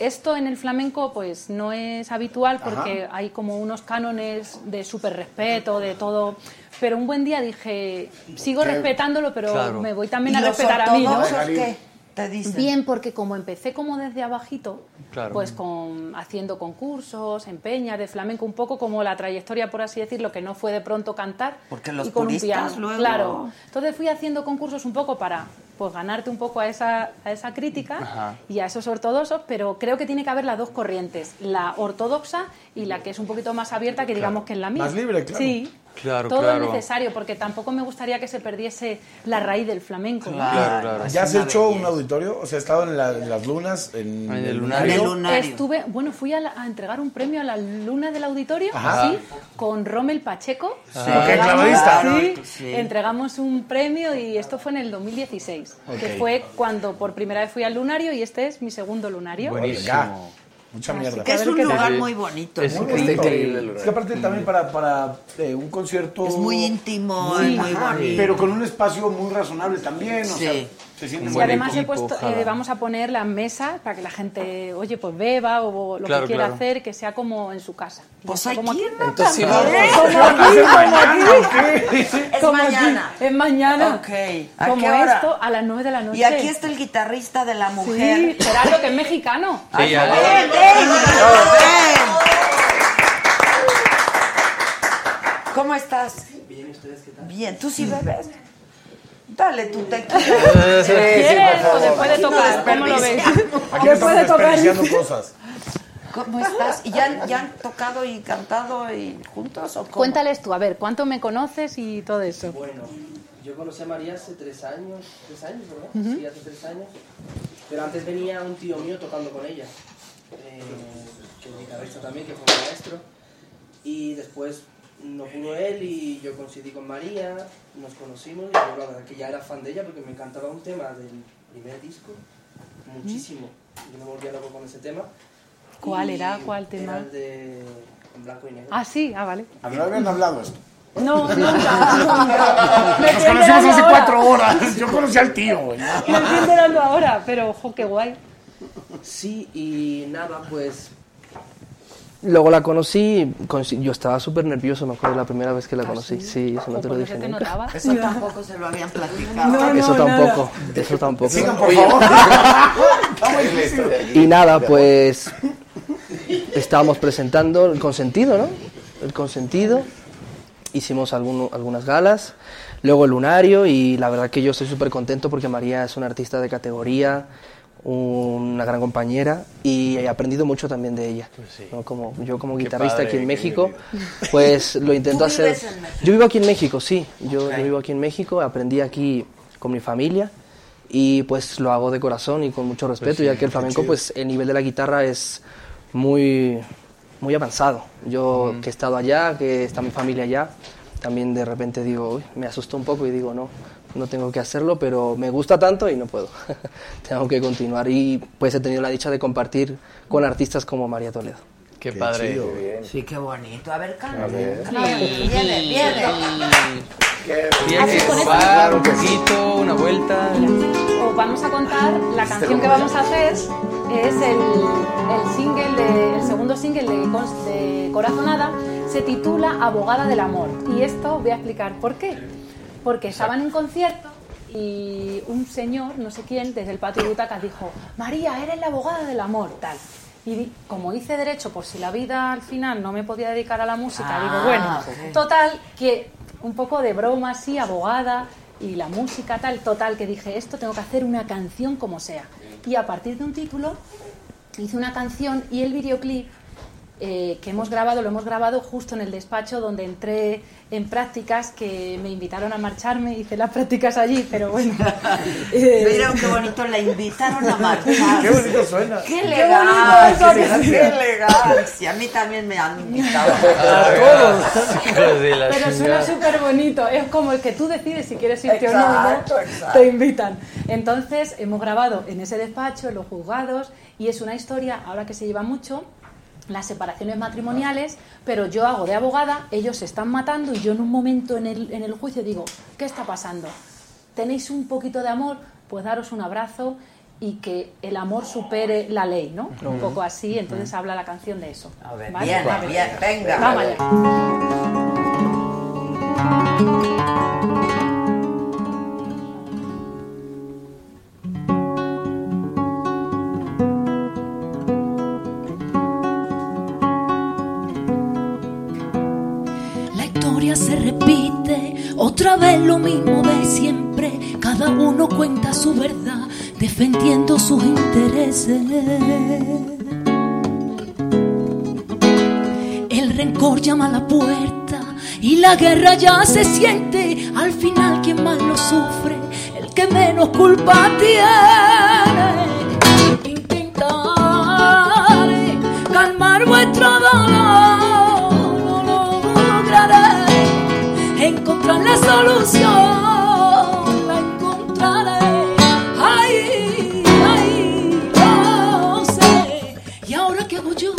esto en el flamenco pues no es habitual porque
Ajá.
hay como unos cánones de súper respeto, de todo... Pero un buen día dije, sigo
Qué-
respetándolo, pero
Claro.
me voy también
¿Y
a
los
respetar a mí, ¿no?
ortodoxos qué te dicen?
Bien, porque como empecé como desde abajito,
Claro.
pues con, haciendo concursos, en peñas de flamenco, un poco como la trayectoria, por así decirlo, que no fue de pronto cantar.
Porque los
y con un
puristas
piano,
luego-
claro. Entonces fui haciendo concursos un poco para pues ganarte un poco a esa, a esa crítica
Ajá.
y a esos ortodoxos, pero creo que tiene que haber las dos corrientes, la ortodoxa y la que es un poquito más abierta, que digamos que es la mía.
Más libre, claro.
Sí.
Claro,
Todo
claro.
es necesario, porque tampoco me gustaría que se perdiese la raíz del flamenco. ¿no?
Claro, claro.
¿Ya has
Es una
hecho un auditorio? O sea, ¿has estado en, la- en las lunas? En,
el
lunario.
Estuve, bueno, fui a, la- a entregar un premio a la luna del auditorio,
Ajá.
sí, con Rommel Pacheco.
Sí.
Entregamos-
Porque es clavadista.
sí,
Claro, sí.
entregamos un premio y esto fue en el 2016, que
Ok.
fue cuando por primera vez fui al lunario y este es mi segundo lunario.
Buenísimo. Mucha
Así
mierda.
que es un
A ver qué
lugar
tal.
muy bonito,
Es
¿no?
muy
Está
bonito.
increíble el lugar.
Es que aparte también para, para eh, un concierto...
Es muy íntimo, es muy
ajá,
bonito.
Pero con un espacio muy razonable también. O
Sí.
sea, se
Y
siente muy
además
rico.
he puesto, eh, vamos a poner las mesas para que la gente, oye, pues beba o lo
Claro,
que quiera
claro.
hacer, que sea como en su casa.
Pues
hay como aquí.
Entonces, sí,
Como
vamos.
aquí,
¿Qué
como
van a
aquí,
hacer
como
mañana
aquí.
Es
Como aquí.
mañana.
Es mañana.
Ok. ¿A
como
qué hora?
esto, a las 9 de la noche.
Y aquí está el guitarrista de la mujer.
Sí, Gerardo, que es mexicano.
Ay,
ya.
ven, ven, ven. ¿Cómo estás? Bien, ¿ustedes qué tal? Mm. Bien, ¿tú sí bebes? Dale tu tequila.
sí, sí, ¿Quieres por o se favor. puede
Aquí no
tocar? ¿Cómo lo ves?
desperdiciamos.
Aquí no estamos
desperdiciando cosas.
¿Cómo estás? ¿Y ya, han- ya han tocado y cantado y juntos o cómo?
Cuéntales tú, a ver, ¿cuánto me conoces y todo eso?
Bueno, yo conocí a María hace tres años, tres años, ¿verdad?
Ujú.
Sí, hace tres años. Pero antes venía un tío mío tocando con ella, eh, que es guitarrista también, que fue un maestro. Y después no pudo él y yo coincidí con María, nos conocimos y yo la verdad que ya era fan de ella porque me encantaba un tema del primer disco, muchísimo. Yo me volví loco con ese tema.
¿Cuál
Y
era? ¿Cuál tema?
Era el de en blanco y negro.
Ah, sí, ah, vale.
A mí no
*laughs*
habían hablado esto.
No,
*laughs*
nunca, nunca. Me
Nos
estoy
conocimos
enterando
hace
ahora.
cuatro horas. Yo conocí al tío, güey.
Me estoy enterando ahora, pero ojo, qué guay.
Sí, y nada, pues
Luego la conocí, coinci- yo estaba súper nervioso, me acuerdo la primera vez que
Ah,
la conocí. Sí, eso no te lo
Porque
dije
se te
nunca.
notaba. Eso tampoco se lo habían platicado.
eso tampoco, eso tampoco.
Sigan, por favor.
*laughs* Y nada, pues estábamos presentando el consentido, ¿no? El consentido. Hicimos alguno- algunas galas, luego el lunario y la verdad que yo estoy súper contento porque María es una artista de categoría, una gran compañera y he aprendido mucho también de ella. ¿no? Como, yo como guitarrista
padre,
aquí en
Pues qué
México, pues lo intento
¿Tú vives
hacer...
en México?
Yo vivo aquí en México, sí, yo, yo vivo aquí en México, aprendí aquí con mi familia y pues lo hago de corazón y con mucho respeto,
sí,
ya que el
qué
flamenco,
chido.
pues el nivel de la guitarra es muy, muy avanzado. Yo que he estado allá, que está mi familia allá, también de repente digo, "Uy, me asustó un poco y digo, no, no tengo que hacerlo, pero me gusta tanto y no puedo. *laughs* tengo que continuar y pues he tenido la dicha de compartir con artistas como María Toledo.
Qué padre. chido,
Sí, qué bonito. A ver, canta.
A ver.
canta. Viene, viene.
Tienes que jugar un poquito, una vuelta.
Os vamos a contar la canción que vamos a hacer. Es el, el single, de- el segundo single de, Cons- de Corazonada. Se titula Abogada del Amor. Y esto os voy a explicar por qué. Porque estaba en un concierto y un señor, no sé quién, desde el patio de butacas dijo, María, eres la abogada del amor, tal. Y di- como hice derecho, por si la vida al final no me podía dedicar a la música,
Ah,
digo, bueno,
ok.
total, que un poco de broma así, abogada y la música tal, total, que dije, esto tengo que hacer una canción como sea. Y a partir de un título hice una canción y el videoclip eh, que hemos grabado, lo hemos grabado justo en el despacho donde entré en prácticas, que me invitaron a marcharme, hice las prácticas allí, pero bueno.
Vieron qué bonito, la invitaron a marchar.
Qué bonito
suena. Qué Ah,
Qué
legal.
bonito
Qué
suena.
legal. Sí, a mí también me han *laughs* invitado.
Hijos de la
Pero suena
chingada.
súper bonito, es como el que tú decides si quieres irte
Exacto,
o no, ¿no?
exacto.
te invitan. Entonces hemos grabado en ese despacho, en los juzgados, y es una historia, ahora que se lleva mucho, las separaciones matrimoniales, pero yo hago de abogada, ellos se están matando y yo en un momento en el, en el juicio digo, ¿qué está pasando? ¿Tenéis un poquito de amor? Pues daros un abrazo y que el amor supere la ley, ¿no? Un
Ujú.
poco así, entonces habla la canción de eso.
A ver,
¿vale?
bien, bien, venga.
Vamos allá.
La historia se repite, otra vez lo mismo de siempre. Cada uno cuenta su verdad, defendiendo sus intereses. El rencor llama a la puerta y la guerra ya se siente. Al final, quien más lo sufre, el que menos culpa tiene. Intentaré calmar vuestro dolor lograré encontrar la solución. La encontraré. Ay, ay, lo sé. ¿Y ahora qué hago yo?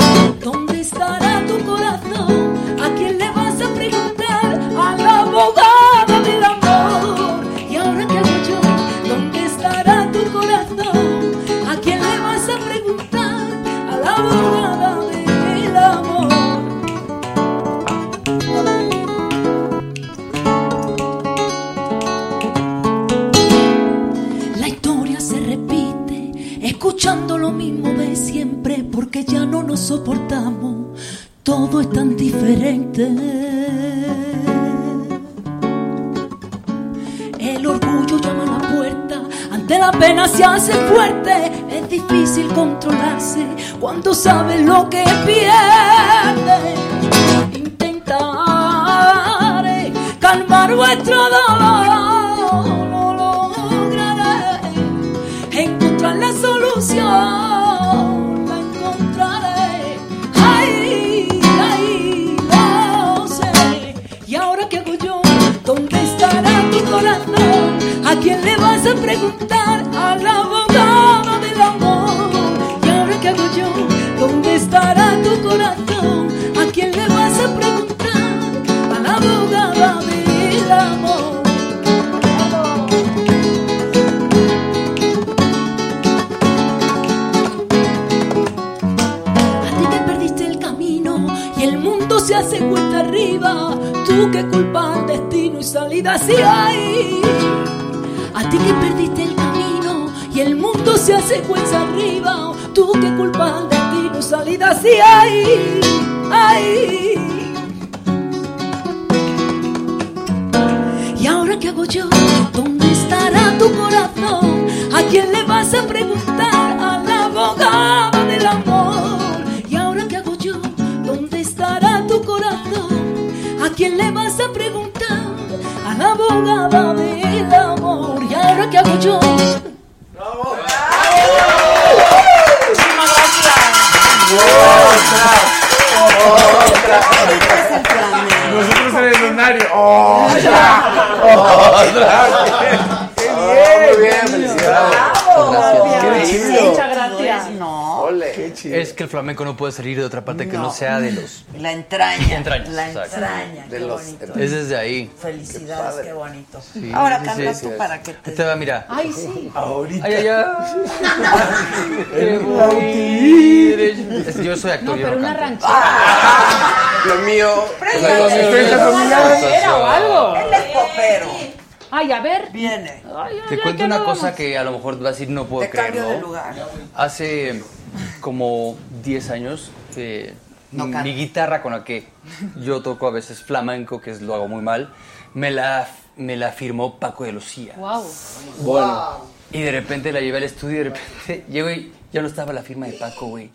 ¿Dónde estará tu corazón? ¿A quién le vas a preguntar? A la abogada del amor. ¿Y ahora qué hago yo? ¿Dónde estará tu corazón? ¿A quién le vas a preguntar? A la abogada del amor. La historia se repite, escuchando lo mismo de siempre, porque ya no nos soportamos. Todo es tan diferente. El orgullo llama a la puerta, ante la pena se hace fuerte. Es difícil controlarse cuando sabes lo que pierdes. Intentaré calmar vuestro dolor, lo lograré. Encontrar la solución, la encontraré. Ay, ay, lo sé. ¿Y ahora qué hago yo? ¿Dónde estará tu corazón? ¿A quién le vas a preguntar? A la abogada del amor. ¿Y ahora qué hago yo? ¿Dónde estará tu corazón? ¿A quién le vas a preguntar? A la abogada del amor. A ti te perdiste el camino y el mundo se hace cuesta arriba. Tú que culpas al destino y salida si hay. A ti que perdiste el camino y el mundo se hace cuesta arriba. Tú que culpas al destino y salida si hay. Ay. ¿Y ahora qué hago yo? ¿Dónde estará tu corazón? ¿A quién le vas a preguntar? A la abogada del amor. ¿Y ahora qué hago yo? ¿Dónde estará tu corazón? ¿A quién le vas a preguntar? A la abogada del amor. ¿Y ahora qué hago yo?
Nosotros en el lunario.
Muchas gracias. No.
Es que el flamenco no puede salir de otra parte que no
No.
sea de los
La entraña.
entrañas.
La
exacto.
entraña. qué bonito.
Es desde ahí.
Felicidades, qué, bonito.
Sí,
Ahora
sí,
canta
sí,
tú
sí.
para que te.
Te va, mira.
Ay, sí.
Ahorita. Ay, ay, ay. *laughs*
El
Eres- Yo soy actor,
No,
yo
pero
no
una
canto.
ranchera.
Lo mío.
ranchera o algo.
Él es popero.
Ay, a ver.
Viene.
Te cuento una cosa que a lo mejor vas a decir no puedo
Te cambio de
creerlo.
lugar.
Hace como 10 años eh, mi guitarra con la que yo toco a veces flamenco, que es- lo hago muy mal, me la, me la firmó Paco de Lucía.
Wow.
Bueno. Y de repente la llevé al estudio y de repente *laughs* llego y ya no estaba la firma de Paco, güey.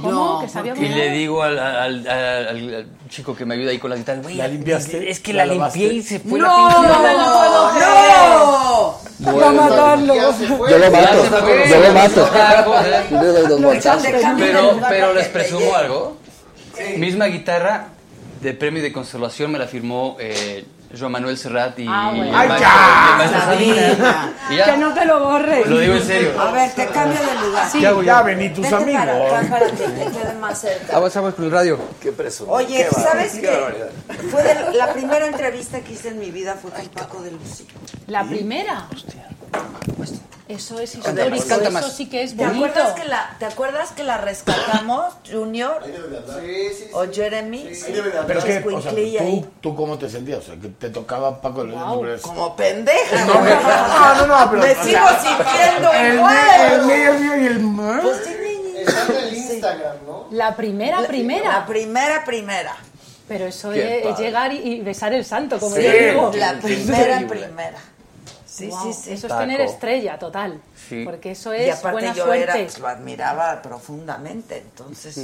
¿Cómo? que sabía
Y
volar?
le digo al, al- al- al- al chico que me ayuda ahí con la guitarra, güey.
¿La limpiaste?
Es que la,
¿La lavaste?
limpié y se fue
No,
la pinche-
no me la puedo
Bueno.
Va a matarlo.
Yo
lo mato, yo lo
*laughs*
mato.
Yo
le doy dos
Lo echan
golpes.
de cambio en el
Pero,
lugar
pero
para
les
que
presumo
llegue.
algo. Misma guitarra de premio de consolación me la firmó eh, Joan Manuel Serrat y.
Ah, bueno.
y el
¡Ay,
maestro-
ya!
y el maestro
Sabina.
Sabina. Y ya.
Que no te lo borres.
Lo digo en serio.
A ver,
Ah,
te cambio de lugar.
Sí, ¿Qué hago yo? ya ven, y tus
Vete
amigos.
Para acá para que te quede más cerca.
Aguas, aguas con el radio. Qué preso.
Oye, ¿sabes qué? Fue de- la primera entrevista que hice en mi vida fue con Paco de Lucía.
La primera. Eso es
Canta
histórico.
más, canta
Eso
más.
sí que es
¿Te
bonito.
acuerdas que la, ¿te acuerdas que la rescatamos, Junior? ¿O Jeremy?
Pero que, o sea,
Escuinclilla ahí.
¿tú, ¿tú cómo te sentías? O sea, que te tocaba Paco de
Guau,
los
Como pendeja.
No, Ah, no, no, no, pero.
Me
o sea,
sigo sintiendo
el
igual.
nervio y el.
Pues sí, niña.
La primera,
La-
primera.
La primera, primera.
Pero eso
Qué
es,
padre.
es llegar y, y besar el santo, como
Sí,
yo digo.
la primera, primera. Sí, sí, sí.
Eso es
Paco.
tener estrella total.
Sí.
Porque eso es
y aparte
buena
yo
suerte.
era, pues, lo admiraba profundamente, entonces.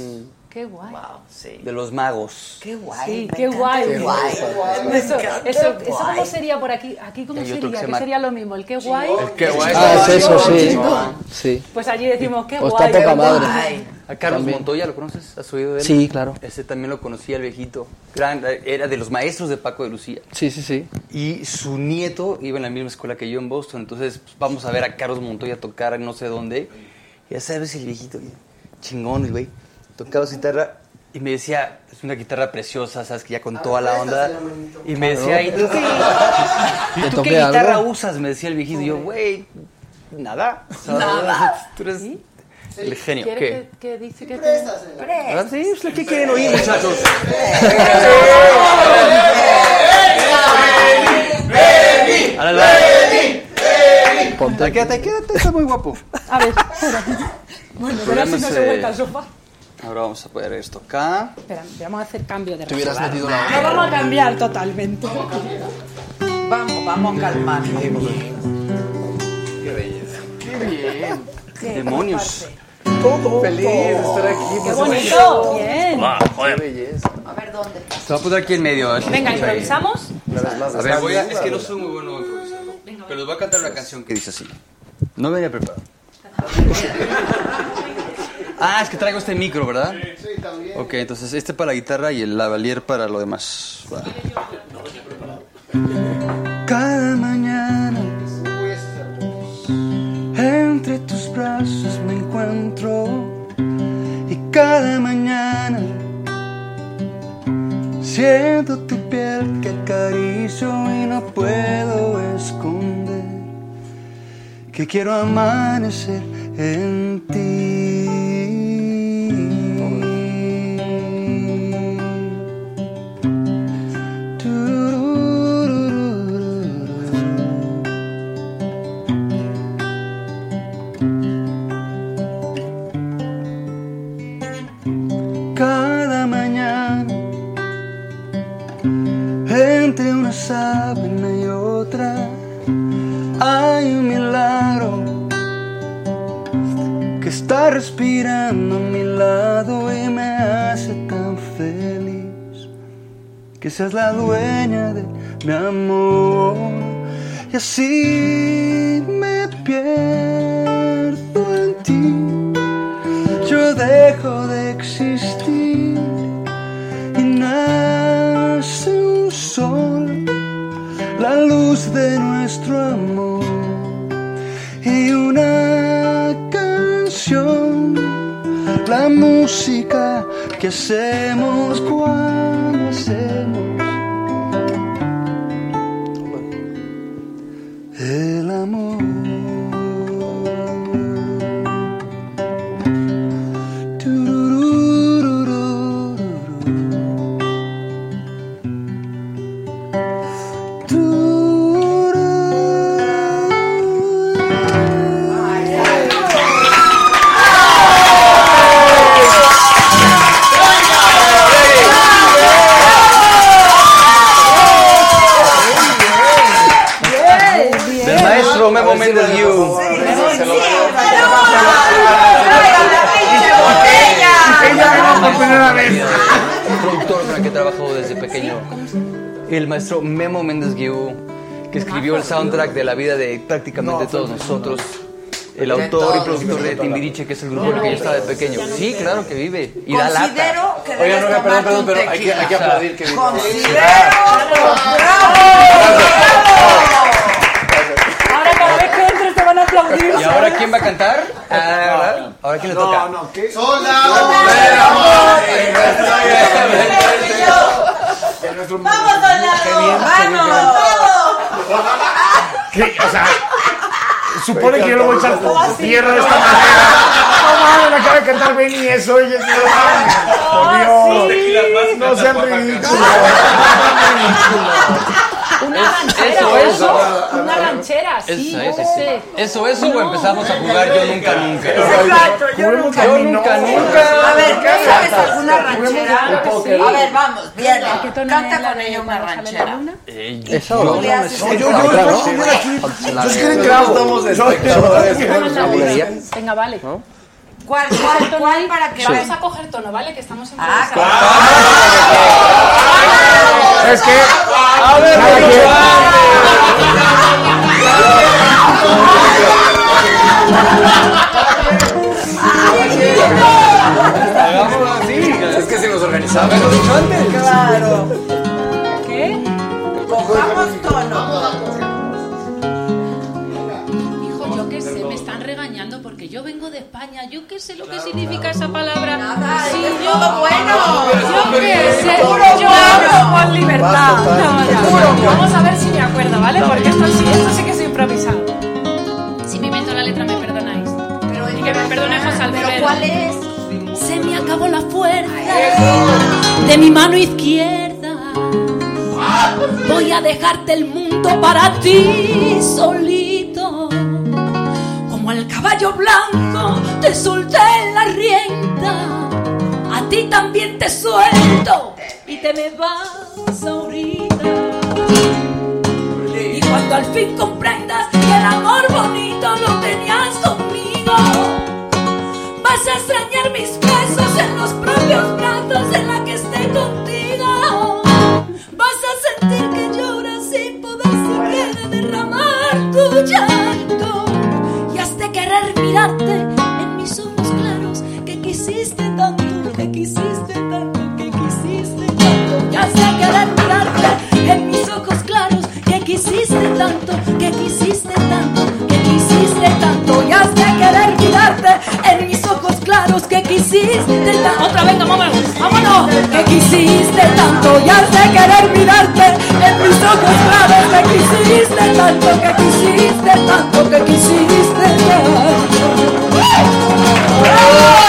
Qué guay.
Wow, sí.
De los magos.
Qué guay.
Sí,
me
qué
encanta
guay.
el guay.
Qué guay.
Me
Eso,
encanta
eso,
el
eso
guay.
cómo sería por aquí, aquí cómo
Hay otro
sería,
que se
¿qué
llama-
sería lo mismo? El qué guay.
El qué guay.
Ah, es eso, sí.
Chingón.
Sí.
Pues allí decimos qué
O
está
guay.
poca
qué
madre.
guay.
A Carlos
También.
Montoya, ¿lo conoces? ¿Has oído de él?
Sí, claro.
Ese también lo conocía el viejito. Gran, era de los maestros de Paco de Lucía.
Sí, sí, sí.
Y su nieto iba en la misma escuela que yo en Boston. Entonces, pues, vamos a ver a Carlos Montoya tocar en no sé dónde. Ya sabes, el viejito, chingón, el güey. Tocaba su guitarra y me decía, es una guitarra preciosa, sabes, que ya con toda la onda. Y me decía, ¿y tú *laughs* qué, ¿y tú
¿Te
qué
toqué algo?
guitarra usas? Me decía el viejito. Y yo, güey, nada. O sea,
Nada.
*laughs* Tú eres el genio.
¿Quieres
¿Qué?
que, que dice que te-
¿Ah, sí? Pues, ¿Qué quieren oír, muchachos? Ahora la- Quédate, quédate, está muy guapo.
A ver, espera. Bueno, pero si no
Problemas,
se vuelca
eh,
al sofá.
*laughs* Ahora vamos a poner esto acá.
Espera, vamos a hacer cambio de
Te hubieras
reserva.
metido la-
Lo vamos a cambiar totalmente.
Vamos, vamos a calmar.
Qué belleza.
Qué bien.
Qué
Demonios.
Todo. Feliz de estar aquí.
Qué
pues,
bonito.
Bien.
Va, joder.
Qué belleza.
A ver dónde.
Se va a poner aquí en medio. ¿eh?
Venga,
Ahí.
improvisamos.
Una vez más.
A ver, voy a- es que no
sé.
soy muy bueno improvisando. Pero les voy a cantar una canción que dice así. No venía preparado. Ah, es que traigo este micro, ¿verdad?
Sí, también.
Ok, entonces este para la guitarra y el lavalier para lo demás. Va.
Cada mañana entre tus brazos me encuentro y cada mañana siento tu piel que acaricio y no puedo esconder que quiero amanecer en ti. Cada mañana entre una sábana y otra hay un milagro que está respirando a mi lado y me hace tan feliz que seas la dueña de mi amor. Y así me pierdo en ti, yo dejo de existir y nace un sol, la luz de nuestro amor y una canción, la música que hacemos cuando hacemos el amor. Turururururu.
Del maestro Memo Méndez Yu. Un productor con el que trabajo desde pequeño. El maestro Memo Méndez Guiú, que escribió el soundtrack de la vida de prácticamente todos nosotros. El
De
autor y
todos.
productor de Timbiriche, que es el grupo en el que yo estaba de pequeño. Sí, claro que vive. Y da lata.
Considero que
Oigan,
debes
oigan,
tomarte
perdón, perdón,
un
pero hay que- hay que
tequila.
aplaudir que vino.
Considero-
Ahora cada vez que entres te van a aplaudir.
¿Y ahora quién va a cantar? Ah, ¿verdad? ¿Ahora quién le toca?
No, no, ¿qué?
¡Vamos, don Lalo!
¿Qué? O sea, supone que yo le voy a echar
Oh, así.
tierra de esta manera. No mames, me acaba de cantar bien y eso. Y eso
Ah,
no, por Dios. No sean
*laughs*
ridículos.
Una ranchera,
eso,
o
eso.
algo. Una ranchera, sí.
Eso,
no
eso,
sé.
Eso, eso, o empezamos a jugar yo nunca, nunca.
Exacto, yo nunca,
Yo nunca, nunca.
A ver, ¿qué sabes
Cantas.
alguna ranchera?
Claro que sí.
A ver, vamos, viene. Canta con ella una ranchera.
Esa
Yo
o
le
la
haces
mezcla.
el favor.
Otra, ¿no?
Yo estoy aquí.
La
Yo sí
de-
creo que
estamos de espectadores.
Vamos a
¿Alguna
ver.
idea?
Venga, vale.
¿Cuál, cuál, cuál para que
Sí.
Vamos a coger tono, ¿vale? Que estamos en
Es que. A ver,
Hagámoslo así. Es que si nos organizamos.
Claro.
¿Qué?
Cojamos tono.
Hijo, yo qué sé, me están regañando porque yo vengo de España. Yo qué sé lo que significa esa palabra. Nada,
es todo bueno.
Yo qué sé,
Puro
yo
bueno.
hablo con libertad. No, ya. Vamos a ver si me acuerdo, ¿vale?
Dale.
Porque esto sí, esto sí que es improvisado. Si me invento la letra, me perdonáis. y que me perdone José Alfredo.
¿Pero cuál es?
Se me acabó la fuerza de mi mano izquierda. Voy a dejarte el mundo para ti solito. Como al caballo blanco te solté la rienda. A ti también te suelto y te me vas ahorita. Y cuando al fin comprendas que el amor bonito lo tenías conmigo, vas a extrañar mis besos en los propios brazos en la que esté contigo. Vas a sentir que lloras sin poder siquiera derramar tu llanto. Y has de querer mirarte en mis ojos claros que quisiste tanto, que quisiste tanto, que quisiste tanto. Y has de querer mirarte en mis ojos claros que quisiste tanto, que quisiste tanto, que quisiste tanto. Y has de querer mirarte en mis ojos claros que quisiste tanto. Otra vez, vámonos, vámonos. Que quisiste tanto. Y has de querer mirarte en mis ojos claros que quisiste tanto, que quisiste tanto, que quisiste tanto.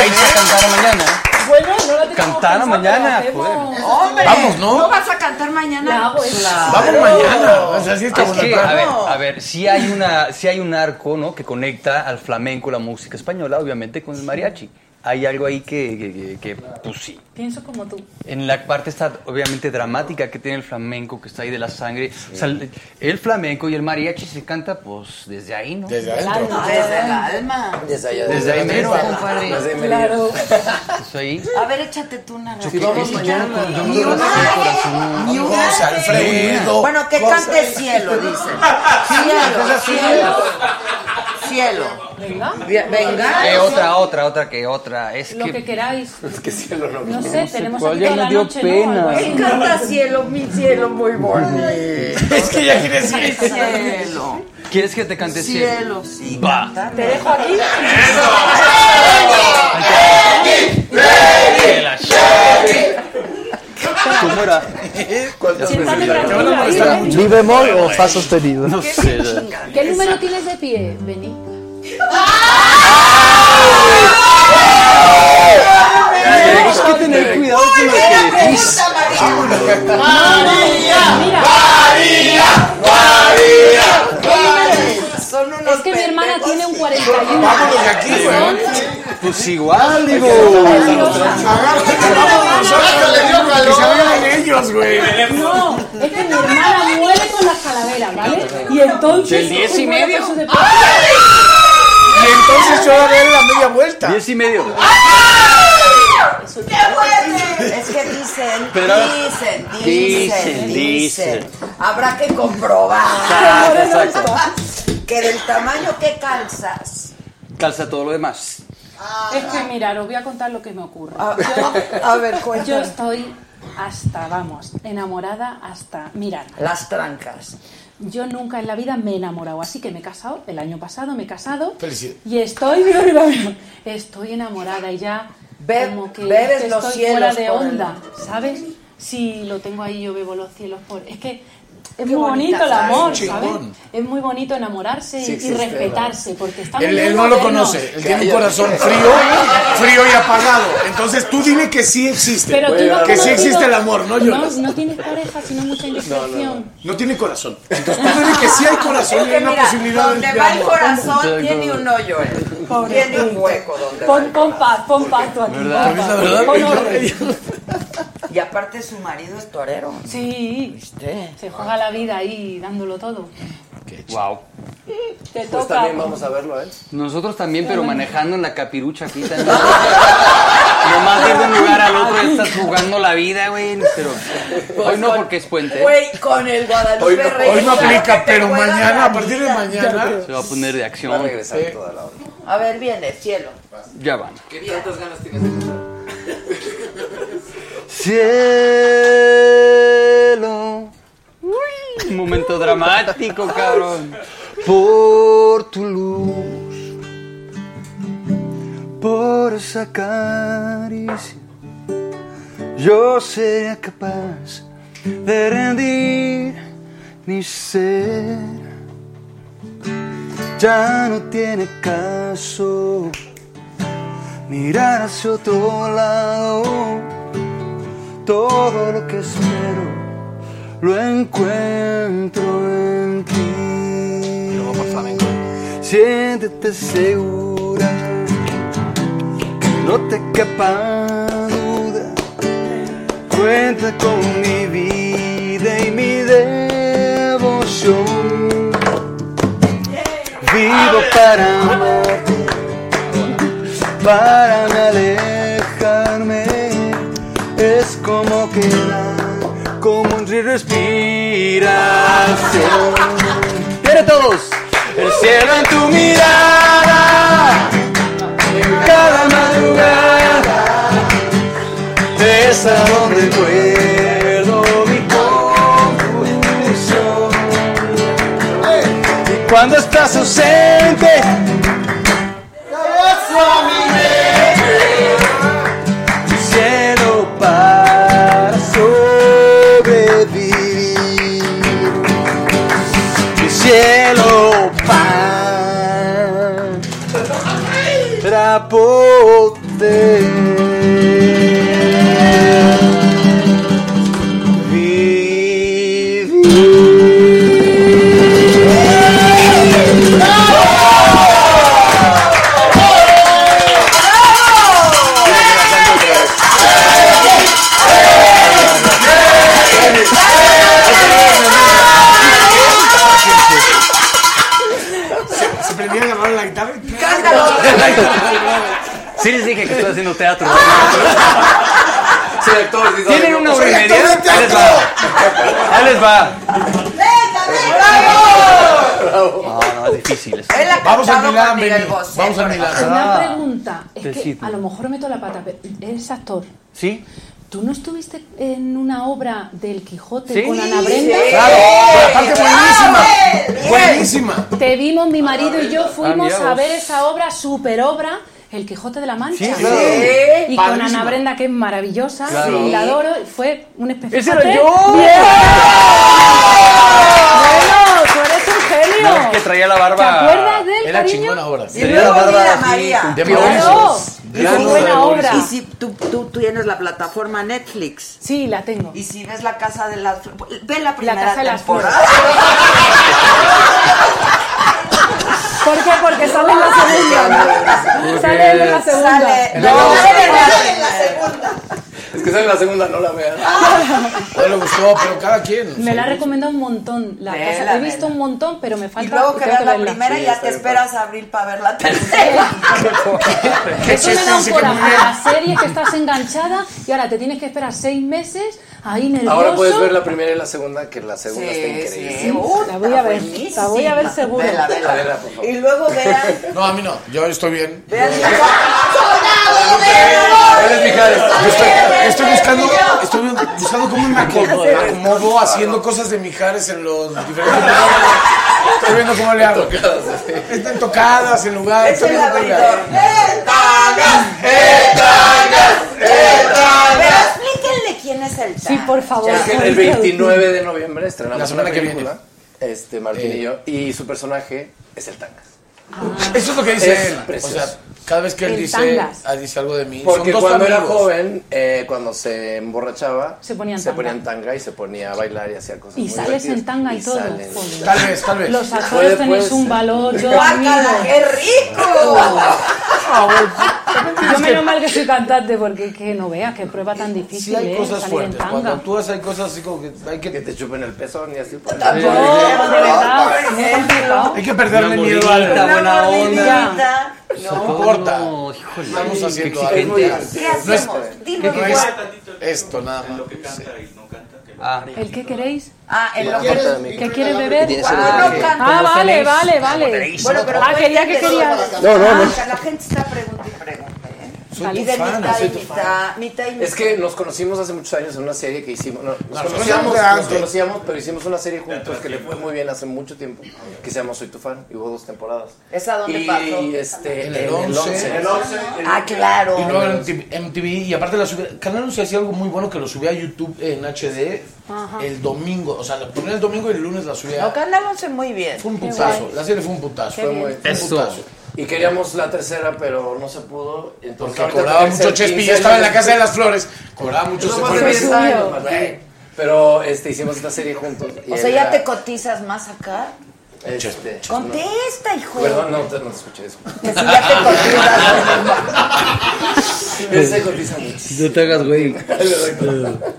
Ahí se cantaron mañana.
Bueno, no la tengo
Cantaron mañana, joder.
Hombre,
Vamos, ¿no?
vas a cantar mañana?
¿eh?
Vamos mañana.
O sea, sí está
Es
bueno el
que,
plan.
a ver, a ver, sí hay una, sí hay un arco, ¿no? Que conecta al flamenco, la música española, obviamente, con el mariachi. Hay algo ahí que, que, que- que, pues sí.
Pienso como tú.
En la parte está obviamente dramática que tiene el flamenco, que está ahí de la sangre. O sea, el- el flamenco y el mariachi se canta, pues, desde ahí, ¿no? Desde
Desde el alma.
Desde allá.
Desde ahí
Desde
mero,
allá.
compadre.
Desde ahí mero.
Claro.
Pues ahí.
A ver, échate tú una.
Yo que-
ranchera.
es que yo no- yo no
Ni
conozco
una.
el corazón.
Ni una.
José Alfredo.
Bueno, que cante
*laughs*
cielo, dice. Cielo, cielo. Cielo.
Venga.
Ve- Venga.
Eh, otra, otra, otra que otra. Es
Lo que
que.
queráis.
*laughs* Es que cielo no. pues,
No sé, tenemos aquí
ya
toda
me
la
dio
noche, ¿no?
pena.
Algo así.
Me encanta cielo, mi cielo
*laughs*
muy bonito. Es
que ya quieres ir.
Cielo.
¿Quieres que te cante cielo?
Cielo, sí.
Va.
Te dejo aquí.
¿Cómo era?
Siéntate tranquila, ¿eh?
¿Mi bemol o fa sostenido?
No sé.
¿Qué número tienes de pie? Vení.
Tenemos que tener cuidado con lo que decís.
Es que mi hermana tiene un 41.
Pues igual, digo.
Que se vayan ellos, güey.
No, es que mi hermana muere con las calaveras, ¿vale? Y entonces.
¿Del diez y
muere
medio?
con su deporte.
Y entonces yo voy a dar la media vuelta.
Diez y medio.
Es que dicen,
Pero-
dicen, dicen,
Dicen,
dicen. Habrá que comprobar.
Exacto, exacto.
que del tamaño que calzas.
Calza todo lo demás.
Es que mirar, os voy a contar lo que me ocurre.
Ah. A-
Yo-
a ver, cuéntame.
Yo estoy hasta, vamos, enamorada hasta, mirar.
Las trancas.
Yo nunca en la vida me he enamorado, así que me he casado, el año pasado me he casado
Felicidades.
y estoy, *laughs* mira, mira, mira, estoy enamorada y ya como que,
bebes
que
los
estoy fuera
cielos
de
por el-
onda, ¿sabes? Si lo tengo ahí yo bebo los cielos por... Es que es
Qué
muy bonito
bonita
el amor,
frase.
¿sabes?
Chingón.
Es muy bonito enamorarse
Sí
y- y
existe,
respetarse, porque estamos
Él,
muy
él no lo
modernos.
conoce, él tiene un corazón frío, frío y apagado. Entonces tú dime que sí existe,
Pero tú no has
que sí
conocido-
existe el amor, no
no,
lloras.
no tienes pareja, sino mucha
No,
indiscreción.
no, no. No tiene corazón. Entonces tú dime que sí hay corazón y hay una posibilidad
donde
de
va el
amor.
corazón tiene un hoyo, eh. tiene un hueco donde va
Pon,
el
pon paz, pon paz tú aquí.
¿Verdad?
pon paz.
La verdad,
Pon
yo-
orden.
*laughs* Y aparte su marido es torero.
Sí, se juega la vida ahí dándolo todo.
Wow.
Te
Pues
toca.
también vamos a verlo, ¿eh?
Nosotros también, pero manejando en la capirucha aquí también. *laughs* Nomás de un lugar al otro estás jugando la vida, güey. Pero hoy
Pues
no porque es puente. ¿eh?
Güey, con el Guadalupe
Hoy no-
Reyes,
hoy no
claro
aplica,
que te
pero
juegas
mañana,
la
a partir de
vida.
mañana, Se va a poner de acción. Va a regresar toda la hora.
A ver, viene, cielo.
Ya van.
¿Qué tantas ganas tienes de
Cielo. Un momento dramático, cabrón.
por tu luz, por esa caricia, yo sería capaz de rendir mi ser. Ya no tiene caso mirar hacia otro lado. Todo lo que espero lo encuentro en ti. Siéntete segura, que no te quepa duda. Cuenta con mi vida y mi devoción. Vivo para amarte, para no alejarme. Es como quedar, como un río respiración. ¡Viene todos! El cielo en tu mirada, cada madrugada, es a donde recuerdo mi confusión. Y cuando estás ausente, tu cielo para sobrevivir. Mi cielo para poder
Se, se prendía la mano en la guitarra.
Sí les dije que estoy haciendo teatro.
Soy actor, sí,
¿Tienen
soy-
una hora y
soy
media?
actor de
Ahí les va. Ahí les va. No, no, es difícil. es-
Él ha
Vamos al
cantado
Milán,
con Miguel
Benny.
Bosé,
Vamos al
por
Milán.
ejemplo.
Ah,
Una pregunta, es
Te
que
cito.
a lo mejor meto la pata, pero eres actor.
¿Sí?
¿Tú no estuviste en una obra del Quijote
Sí.
con Ana Brenda?
Sí. Claro, pero aparte buenísima.
Bien.
Buenísima.
Te vimos, mi marido y yo fuimos
Ah, mira
a
vos.
ver esa obra, super obra, El Quijote de la Mancha.
Sí, claro. Sí.
Y con
Padrísima.
Ana Brenda, que es maravillosa,
Claro.
y la adoro, y fue un espectáculo.
¡Ese era yo!
¡Bien! Bueno, tú eres un genio.
No, es que traía la barba.
¿Te acuerdas de él,
Era
cariño?
chingona ahora.
Y luego mira, María.
De
Claro.
Mauricio.
Y
Gran
si buena
Mauricio.
obra. Y si tú, tú tienes la plataforma Netflix.
Sí, la tengo.
Y si ves la casa de las Fl- ve la primera
Casa de las
temporada.
¿Por qué? Porque sale en la segunda. Sale en la segunda.
*laughs* Sale-
No,
no,
sale
en la-
Es que sale la segunda, no la vean.
Ah.
No le gustó, pero cada quien.
Me la ha recomendado un montón. La
Vela,
casa. He visto
vela.
un montón, pero me falta.
*laughs* Y luego que
tengo
veas la
verla.
primera y ya te esperas a abril para ver la tercera.
*laughs*
Eso me da un
Sí, sí, sí, que
coraje.
me-
La serie que estás enganchada y ahora te tienes que esperar seis meses Ahí nervioso.
Ahora puedes ver la primera y la segunda, que la segunda está increíble.
sí. Uh,
la voy a ver, la voy a ver seguro.
Vela, vela.
Vela, por favor.
Y *laughs* luego vean.
No, a mí no. Yo estoy bien.
Ah.
¡Soldado
Él es Mijares. Yo estoy, estoy buscando, estoy buscando cómo me acomodo, me acomodo haciendo cosas de Mijares en los diferentes lugares. Estoy viendo cómo le hago. Están tocadas en lugares.
Es el laberinto.
A ver, explíquenle quién es el Sí,
por favor.
Es que el 29 de noviembre estrenamos
La semana
una
que Eh.
película, este, Martín y yo, y su personaje es el Tangas.
Ah. Eso es lo que dice
Es
él.
precioso.
O sea, cada vez que él
En
dice,
tangas.
ah, dice algo de mí.
Porque
son dos
cuando era
amigos.
joven, eh, cuando se emborrachaba,
Se ponía en tanga.
tanga y se ponía a bailar y hacía cosas
Y
muy
sales en
divertidas.
tanga y, todo.
sales.
joder.
Tal vez, tal vez.
Los
Puede-
actores
puede
tenéis
ser.
un valor. Yo
¡Guácala,
admiro.
qué rico!
*laughs* Ah,
Yo menos mal que soy cantante porque que no veas qué prueba tan difícil
Sí hay
es
cosas
salir
fuertes.
en tanga.
Cuando actúas hay cosas así como que hay que... Que
te chupen el pezón y así. Pues.
Tampoco, de verdad, muy complicado.
Hay que perderle
Una
miedo a
mordidita, buena
onda.
No importa. Vamos haciendo
qué
algo.
exigente. ¿Qué
No es-
hacemos?
¿Qué
Dime
crees?
cuál.
Esto nada más. Sí.
¿El qué queréis?
Ah, el
¿Qué
loco.
quieres- ¿Qué quieres beber?
Tienes el Ah, loco. no canto.
Ah, vale,
Tenéis.
vale, vale.
Bueno, pero
ah, quería que
cuéntame
querías.
todo.
No, no, no.
Ah, o sea, la gente está preguntando y pregunta, ¿eh?
Soy tu
y de
fan,
mitad
soy
y
tu fan.
mitad, mitad y mitad.
Es que nos conocimos hace muchos años en una serie que hicimos. No, nos,
Nos conocíamos
conocíamos,
de
nos
antes.
conocíamos, pero hicimos una serie juntos que le fue muy bien hace mucho tiempo. Que se llama Soy tu fan. Y hubo dos temporadas.
¿Esa dónde
y,
pasó?
este,
En
en
el
el 11.
11.
Ah, claro.
Y luego en MTV. Y aparte, la subí- Canal 11 hacía algo muy bueno que lo subía a YouTube en HD
Ajá.
el domingo. O sea, la ponía el domingo y el lunes la subía.
No, Canal 11 muy bien.
Fue un putazo. La serie fue un putazo.
Qué
Fue
bien.
muy, fue un
Eso.
putazo.
Y queríamos la tercera, pero no se pudo. Entonces,
Porque
ahorita
cobraba
tenemos
mucho
el
Chespi.
15
Yo estaba en la
años.
casa de las flores. Cobraba mucho.
Eso
se
fue
fue
hace
el
10
precio.
años, más bien. Pero este, hicimos esta serie juntos. y
O
él
sea, ya
era,
te cotizas más acá.
este,
Contesta, hijo.
no, Perdón, no, te- no te escuché eso.
Que si ya te
*laughs* Él se cotiza mucho.
No te hagas, güey.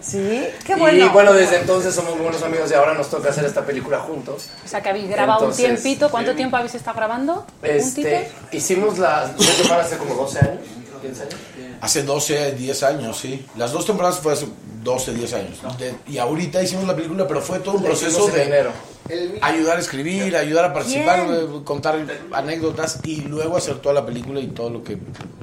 Sí, qué bueno.
Y bueno, desde entonces somos buenos amigos y ahora nos toca hacer esta película juntos.
O sea, que habéis grabado
Entonces,
un tiempito. ¿Cuánto
sí.
tiempo habéis estado grabando? ¿Un
Este,
tiempo?
hicimos la. Yo creo que van hace como 12 años, 15 años.
Hace 12, 10 años, sí. Las dos temporadas fue hace 12, 10 años. De- y ahorita hicimos la película, pero fue todo un
La
proceso
hicimos en
de
enero.
ayudar a escribir, ayudar a participar,
¿Quién?
eh, contar anécdotas y luego hacer toda la película y todo lo que...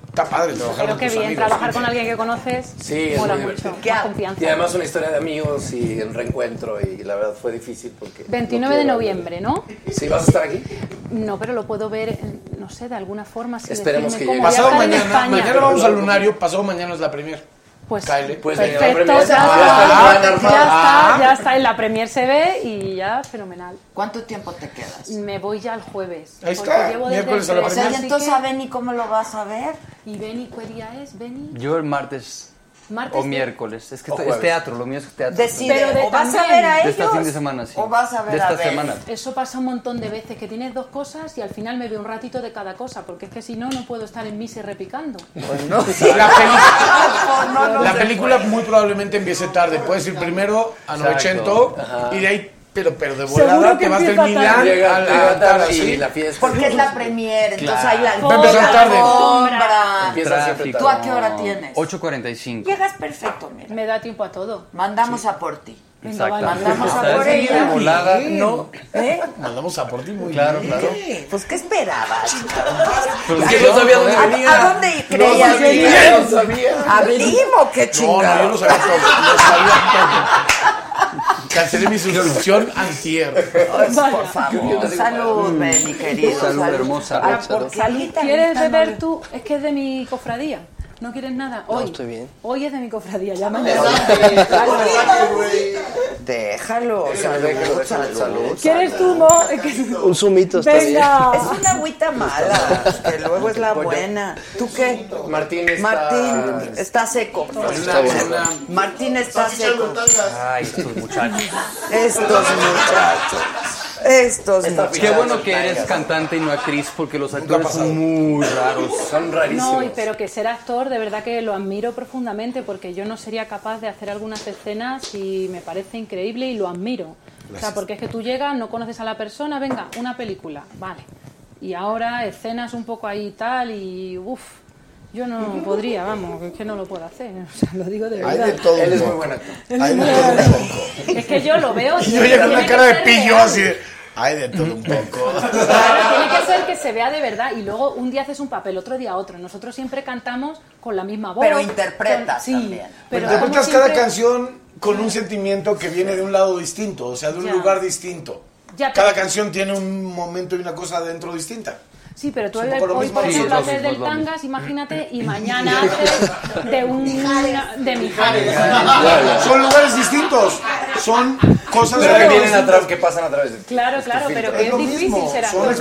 Está padre trabajar
Pero
con
qué
tus
bien,
amigos.
trabajar con alguien que conoces
Sí, es
mola
muy
mucho.
divertido.
Más confianza.
Y además una historia de amigos y el reencuentro y la verdad fue difícil porque...
29 de
no quiero-
noviembre, ¿no?
Sí, vas a estar aquí.
No, pero lo puedo ver, en- no sé, de alguna forma. sin
Esperemos
decirme
que llegue.
cómo voy a
Pasado
estar en
mañana,
España.
mañana vamos al lunario, pasado mañana es la premier.
Pues,
Pues
Perfecto, ya está, Ah. ya está, ya está, en la premier se ve y ya, fenomenal.
¿Cuánto tiempo te quedas?
Me voy ya el jueves.
Ahí
porque
está,
llevo desde
miércoles a la
el
Premier. O sea,
tres,
¿y
así
entonces
que-
a Benny cómo lo vas a ver?
¿Y Benny qué día es, Benny?
Yo el martes.
Martes
O
de-
miércoles. Es que
O
esto- es
jueves.
teatro, lo mío es teatro.
Decide,
Pero de
o vas a
también.
ver a ellos.
De esta fin de semana, sí.
O vas a ver
De esta
a Benny.
semana.
Eso pasa un montón de veces, que tienes dos cosas y al final me veo un ratito de cada cosa, porque es que si no, no puedo estar en misa y repicando.
Pues
*laughs*
*laughs*
Pues
La,
*laughs*
peli- la película muy probablemente empiece tarde. Puedes ir primero a
Exacto.
Novecento
Ajá.
y de ahí, pero, pero de
Seguro
volada
que
te vas del
empieza
Milán
tarde.
a
Llega
la
tarde
tarde.
y la fiesta.
Porque es la premier, entonces hay la
Va a empezar
alfombra,
tarde.
alfombra.
Empieza siempre
¿Tú a
tarde.
qué hora tienes?
8.45.
Llegas perfecto, mira.
Me da tiempo a todo.
Mandamos a por ti.
Exacto.
Mandamos a
¿Sabes?
por ella.
De volada, no.
¿Eh?
Mandamos a por ti muy
Claro,
bien.
claro.
Sí, Pues, ¿qué esperabas?
Pues
¿A-
que no sabía dónde
¿A-
venía.
¿A dónde
No pues,
creías?
sabía,
venir?
no sabía.
¿A Blim o qué chingada?
No, no, yo no sabía todo. No sabía todo. Cancelé mi suscripción antier.
Por favor. Salud, Benny, querido.
mm, Salud, hermosa,
Ah,
salud.
porque salud también
¿Quieres
está
beber
mal.
tú? Es que es de mi cofradía. ¿No quieres nada? Hoy.
estoy bien.
Hoy es de mi cofradía, ya mañana.
Déjalo. Salud, salud. salud.
¿Quieres tú, Mo? Es que-
*laughs*
Un sumito está bien.
Venga.
Es una agüita mala, que luego es la buena. ¿Tú qué?
Martín está...
Martín está seco.
Está buena.
Martín
Pues
está seco.
Ay, estos muchachos.
Estos muchachos. Estos muchachos.
Qué bueno que eres cantante y no actriz porque los actores son muy raros.
Son
No, y- pero que ser actor, de verdad que lo admiro profundamente porque yo no sería capaz de hacer algunas escenas y me parece increíble y lo admiro. O sea,
Gracias.
porque es que tú llegas, no conoces a la persona, venga, una película, vale. Y ahora escenas un poco ahí y tal y uff. Yo
*laughs*
no podría, vamos, es que no lo puedo hacer. *laughs* O sea, lo digo de
Hay
verdad.
de todo
Él es muy
un poco.
buen actor.
Hay de todo un poco.
Es que yo lo veo.
Y yo ya
tiene
con una
que
cara de
ser
pillo
real.
así de, Hay de todo un poco.
Claro, tiene que ser que se vea de verdad y luego un día haces un papel, otro día otro. Nosotros siempre cantamos con la misma voz.
Pero interpretas
sí,
Pero
Pero
interpretas
como
cada
siempre-
canción con un sentimiento que viene de un lado distinto, o sea, de un
Ya.
lugar distinto.
Ya,
Cada
pero-
canción tiene un momento y una cosa dentro distinta.
Sí, pero tú
Es
hoy,
un poco lo
hoy,
mismo
por
que
ejemplo,
nosotros,
haces
nos
del
vamos.
tangas, imagínate,
*laughs*
y mañana haces de un... de Mijares.
Son lugares distintos, son cosas
Pero que
reales
vienen a
distintas.
que pasan a través de ti.
Claro, claro, pero que
Es
es
lo
difícil
mismo,
ser actor,
son
no es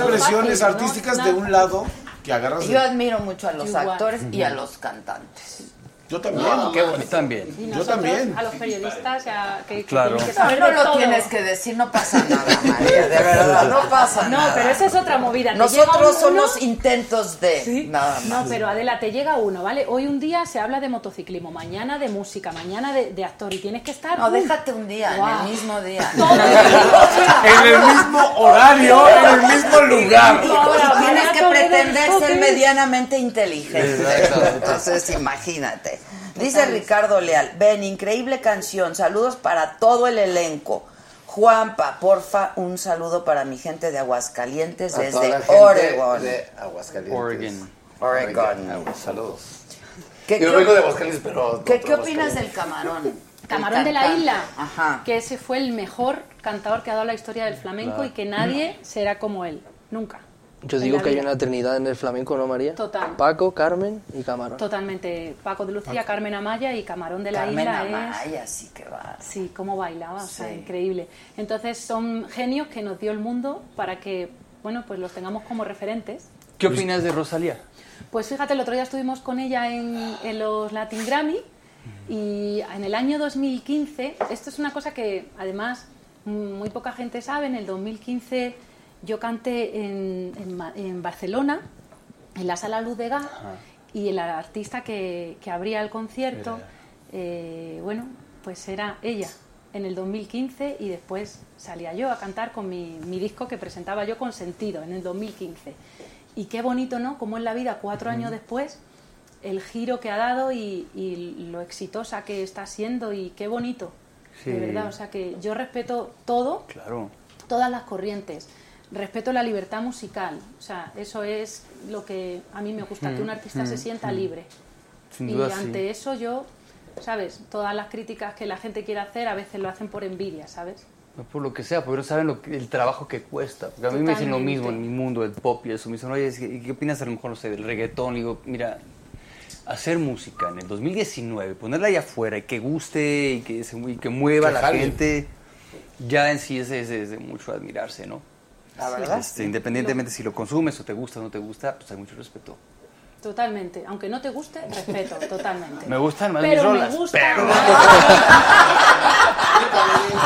fácil,
expresiones
¿no?
artísticas
Nada.
de un lado que agarras de
Yo admiro mucho a los
Igual.
actores y a
Ujú.
los cantantes.
Yo también.
Ah,
Qué bonito. también.
Y
Yo
nosotros,
también.
A los periodistas, a, que, que
Claro.
tienen que
No,
saber
no
de
lo
todo.
tienes que decir, no pasa nada, María, de verdad, no pasa
No,
nada.
pero esa es otra movida. Te llega
Nosotros
uno-
somos intentos de,
Sí.
nada más.
No, pero Adela, te llega uno, ¿vale? Hoy un día se habla de motociclismo, mañana de música, mañana de, de actor y tienes que estar...
No,
¡uh!
déjate un día, en el
Guau.
mismo día. *laughs*
En el mismo horario, en el mismo lugar.
Pues tienes que pretender ser
Sí.
medianamente inteligente. Entonces, imagínate. Dice Ricardo Leal, ven, increíble canción, saludos para todo el elenco. Juanpa, porfa, un saludo para mi gente de Aguascalientes
A toda la
desde
gente
Oregon.
De Aguascalientes.
Oregon.
Oregon. Agu- Saludos.
¿Qué-
Yo
qué-
vengo de Aguascalientes, pero.
¿Qué,
otro
qué opinas
Aguascalientes.
*laughs*
del camarón?
Camarón de la
Cantante.
Isla,
Ajá.
que ese fue el mejor cantador que ha dado la historia del flamenco
Claro.
y que nadie será como él, nunca.
Yo
En
digo
la
que hay
vida.
una trinidad en el flamenco, ¿no, María?
Total.
Paco, Carmen y Camarón.
Totalmente. Paco de Lucía, Carmen Amaya y Camarón de la
Carmen
Isla
Amaya,
es...
sí que va.
Sí, cómo bailaba, o sea,
Sí.
increíble. Entonces son genios que nos dio el mundo para que, bueno, pues los tengamos como referentes.
¿Qué opinas de Rosalía?
Pues fíjate, el otro día estuvimos con ella en, en los Latin Grammy y en el año 2015, esto es una cosa que además mm, muy poca gente sabe, en el 2015 yo canté en, en Ma- en Barcelona, en la sala Luz de Gas, y el artista que, que abría el concierto, eh, bueno, pues era ella en el 2015 y después salía yo a cantar con mi, mi disco que presentaba yo con sentido en el 2015. Y qué bonito, ¿no? Como en la vida, cuatro años después, el giro que ha dado y, y lo exitosa que está siendo y qué bonito. De
Sí.
verdad, o sea que yo respeto todo,
Claro.
todas las corrientes. Respeto la libertad musical. O sea, eso es lo que a mí me gusta, que un artista
Mm,
se
mm,
sienta
mm.
libre.
Sin
y
duda, sí.
ante eso yo, ¿sabes? Todas las críticas que la gente quiere hacer a veces lo hacen por envidia, ¿sabes?
No por lo que sea, porque no saben lo que- el trabajo que cuesta. Porque a mí me dicen lo
Totalmente.
mismo en mi mundo, el pop y eso. Me dicen, oye, es que- ¿y ¿qué opinas a lo mejor, no sé, del reggaetón? Le digo, mira, hacer música en el 2019, ponerla allá afuera y que guste y que, se mu- y que
Que
mueva a la
jale.
gente, ya en sí es, es- es de mucho admirarse, ¿no?
La verdad,
Este,
sí.
independientemente si lo consumes o te gusta o no te gusta, pues hay mucho respeto.
Totalmente. Aunque no te guste,
*laughs*
respeto, totalmente.
Me gustan más mis
pero
rolas.
Me gusta,
pero-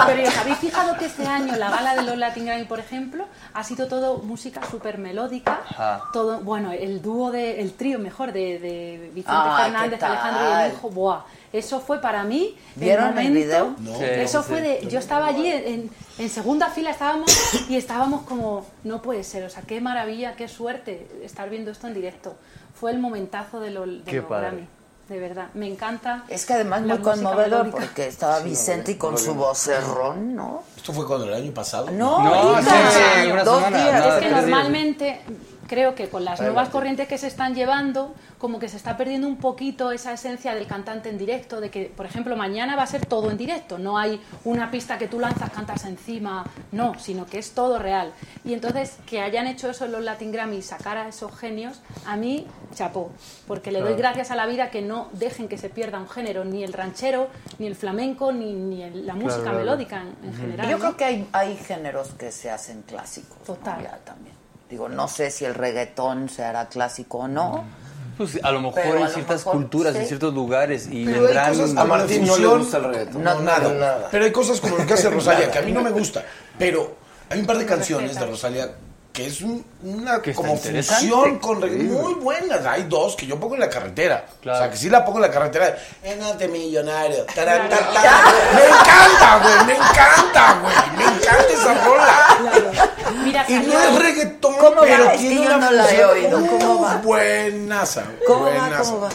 Pero ¿os habéis fijado que este año la gala de los Latin Grammy, por ejemplo, ha sido todo música súper melódica?
Ajá.
Todo, bueno, el dúo de, el trío mejor de, de Vicente
Ay, Ah, ¿qué
Fernández,
tal?
Alejandro y el hijo, buah. Eso fue para mí
¿Vieron el
el momento.
video?
No. Sí,
eso
sí,
fue
sí.
de, yo estaba allí en, en- en segunda fila estábamos y estábamos como, no puede ser, o sea, qué maravilla, qué suerte estar viendo esto en directo. Fue el momentazo de, los- de
Qué
los
padre.
Grammy, de verdad. Me encanta.
Es que además
la
muy
música
conmovedor
melódica.
porque estaba Vicente y con su vocerrón, ¿no?
Esto fue cuando el año pasado.
No, No, ahorita. hace una Dos semana, días. nada,
Es que
tres días.
normalmente creo que con las
Adelante.
nuevas corrientes que se están llevando, como que se está perdiendo un poquito esa esencia del cantante en directo, de que, por ejemplo, mañana va a ser todo en directo, no hay una pista que tú lanzas, cantas encima, no, sino que es todo real. Y entonces que hayan hecho eso en los Latin Grammy, sacar a esos genios, a mí chapó, porque le doy
Claro.
gracias a la vida que no dejen que se pierda un género, ni el ranchero, ni el flamenco, ni, ni el- la
Claro,
música
claro.
melódica en, en general.
Yo
¿no?
creo que hay, hay géneros que se hacen clásicos. ¿no?
Total.
Ya también. Digo, no sé si el reggaetón se hará clásico o no.
*laughs* Pues a lo mejor
Pero a
en
lo
ciertas
mejor,
culturas,
sí.
en ciertos lugares y
Pero hay
vendrán-
cosas como la fusión- No, nada. Pero hay cosas como lo que hace Rosalía,
Nada.
que a mí no me gusta. Pero hay un par de canciones de Rosalía que es un- una
Que está
como
interesante.
fusión con re-
Sí.
muy buenas. Hay dos que yo pongo en la carretera.
Claro.
O sea, que sí la pongo en la carretera. Enate millonario. Tarán,
Claro.
tarán, tarán. Me encanta, güey. Me encanta, güey. Me encanta esa rola.
Mira,
Y no
salió-
es reggaetón,
¿Cómo va?
pero
Es que
tiene
yo
una
no la he
fusión,
oído. ¿Cómo
uh,
va?
Buenaza.
¿Cómo va?
buenaza.
¿Cómo va?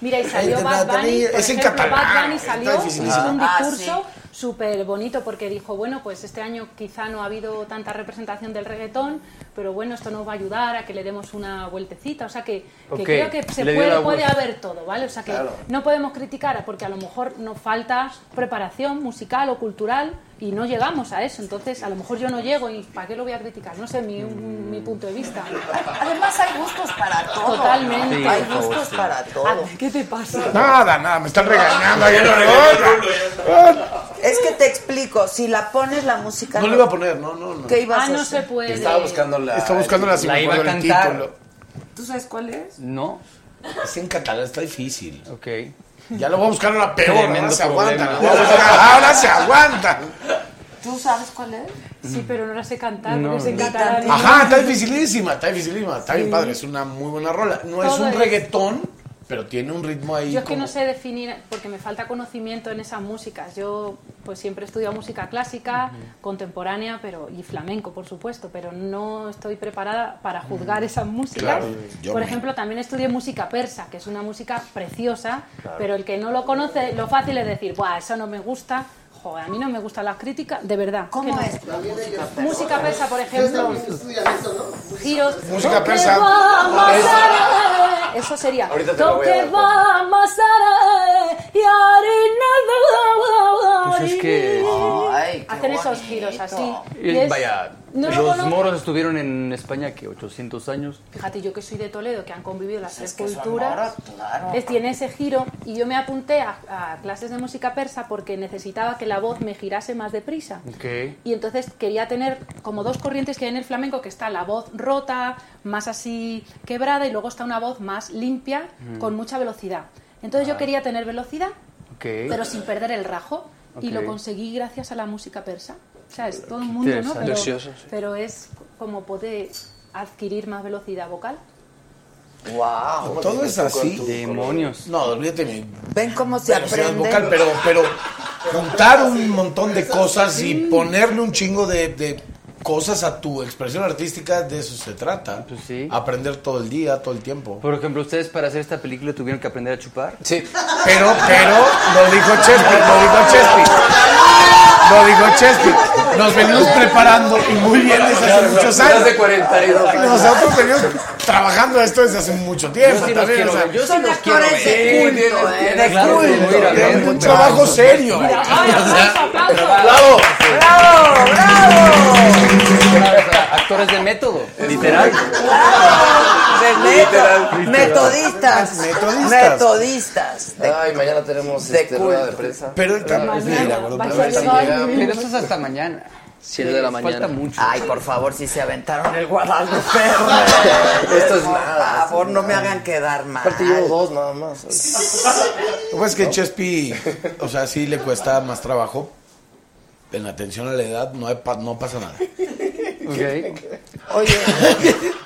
Mira, y salió
Gente,
Bad
Natalia,
Bunny. por
Eh, es en
ejemplo,
catalán,
Bad Bunny
está
salió hizo
dificilísimo.
un
Ah,
discurso súper bonito porque dijo, bueno, pues este año quizá no ha habido tanta representación del reggaetón, pero bueno, esto nos va a ayudar a que le demos una vueltecita. O sea que, que
Ok,
creo que se
le dio
puede,
la
puede
vuelta.
haber todo, ¿vale? O sea que
Claro.
no podemos criticar porque a lo mejor nos falta preparación musical o cultural y no llegamos a eso. Entonces, a lo mejor yo no llego y ¿para qué lo voy a criticar? No sé, mi, mi punto de vista.
Además hay gustos para todo.
Totalmente.
Sí, Hay por favor, gustos sí. para todo.
¿Qué te pasa?
Nada, nada, me están regañando. ahí en la
Es que te explico, si la pones la música.
No le iba a poner, no, no, no.
¿Qué ibas
Ah,
a
no
hacer?
se puede.
la. Está Eh, buscando la, si
La
me
iba a
acuerdo el
cantar.
título.
¿Tú sabes cuál es?
No.
Es en catalán, está difícil.
Ok.
Ya lo voy a buscar ahora peor,
Tremendo
*laughs* ahora se
problema.
aguanta. lo voy a buscar, Ah, ahora se aguanta.
¿Tú sabes cuál es? Sí, pero no la sé cantar,
No,
no, sé
no.
cantar.
Ajá, está dificilísima, está dificilísima. Está bien padre, es una muy buena rola. No es
Todo
un
es-
reggaetón, pero tiene un ritmo ahí
Yo es que
como-
no sé definir, porque me falta conocimiento en esas músicas. Yo pues siempre he estudiado música clásica, contemporánea pero y flamenco, por supuesto, pero no estoy preparada para juzgar esas músicas.
Claro, yo
por
me-
ejemplo, también estudié música persa, que es una música preciosa,
Claro.
pero el que no lo conoce, lo fácil es decir, ¡buah, eso no me gusta! Joder, a mí no me gustan las críticas, de verdad. ¿Cómo es? Música persa, por ejemplo. Giros.
Música
Lo que
persa.
vamos
Es-
a ver, Eso sería.
Ahorita te la
Lo
voy a
que
dar,
vamos a ver, y harina de
Pues es que-
Ay, qué
Hacen esos
bonito.
giros así. Y
Eh,
es-
Vaya,
no lo
los
conozco.
moros estuvieron en España que 800 años.
Fíjate, yo que soy de Toledo, que han convivido las tres
que son
culturas,
moros, claro.
es- tiene ese giro y yo me apunté a, a clases de música persa porque necesitaba que la voz me girase más deprisa.
Ok.
Y entonces quería tener como dos corrientes que hay en el flamenco, que está la voz rota, más así quebrada, y luego está una voz más limpia,
Mm.
con mucha velocidad. Entonces yo quería tener velocidad,
Ok.
pero sin perder el rajo, y
Ok.
lo conseguí gracias a la música persa. O sea, es todo el mundo, ¿no?
interesante.
Pero,
Precioso, sí.
pero es como poder adquirir más velocidad vocal.
Wow, todo es así. Demonios. No, olvídate mi.
Ven cómo se aprende.
vocal, pero, pero juntar un montón de cosas y ponerle un chingo de, de cosas a tu expresión artística, de eso se trata. Aprender todo el día, todo el tiempo.
Por ejemplo, ¿ustedes para hacer esta película tuvieron que aprender a chupar?
Sí. Pero, pero, lo dijo Chespi, lo dijo Chespi. Lo dijo Chespi. Nos venimos preparando y muy bien desde hace
Claro,
muchos
más
años.
de 42 años.
Nosotros venimos trabajando esto desde hace mucho tiempo.
Yo sí los
también,
quiero
o sea,
ver, yo sí Son los quiero actores ver. de culto,
tienes-
¿eh?
tienes
Claro,
culto,
voy a ir a
tienes
ver.
un trabajo serio.
Mira,
ay, aplausos,
¡Bravo!
Actores de método, literal.
De meto-
Literal.
metodistas.
Metodistas.
Metodistas.
Ay, mañana tenemos
de
este, rueda de
culto.
prensa.
Pero
a ver si llegamos.
Pero esto es hasta mañana.
Siete
de la mañana.
Falta
mucho.
Ay, por favor, si se aventaron el Guadalupe. Esto es Por favor, no me hagan quedar mal.
Aparte llevo dos nada
*laughs*
más.
Pues que Chespi, o sea, sí le cuesta más trabajo. En atención a la edad no, hay pa- no pasa nada.
Oye,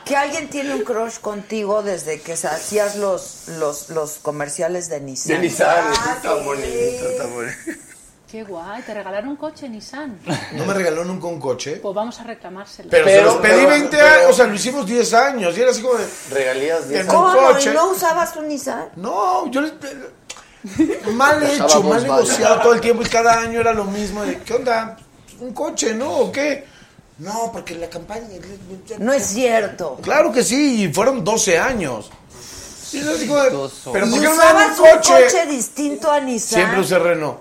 que alguien tiene un crush contigo desde que se hacías los, los, los comerciales de Nissan.
De Nissan,
Ah,
está
sí.
bonito, está bonito.
Qué guay, te regalaron un coche
*laughs*
Nissan.
No me regaló nunca un coche.
Pues vamos a reclamárselo.
Pero, se los pedí
pero-
20
pero-
años, o sea, lo hicimos 10 años. Y era así como de.
Regalías
de
¿Cómo?
un coche.
¿Y no usabas un Nissan?
No, yo Mal hecho,
Dejábamos
mal
mal.
negociado todo el tiempo y cada año era lo mismo. de, ¿Qué onda? ¿Un coche, no? ¿O qué? No, porque la campaña.
No es cierto.
Claro que sí, y fueron 12 años. Y yo digo, ¿Pero
¿Y
por qué no me dan un
usabas
coche?
un coche distinto a Nissan?
Siempre usé Renault.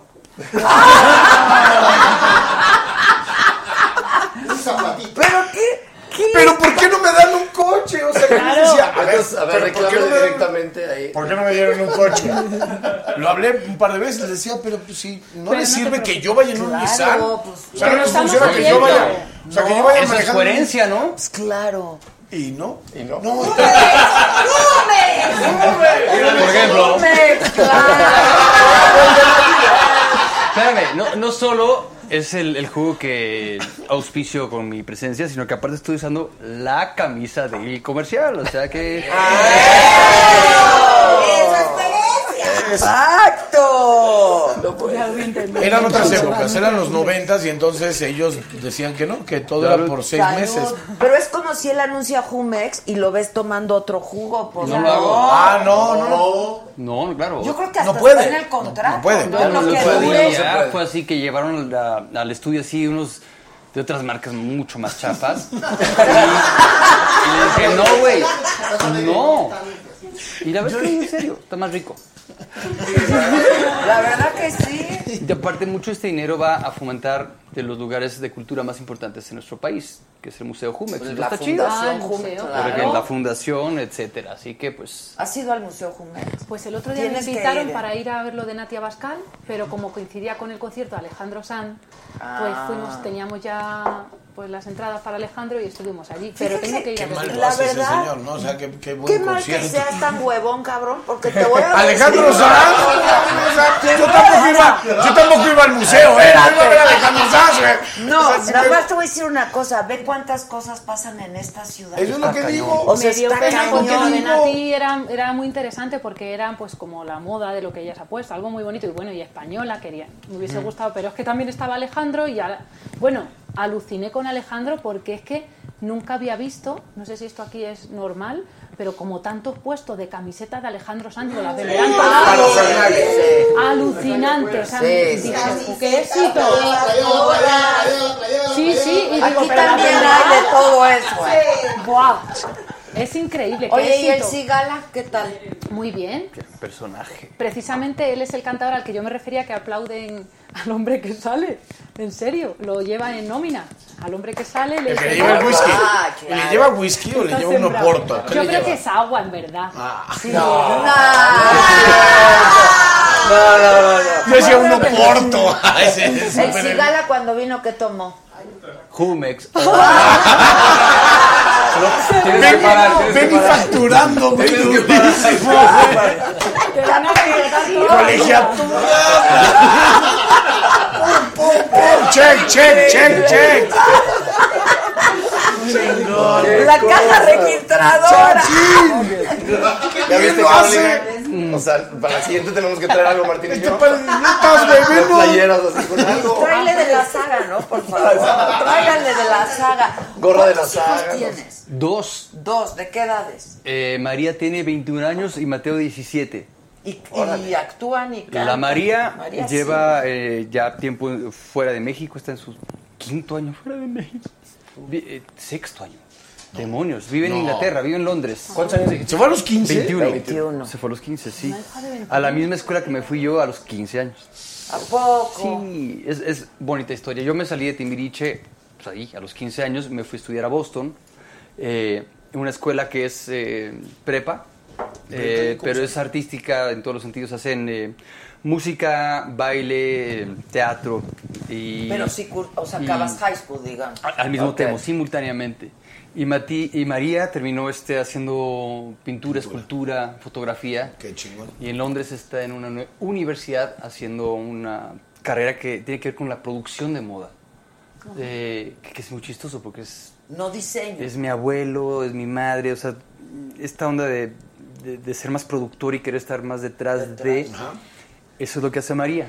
¿Pero qué?
¿Pero por qué no me dan un coche? O sea, que yo decía, "Ah, a ver,
Entonces, a ver,
¿pero por qué no
reclame
me dan un
directamente ahí.
*laughs* ¿Por qué no me dieron un coche? *laughs* Lo hablé un par de veces, les decía, pero pues sí, no
Pero
les
no te
sirve que
preocupes.
yo vaya en un
Claro,
Nissan.
pues,
o sea, no
pero
les
estamos
funciona que yo
haciendo.
vaya. O sea, que yo
No,
vaya
eso es
manejando.
coherencia,
¿no?
Pues claro.
Y no. Y no.
Por ejemplo. Espérame, no, no solo es el, el jugo que auspicio con mi presencia, sino que aparte estoy usando la camisa del comercial. O sea
Ah.
que.
¡Exacto! ¡Bravo!
Eran otras épocas, eran los noventas y entonces ellos decían que no, que todo era por seis
Salud.
meses.
Pero es como si él anuncia Jumex y lo ves tomando otro jugo. Por
No lo hago. Ah, no, no, no.
No, no, claro.
Yo creo que hasta
no puede.
está en el contrato. ¿no?
Ya
Lo
no se
que
puede,
dure.
ya fue así que llevaron la- al estudio así unos de otras marcas mucho más
*laughs*
chapas. y, y le dije, no, güey, no. Y la verdad es que en serio, está más rico.
La verdad que sí.
Y aparte, mucho este dinero va a fomentar de los lugares de cultura más importantes en nuestro país, que es el Museo Jumex.
Pues
Entonces,
la
está
fundación
chido.
Jumex,
Porque
claro.
La fundación, etcétera. Así que, pues,
¿Has ido al Museo Jumex?
Pues el otro día me
Tienes que
invitaron
ir. ¿eh?
para ir a ver lo de Natia Bascal, pero como coincidía con el concierto de Alejandro San, pues
Ah.
fuimos, teníamos ya pues las entradas para Alejandro y estuvimos allí. Pero
Fíjate
tengo que ir
que
a verlo.
Mal lo
La
hace ese
verdad,
señor, ¿no? O sea, qué, qué buen
Qué mal que
concierto.
seas tan huevón, cabrón, porque te voy a...
Alejandro Sanz, o sea, yo tampoco iba, yo tampoco iba al museo, ¿eh? Yo iba a ver a Alejandro Sanz, ¿eh? güey.
No,
O sea, sí
nada
me-
más te voy a decir una cosa. Ve cuántas cosas pasan en esta ciudad.
Eso es lo que Está digo. cañón.
O sea,
me dio
está
pena porque lo de
cañón.
Nati era, era muy interesante porque era pues como la moda de lo que ella se ha puesto, algo muy bonito y bueno, y española quería, me hubiese
Mm.
gustado, pero es que también estaba Alejandro y ahora- bueno, aluciné con Alejandro porque es que nunca había visto, no sé si esto aquí es normal, pero como tantos puestos de camisetas de Alejandro Sánchez, las de
Sí,
verano.
sí, sí.
alucinante, o sea,
Sí,
dije,
sí.
qué éxito. Sí, sí, y
Aquí
digo, pero la
también
verdad-
hay de todo eso, ¿eh?
Buah, es increíble. qué
Oye, ¿y el
éxito.
Cigala qué tal?
Muy bien.
personaje.
Precisamente él es el cantador al que yo me refería que aplauden al hombre que sale. En serio, lo llevan en nómina. Al hombre que sale le
El que le
dicen,
lleva el
"Ah,
whisky.
Ah,
¿O ¿Le lleva whisky o le
está
lleva un
sembrado".
oporto? ¿Qué
Yo
le
creo
lleva?
que es agua, en verdad. Sí.
no.
No, no, no,
Yo decía un
*laughs*
oporto. Ay, sí, es
El
súper-
Cigala cuando vino, ¿qué tomó?
Jumex.
Ah,
Ven, ven y facturando, güey. durísimo, güey.
Te van a regalar todo.
Colegiatura. Pum, pum, pum. Check, check, check, check.
La caja registradora.
¿Ya viste,
lo hace?
Mm.
Carolina? O sea, para la siguiente tenemos que traer algo, Martín y
Este
Este
yo.
Paletas,
Las playeras así con algo.
Tráele de la saga, ¿no? Por favor. Tráigale de la saga.
Gorra de la
¿Cuántos hijos
saga.
tienes?
dos.
Dos. ¿De qué edades?
Eh, María tiene 21 años y Mateo 17.
Y, y actúan y cantan.
La María,
sí.
lleva eh, ya tiempo fuera de México, está en su quinto año fuera de México. Vi- eh, sexto año. Demonios, vive en
No.
Inglaterra, vive en Londres.
¿Cuántos años tiene? ¿Se fue a los 15?
21.
21.
Se fue a los 15, sí.
Una hija de 21.
A la misma escuela que me fui yo a los 15 años.
¿A poco?
Sí, es, es bonita historia. Yo me salí de Timbiriche pues, ahí, a los 15 años, me fui a estudiar a Boston, eh, en una escuela que es eh, prepa, eh,
¿Cómo
pero
se
es artística en todos los sentidos. Hacen eh, música, baile, eh, teatro y...
Pero sí, cur- o sea,
y-
acabas high school, digamos.
a- Ah, Al mismo
Ok.
tiempo, simultáneamente. Y, Mati, y María terminó este, haciendo pintura, escultura, fotografía.
Qué chingón.
Y en Londres está en una nue- universidad haciendo una carrera que tiene que ver con la producción de moda.
Ajá.
Eh, que, que es muy chistoso porque es,
No diseño.
es mi abuelo, es mi madre, o sea, esta onda de, de- de ser más productor y querer estar más detrás, de... Eso es lo que hace María.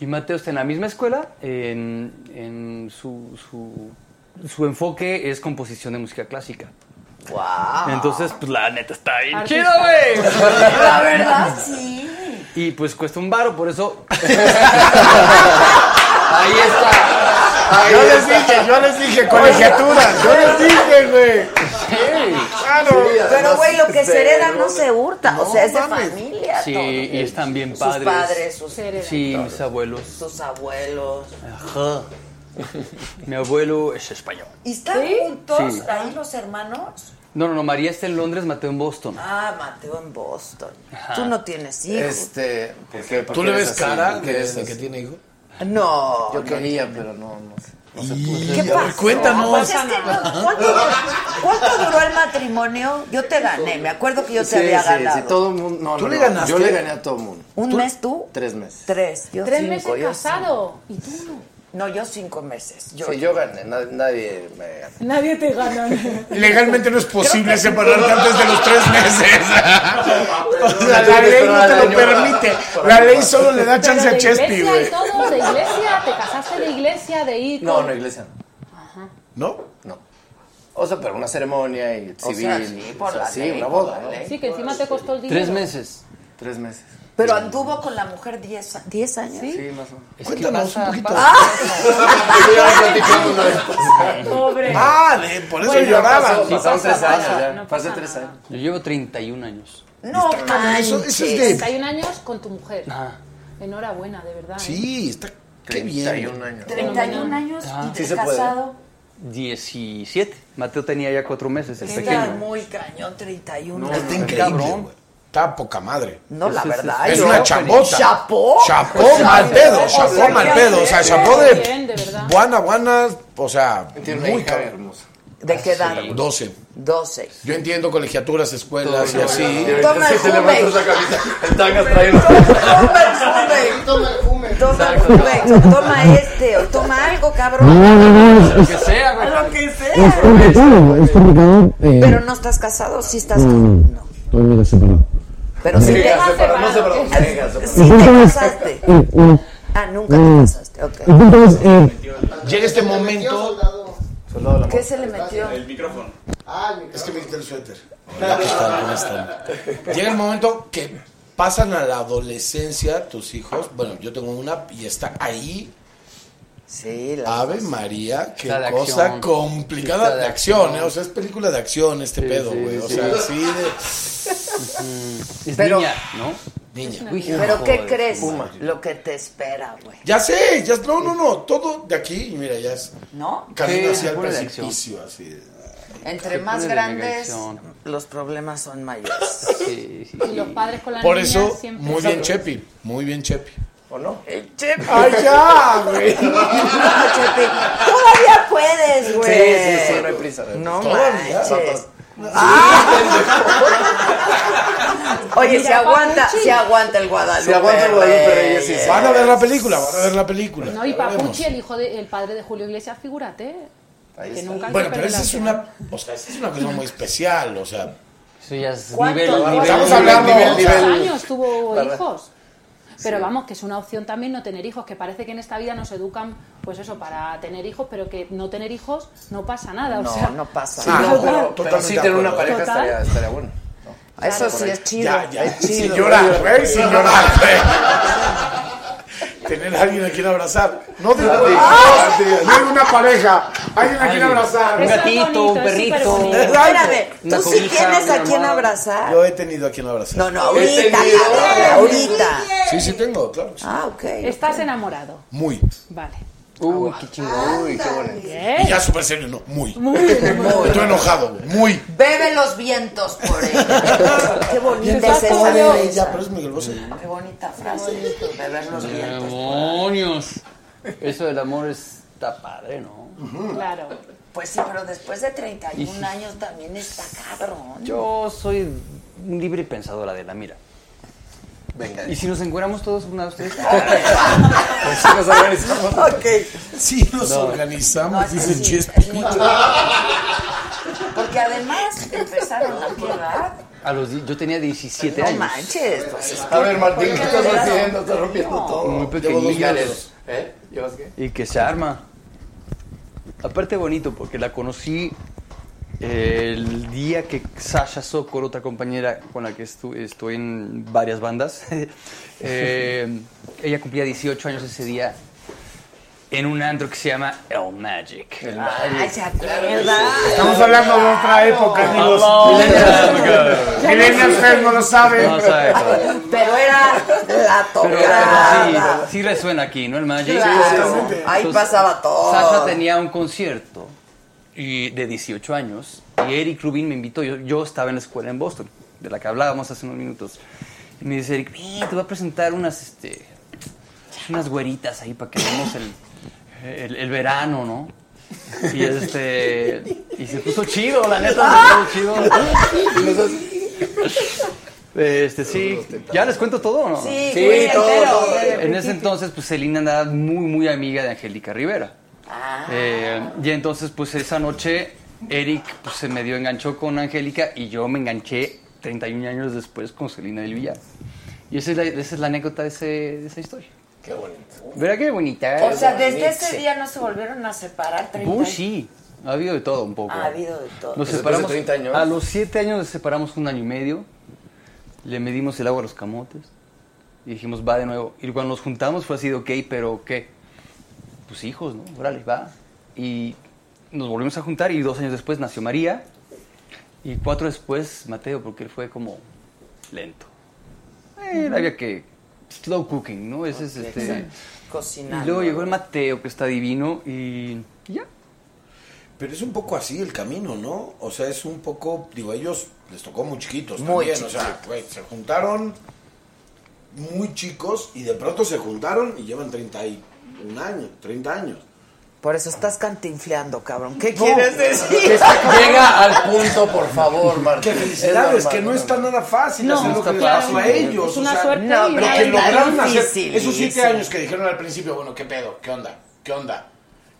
Y Mateo está en la misma escuela, en, en su, su, su enfoque es composición de música clásica.
Wow.
Entonces, pues la neta está bien
Artista.
chido, güey.
*laughs* La verdad, sí.
Y pues cuesta un varo, por eso. Ahí está.
Yo les dije, yo les dije, colegiatura. Yo les dije, güey. Claro.
Pero, güey, lo que se hereda no se hurta.
No
o sea, es de
mames.
familia.
Sí,
todo.
y están bien
Sus
padres.
padres, sus- Se heredan.
Sí, mis abuelos.
Sus abuelos.
Ajá. Mi abuelo es español.
¿Y están juntos
Sí.
ahí los hermanos?
No, no, no, María está en Londres, Mateo en Boston.
Ah, Mateo en Boston.
Ajá.
Tú no tienes hijos.
Este, ¿por qué? ¿Por
¿Tú
qué
le
eres
ves
así?
cara
¿Por qué eres
de que
así?
tiene hijo?
No.
Yo quería, pero no, no sé. No se pudo.
¿Qué pasó? Pues es que no- ¿cuánto, cuánto duró el matrimonio? Yo te gané. Me acuerdo que yo te
Sí,
había
sí,
ganado.
sí, todo el mundo. No,
¿Tú
no,
le
no,
ganaste?
Yo le gané a todo el mundo.
¿Un mes tú?
Tres meses.
Tres. Yo
Tres
cinco,
meses
yo
casado. Y tú no.
No, yo cinco meses. Yo,
Sí, yo gané, na- nadie me gana.
Nadie te gana.
Legalmente no es posible separarte antes de los tres
*laughs*
meses. O sea,
La ley no te lo
Pero-
permite. La ley solo le da
Pero
chance a
de
Chespi,
iglesia
güey.
y todo, de iglesia, te casaste de iglesia, de ir
No,
con-
no, iglesia no.
Ajá.
¿No? No. O sea, pero una ceremonia y
O
civil.
sea, sí, por
o sea,
la
sí,
ley,
una
por
boda,
la
¿no?
ley.
Sí, que encima te costó el dinero.
Tres meses. Tres meses.
Pero anduvo con la mujer 10 diez años. Ah.
Sí, más o menos.
Cuéntanos un poquito.
Pobre.
Ah, de- por eso
Bueno,
lloraba.
pasó-
Sí,
pasaron
pasa,
tres
pasa,
años ya.
no
Pasé
pasa
tres años.
Yo llevo 31 años.
No
manches. Eso- eso es de-
31 años con tu mujer.
Ajá.
Enhorabuena, de verdad. ¿eh?
está.
qué bien. 31 años.
31 años y
Ah, Sí
te
se puede.
casado.
17. Mateo tenía ya cuatro meses, el
Está
pequeño.
muy cañón, 31
No,
años.
está increíble.
Cabrón. Está poca madre.
No, la
Es- es-
verdad.
Es
yo-
una chambota.
Chapó. Pues
Chapó mal pedo,
O
chapó
sea,
mal
¿qué
pedo. O sea,
haces?
chapó
Bien, de
de.
verdad.
Buena, buena. O sea, muy cabrón.
hermosa.
¿De qué edad?
12.
12.
Yo entiendo colegiaturas, escuelas y
Todo,
así.
todo. Y ahorita Toma sí el te levantas Jumex. la
camisa.
El tanga
Toma el Jumex. Toma el Jumex. o Toma este. O toma algo, cabrón.
Lo que sea, güey.
Lo que sea.
es complicado. eh.
Pero no estás casado, sí
este,
estás.
Todavía separado.
Pero si
sí
te
te
casaste.
No se
eh,
preocupen.
Si te casaste. Ah,
eh,
nunca te casaste. Ok.
Entonces, eh,
Llega este momento.
¿Qué se le metió?
El micrófono.
Ah, mi
Es que me quité el suéter. Llega el momento que pasan a la adolescencia tus hijos. Bueno, yo tengo una y está ahí.
Sí,
Ave María, qué
Está de
cosa
acción.
complicada
Está
de,
de
acción, ¿eh?
acción.
O sea, es película de acción este
Sí,
pedo,
sí,
güey. o
sí.
sea, sí *laughs*
Ujú.
de.
Es
Pero-
niña, ¿no?
Niña.
Pero ¿qué
Joder,
crees?
Puma.
Lo que te espera, güey.
Ya sé, ya no, no, no, todo de aquí, y mira, ya es.
¿No?
Camino
Sí,
hacia el
pura de
precipicio, así. de-
Entre
Se
más
pone de
grandes,
negación.
los problemas son mayores.
Y los padres con la
Por
niña
eso,
siempre-
muy bien Chepi, muy bien Chepi.
¿O no?
Chepi.
¡Ay, ya, güey!
*laughs* No, Chepi, Todavía puedes, güey.
Sí, sí, sí, no hay prisa.
No
Todavía.
manches. Oye, se aguanta, se aguanta el Guadalupe.
Se aguanta el Guadalupe Reyes, sí, sí. Van a ver la película, van a ver la película.
No, y
Ya veremos.
Papuchi, el hijo de, el padre de Julio Iglesias, figúrate. Que nunca hay que
Bueno, pero
perder
esa
la
es
fe.
una, o sea, esa es una cosa muy especial, o sea. Eso ya es
¿Cuántos-
Estamos hablando
¿Cuántos años tuvo
Perdón.
hijos? Pero
Sí.
vamos, que es una opción también no tener hijos, que parece que en esta vida nos educan, pues eso, para tener hijos, pero que no tener hijos no pasa nada.
No,
o sea,
no pasa
Sí,
nada.
no, pero-
Pero, Ah, pero sí tener una pareja
Total.
estaría, estaría bueno.
Eso
Por
sí
ahí.
es chido.
Ya, ya,
Es
sin
chido.
llorar, güey, sin llorar, güey. Tener a alguien a quien abrazar. No de
Ah, sí.
¡Ah! No hay una pareja, alguien a quien abrazar.
Un Eso es gatito, un bonito, es perrito. superbonito.
Espérame,
Una
¿tú sí
cobija,
tienes
una
a quién
almohada.
abrazar?
Yo he tenido a quien abrazar.
No, no, ahorita, cabrón, ahorita.
Sí, sí tengo, claro. que sí.
Ah, ok.
Estás enamorado.
Muy.
Vale.
Uy, qué
Ah.
chingón. Uy, qué bonito.
Bien.
Y ya súper serio, no, muy.
¿Eh? Muy.
Estoy enojado, güey, muy.
Bebe los vientos por
*laughs*
ella. Qué bonita es esa
Ya,
frase.
pero es muy grueso.
Qué bonita frase. Beber los vientos.
¡Demonios! Eso del amor está padre, ¿no?
Claro.
Pues sí, pero después de 31 años también está cabrón.
Yo soy libre pensadora de la mira. Venga. ¿Y si nos encueramos todos una vez? si nos organizamos.
Ok.
Si nos
No.
organizamos,
No,
dice
sí,
Chespi.
Porque además empezaron a qué edad?
A los, di- yo tenía 17
No
años.
manches, pues es
A ver, Martín, ¿qué estás
Claro.
haciendo? Estás rompiendo todo.
Muy
Llevo dos
pequeñitos.
galletas. ¿Eh? ¿Llevas qué?
Y que se arma. Aparte bonito, porque la conocí el día que Sasha Sokol, otra compañera con la que estu- estoy en varias bandas, eh, ella cumplía 18 años ese día en un antro que se llama El Magic. El
Ay, ¿se acuerda?
Estamos hablando de otra época, amigos. Millennials Fest no lo saben.
No sabe, claro.
Pero era la
Pero
tocada.
sí, sí resuena aquí, ¿no? El Magic.
Claro, ahí pasaba todo.
Sasha tenía un concierto y- de 18 años y Eric Rubin me invitó. Yo, yo estaba en la escuela en Boston, de la que hablábamos hace unos minutos. Y me dice Eric, "Ven, te voy a presentar unas, este, unas güeritas ahí para que veamos el, el- el verano, ¿no? Y este. Ah.
*laughs*
Y se puso chido, la neta, se puso chido. Este, sí. ¿Ya les cuento todo o no?
Sí, Sí, güey, todo, entero, todo. güey, de
En ese
principio.
entonces, pues Celina andaba muy, muy amiga de Angélica Rivera.
Ah.
Eh, y entonces, pues esa noche, Eric pues, se medio enganchó con Angélica y yo me enganché 31 años después con Celina del Villar. Y esa es la, esa es la anécdota de, ese- de esa historia.
Qué bonito.
¿Verdad qué bonita?
O sea, desde ese día no se volvieron a separar. 30
Uy, sí. Ha habido de todo un poco.
Ha habido de todo.
Nos
Después de
separamos
30 años.
A los 7 años nos separamos un año y medio. Le medimos el agua a los camotes. Y dijimos, va de nuevo. Y cuando nos juntamos fue así de, ok, pero ¿qué? Pues hijos, ¿no? Órale, va. Y nos volvimos a juntar y dos años después nació María. Y cuatro después Mateo, porque él fue como lento. Eh, había que... Slow cooking, ¿no? Ese es este...
exacto. Cocinando.
Y luego llegó el Mateo, que está divino, y ya.
Pero es un poco así el camino, ¿no? O sea, es un poco, digo, a ellos les tocó muy chiquitos
Muy
también, o sea,
chiquitos.
güey, se juntaron muy chicos y de pronto se juntaron y llevan 31 años, 30 años.
Por eso estás cantinfleando, cabrón. ¿Qué
No.
quieres decir?
Que se- *laughs* llega al punto,
por favor, Martín.
Que felicidades, que no está nada fácil
No,
hacer lo
está
que les pasó
fácil.
a ellos.
Es
o
una
sea,
suerte
no,
y
pero
una
que
vida
lograron hacer
difícil,
esos siete
sí.
años que dijeron al principio, bueno, qué pedo, qué onda, qué onda.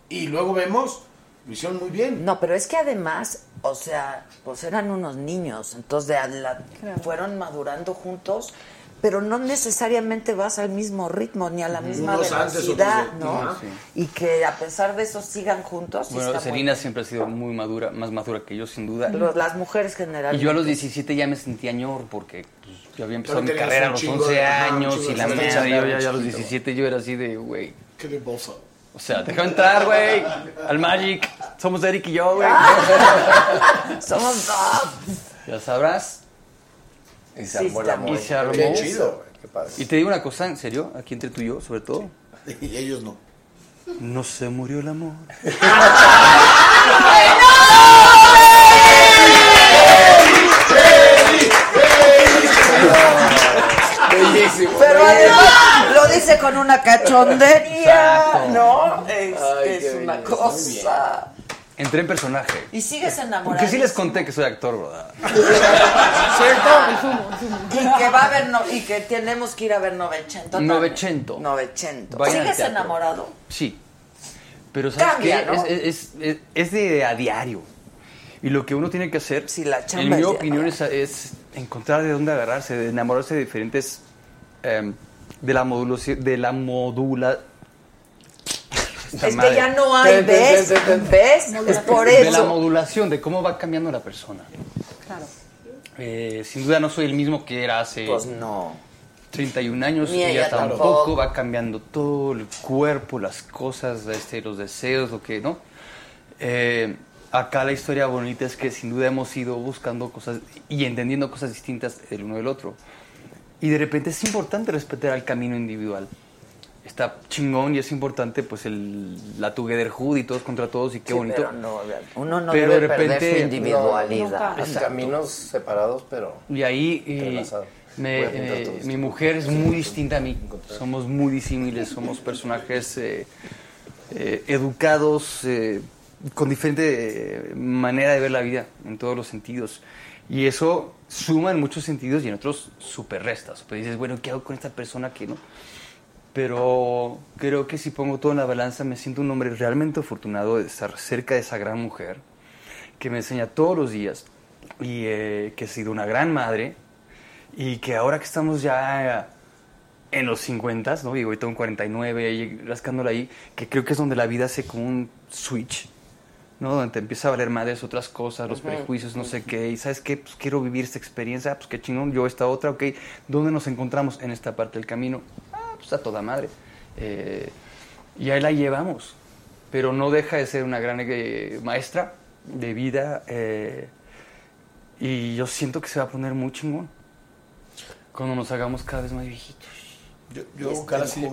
Y luego vemos, lo hicieron muy bien.
No, pero es que además, o sea, pues eran unos niños, entonces de la- fueron madurando juntos, pero no necesariamente vas al mismo ritmo ni a la misma
Unos antes,
velocidad,
otros de-
¿no?
Ajá. Sí.
Y que a pesar de eso sigan juntos. sí
Bueno,
está muy-
Selena siempre ha sido muy madura, más madura que yo, sin duda.
Los- las mujeres
y
generalmente.
yo a los 17 ya me sentía ñor porque pues, yo había empezado mi
Pero tenías
carrera a
un
los
chingo de-
11
ajá, un
años
chingo
y
de
la madre.
experiencia,
Yo ya,
muy
ya a los
chiquito.
17 yo era así de, güey.
Qué de bolsa.
O sea, deja entrar, güey. Al Magic. Somos Eric y yo,
*laughs*
güey.
Somos dos.
Ya sabrás.
Y se armó el amor.
Y se armó.
Qué chido, güey, qué padre.
Y te digo una cosa, en serio, aquí entre tú y yo, sobre todo.
*laughs* Y ellos no.
No se murió el amor.
Bellísimo.
Pero además lo dice con una cachondería,
Exacto.
¿no?
Ay, qué
Es, es una
belleza, muy bien.
cosa.
Entré en personaje.
Y sigues enamorado.
Porque sí les conté que soy actor, ¿verdad?
Y que va a haber no- y que tenemos que ir a ver Novecento. también.
900.
900.
Vayan al
¿Sigues
teatro.
enamorado?
Sí. Pero ¿sabes
Cambia,
qué?
¿no?
Es, es- es- es de a diario. Y lo que uno tiene que hacer,
chamba
en mi
es de-
opinión, es, es encontrar de dónde agarrarse, de enamorarse de diferentes... em, de la modulación... De la modula... Esta
Es que
madre.
ya no hay,
Ten, ten,
¿ves?
ten, ten, ten.
¿Ves? Es por
De la
eso.
modulación, de cómo va cambiando la persona. Eh, sin duda no soy el mismo que era hace...
Pues no.
31 años
Ni
y
ella
ya
tampoco.
tampoco. va cambiando todo el cuerpo, las cosas, este, los deseos, lo que no. Eh, acá la historia bonita es que sin duda hemos ido buscando cosas y entendiendo cosas distintas el uno del otro. Y de repente es importante respetar el camino individual. Está chingón y es importante pues el, la togetherhood y todos contra todos y qué
Sí,
bonito.
pero no, uno no debe perder su individualidad.
Los
Exacto.
caminos separados, pero.
Y ahí eh,
Entrelazado.
me-
Voy a apuntar
eh,
todo esto.
mi mujer es muy distinta a mí. Somos muy disímiles, somos personajes eh, eh, educados eh, con diferente eh, manera de ver la vida en todos los sentidos. Y eso suma en muchos sentidos y en otros superresta. Super dices, bueno, ¿qué hago con esta persona que no? Pero creo que si pongo todo en la balanza, me siento un hombre realmente afortunado de estar cerca de esa gran mujer que me enseña todos los días y eh, que ha sido una gran madre y que ahora que estamos ya en los 50, ¿no? Digo, ahorita un 49, ahí rascándola ahí, que creo que es donde la vida hace como un switch, ¿no? Donde te empieza a valer madres otras cosas, los
Ujú.
prejuicios, no sé qué, y ¿sabes qué? Pues quiero vivir esta experiencia, ah, pues qué chingón, yo esta otra, ok, ¿dónde nos encontramos en esta parte del camino? Ah, pues a toda madre. Eh, y ahí la llevamos, pero no deja de ser una gran eh, maestra de vida eh, y yo siento que se va a poner muy chingón cuando nos hagamos cada vez más viejitos.
Yo, yo cara así de-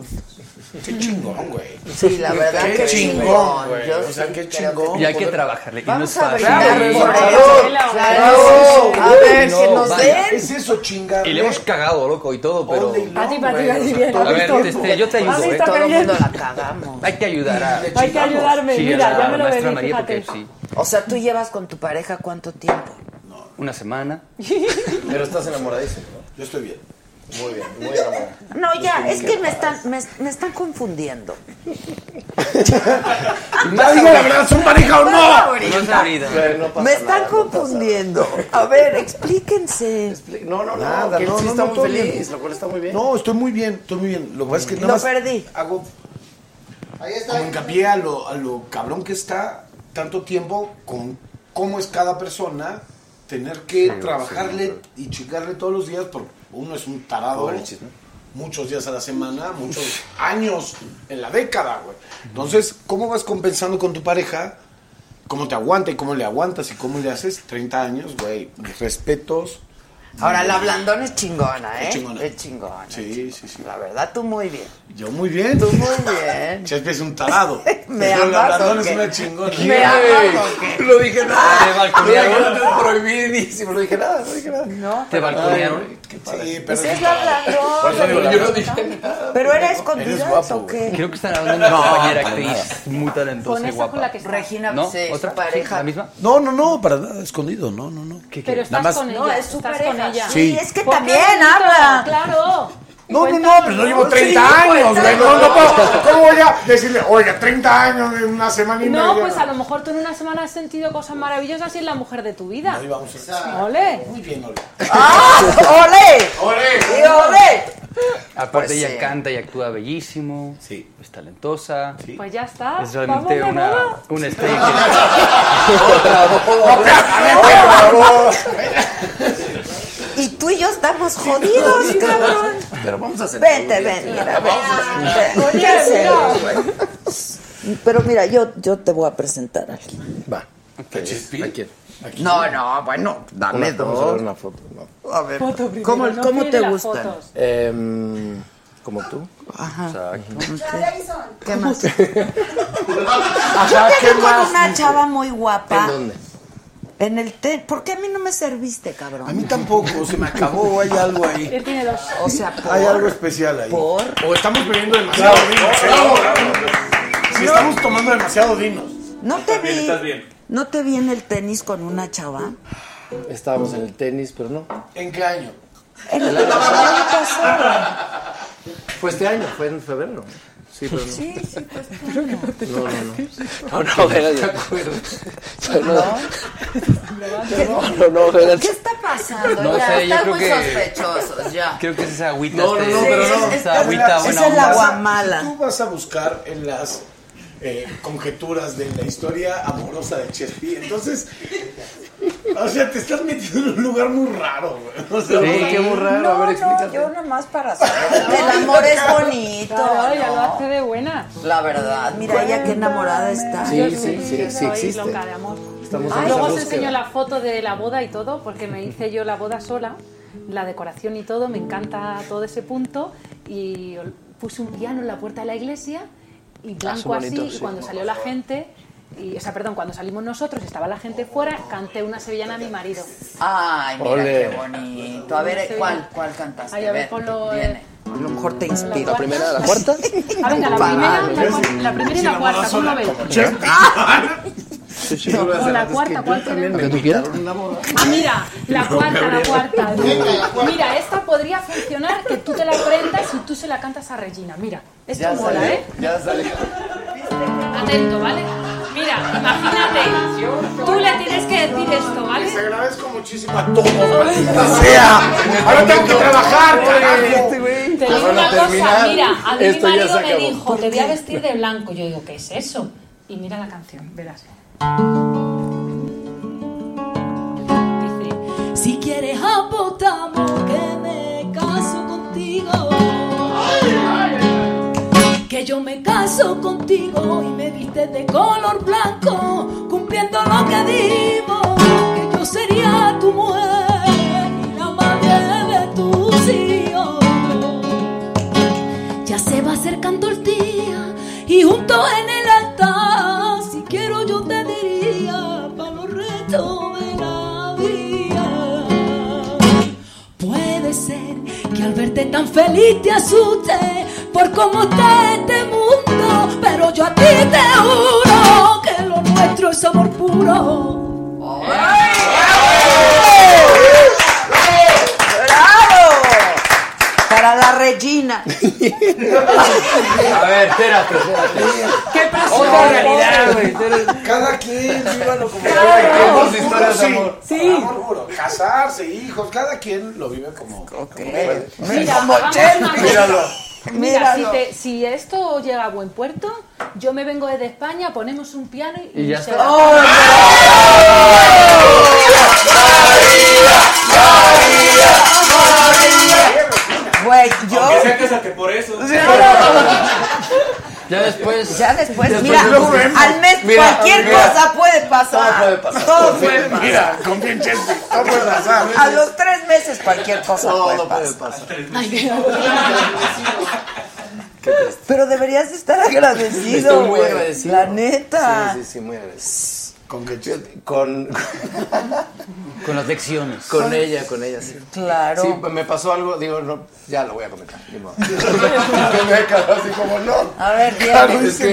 Qué chingón, güey.
Sí, la verdad
Qué
que
chingón,
chingón,
güey.
yo
O sea,
sí
qué
creo que
chingón.
Y hay que
poder-
trabajarle. Y no es
Vamos a
fácil.
brindar
Sí.
por
Claro.
ello. Claro. A ver,
No,
que nos
vaya.
den.
Es eso, chingada.
Y le
¿Eh?
hemos cagado, loco, y todo, pero...
A ti, para ti, para ti, bien,
A
has
ver,
visto.
este, yo te
Has
ayudo,
visto
¿eh?
que Todo el mundo la cagamos.
Hay que ayudar a...
Hay que ayudarme,
Sí, a
mira,
la
ya me lo
maestra
bebí,
María,
fíjate.
porque sí,
O sea, tú llevas con tu pareja cuánto tiempo?
una semana.
Pero estás enamoradísimo, ¿no?
Yo estoy bien.
Muy bien, muy enamorado.
No, ya, es que me están, me, me
*laughs*
están confundiendo.
No diga la verdad, ¿son pareja o
Bueno,
no?
ahorita.
No es ahorita. No pasa
me están
nada, no pasa
confundiendo. A ver, explíquense.
No, no,
Nada,
que él
no,
sí
no,
está muy
todo
feliz,
bien.
lo cual está muy bien.
No, estoy muy bien, estoy muy bien. Lo que pasa es que nada
Lo
más
perdí.
hago como hincapié a lo, a lo cabrón que está tanto tiempo con cómo es cada persona tener que
Sí,
trabajarle y chingarle todos los días porque uno es un tarado
Pobre chis, ¿no?
muchos días a la semana, muchos años en la década, güey. Entonces, ¿cómo vas compensando con tu pareja? ¿Cómo te aguanta y cómo le aguantas y cómo le haces? 30 años, güey. Mis Respetos.
Ahora, la blandón es chingona, ¿eh?
Es chingona.
Es chingona.
Sí, sí, sí.
La verdad, tú muy bien.
Yo muy bien.
Tú muy
*laughs*
bien.
Chespe es un tarado.
*laughs* ¿Me
Pero la
amas o
Blandón es
qué?
una chingona.
¿Me amas o qué?
Lo dije nada.
Te balconearon.
Ah, No prohibidísimo. Lo dije nada, no dije nada.
No.
Te balconearon.
Sí,
pero.
Esa Pues es la blandón.
Por eso digo, yo no dije
¿Pero era escondida o qué?
Creo que están hablando de una
No,
compañera
para
actriz muy talentosa y guapa.
Regina,
¿No?
pues, es su
¿Otra?
pareja.
¿La misma?
No, no, no, para nada, escondido, no, no, no.
Pero estás con ella.
No, es su
estás
pareja.
con ella.
Sí, Sí. es
que
Porque
también
bonito,
habla.
Claro.
No, no, no,
Cuéntanos,
pero no llevo
Sí,
30 años, güey. No, no puedo.
cuéntanos.
¿Cómo voy a decirle, oiga, 30 años en una semana y media?
No, pues a lo mejor tú en una semana has sentido cosas maravillosas y es la mujer de tu vida.
Ahí vamos a estar.
Ole.
Muy bien, Ole.
¡Ah! ¡Ole!
¡Ole!
¡Y ole!
Aparte,
Pues
ella
sí.
canta y actúa bellísimo. Sí. Es talentosa.
Pues ya está.
Es realmente
Vamos de
una,
boda.
una estrella. Otra boda.
Y tú y yo estamos jodidos, cabrón.
Pero vamos a hacer.
Vente, ven, mira. ven.
Oye,
¿Qué hacemos,
mira. pues?
güey? Pero mira, yo, yo te voy a presentar a alguien.
Va. ¿A quién?
No, no, bueno, dame
Una- Vamos a
dos.
ver una foto. no.
A ver,
Foto
primero,
¿cómo,
no
cómo
pide
te
las
gustan?
fotos.
Em, ¿Como tú?
Ajá.
Exacto.
¿Qué más? Yo
Ajá,
te
¿qué
vi
más?
con una chava muy guapa.
¿En dónde?
En el té. ¿Por qué a mí no me serviste, cabrón? A mí
tampoco, se me acabó, hay algo ahí.
Él tiene dos.
O sea, por...
Hay algo especial ahí.
¿Por?
O estamos bebiendo demasiado vinos.
Bravo,
Si estamos tomando demasiado vinos.
No te vi.
bien, estás bien.
*laughs* No te vi en el tenis con una chava.
Estábamos en el tenis, pero no.
¿En qué año?
El el año pasado.
Fue este año, fue en febrero. Sí, pero no.
Sí, sí, pues.
No, no, no.
No, no, gracias.
¿Te acuerdas?
No, no, no, gracias.
¿Qué está pasando?
No
ya,
sé, yo
están
creo
muy
que-
sospechosos, ya.
Creo que es esa agüita.
No, no,
este-
no, pero no.
Esa agüita
Esa
buena
es la
onda.
guamala. Tú vas a buscar en las eh, conjeturas de la historia amorosa de Chespi. Entonces, o sea, te estás metiendo en un lugar muy raro, güey. O sea,
Sí, qué muy raro. A ver, explícate.
yo nomás para saber. El amor es bonito.
Claro, ya
¿no?
lo hace de buena.
La verdad. Mira ella qué enamorada está.
Sí, sí, sí, sí
Soy
existe.
loca de amor.
Estamos
Ah,
en esa
luego os
búsqueda.
enseño la foto de la boda y todo, porque me hice yo la boda sola, la decoración y todo, me encanta todo ese punto. Y ol- puse un piano en la puerta de la iglesia y blanco
son
así,
bonitos,
y
Ah, sí.
cuando salió la gente, y, o sea, perdón, cuando salimos nosotros, estaba la gente fuera, canté una sevillana a mi marido.
Ay, mira
Ole.
qué bonito. A ver, ¿cuál, cuál cantaste?
Ay, a ver, ponlo, eh,
Viene. A lo mejor te inspira.
¿La primera, la cuarta?
Ah, venga, la
Pa-
primera, la,
Dios.
cuar- la primera y la cuarta, ¿cómo lo veis?
Sí, sí.
No, no, la cuarta, ¿cuál quieres?
Lo que tú quieras.
Ah, mira, la
No,
cuarta, la
Gabriela.
cuarta. Mira, esta podría funcionar que tú te la prendas y tú se la cantas a Regina. Mira, esto
Ya
mola,
salió,
¿eh?
ya salió.
Atento, ¿vale? Mira, imagínate, tú le tienes que decir esto, ¿vale?
Les agradezco muchísimo a todos, maldita sea. Ahora tengo que trabajar, carajo.
Pues
Te digo
Ahora
una cosa,
terminar,
mira, a mí mi
esto ya
marido
se
me
acabó.
dijo, te voy a vestir de blanco. Yo digo, ¿qué es eso? Y mira la canción, verás.
Si quieres apostamos que me caso contigo. Que yo me caso contigo y me viste de color blanco, cumpliendo lo que digo, que yo sería tu mujer y la madre de tus hijos. Ya se va acercando el día y junto en el altar, si quiero yo te diría, para los retos de la vida. Puede ser que al verte tan feliz te asuste por cómo está este mundo, pero yo a ti te juro que lo nuestro es amor puro.
¡Bravo!
*laughs* A ver, espérate, espérate.
¿Qué
pasó?
Otra realidad, güey.
Cada quien, *laughs* vívalo como
Claro.
cada
Sí,
quien. Amor,
sí.
amor,
Sí.
amor puro. Casarse, hijos, cada quien lo vive como. como puede.
Mira,
Como
vamos a
Chen,
ver.
Míralo.
Mira, si,
Míralo.
te- si esto llega a buen puerto, yo me vengo desde España, ponemos un piano y,
Y ya
se
está.
va.
Güey, yo.
Aunque sea cásate por eso.
Ya después.
Ya después,
Después
mira,
lo vemos.
al mes
Mira,
cualquier
mira.
cosa puede pasar.
Todo puede pasar.
Todo puede pasar.
pues, Mira, con pinche. Todo puede pasar.
A los tres meses cualquier cosa puede, pasar.
Ay, qué-
Pero deberías estar *laughs* agradecido.
Estoy muy
güey.
agradecido.
La neta.
Sí, sí, sí, muy agradecido.
¿Con qué
Con,
Con las lecciones.
con ella, con ella, sí.
Claro.
Sí, pues me pasó algo, digo, no, ya lo voy a comentar. ni
*laughs*
modo. Que me quedo así como, no.
A
*laughs*
ver,
Claro,
dígame.
es que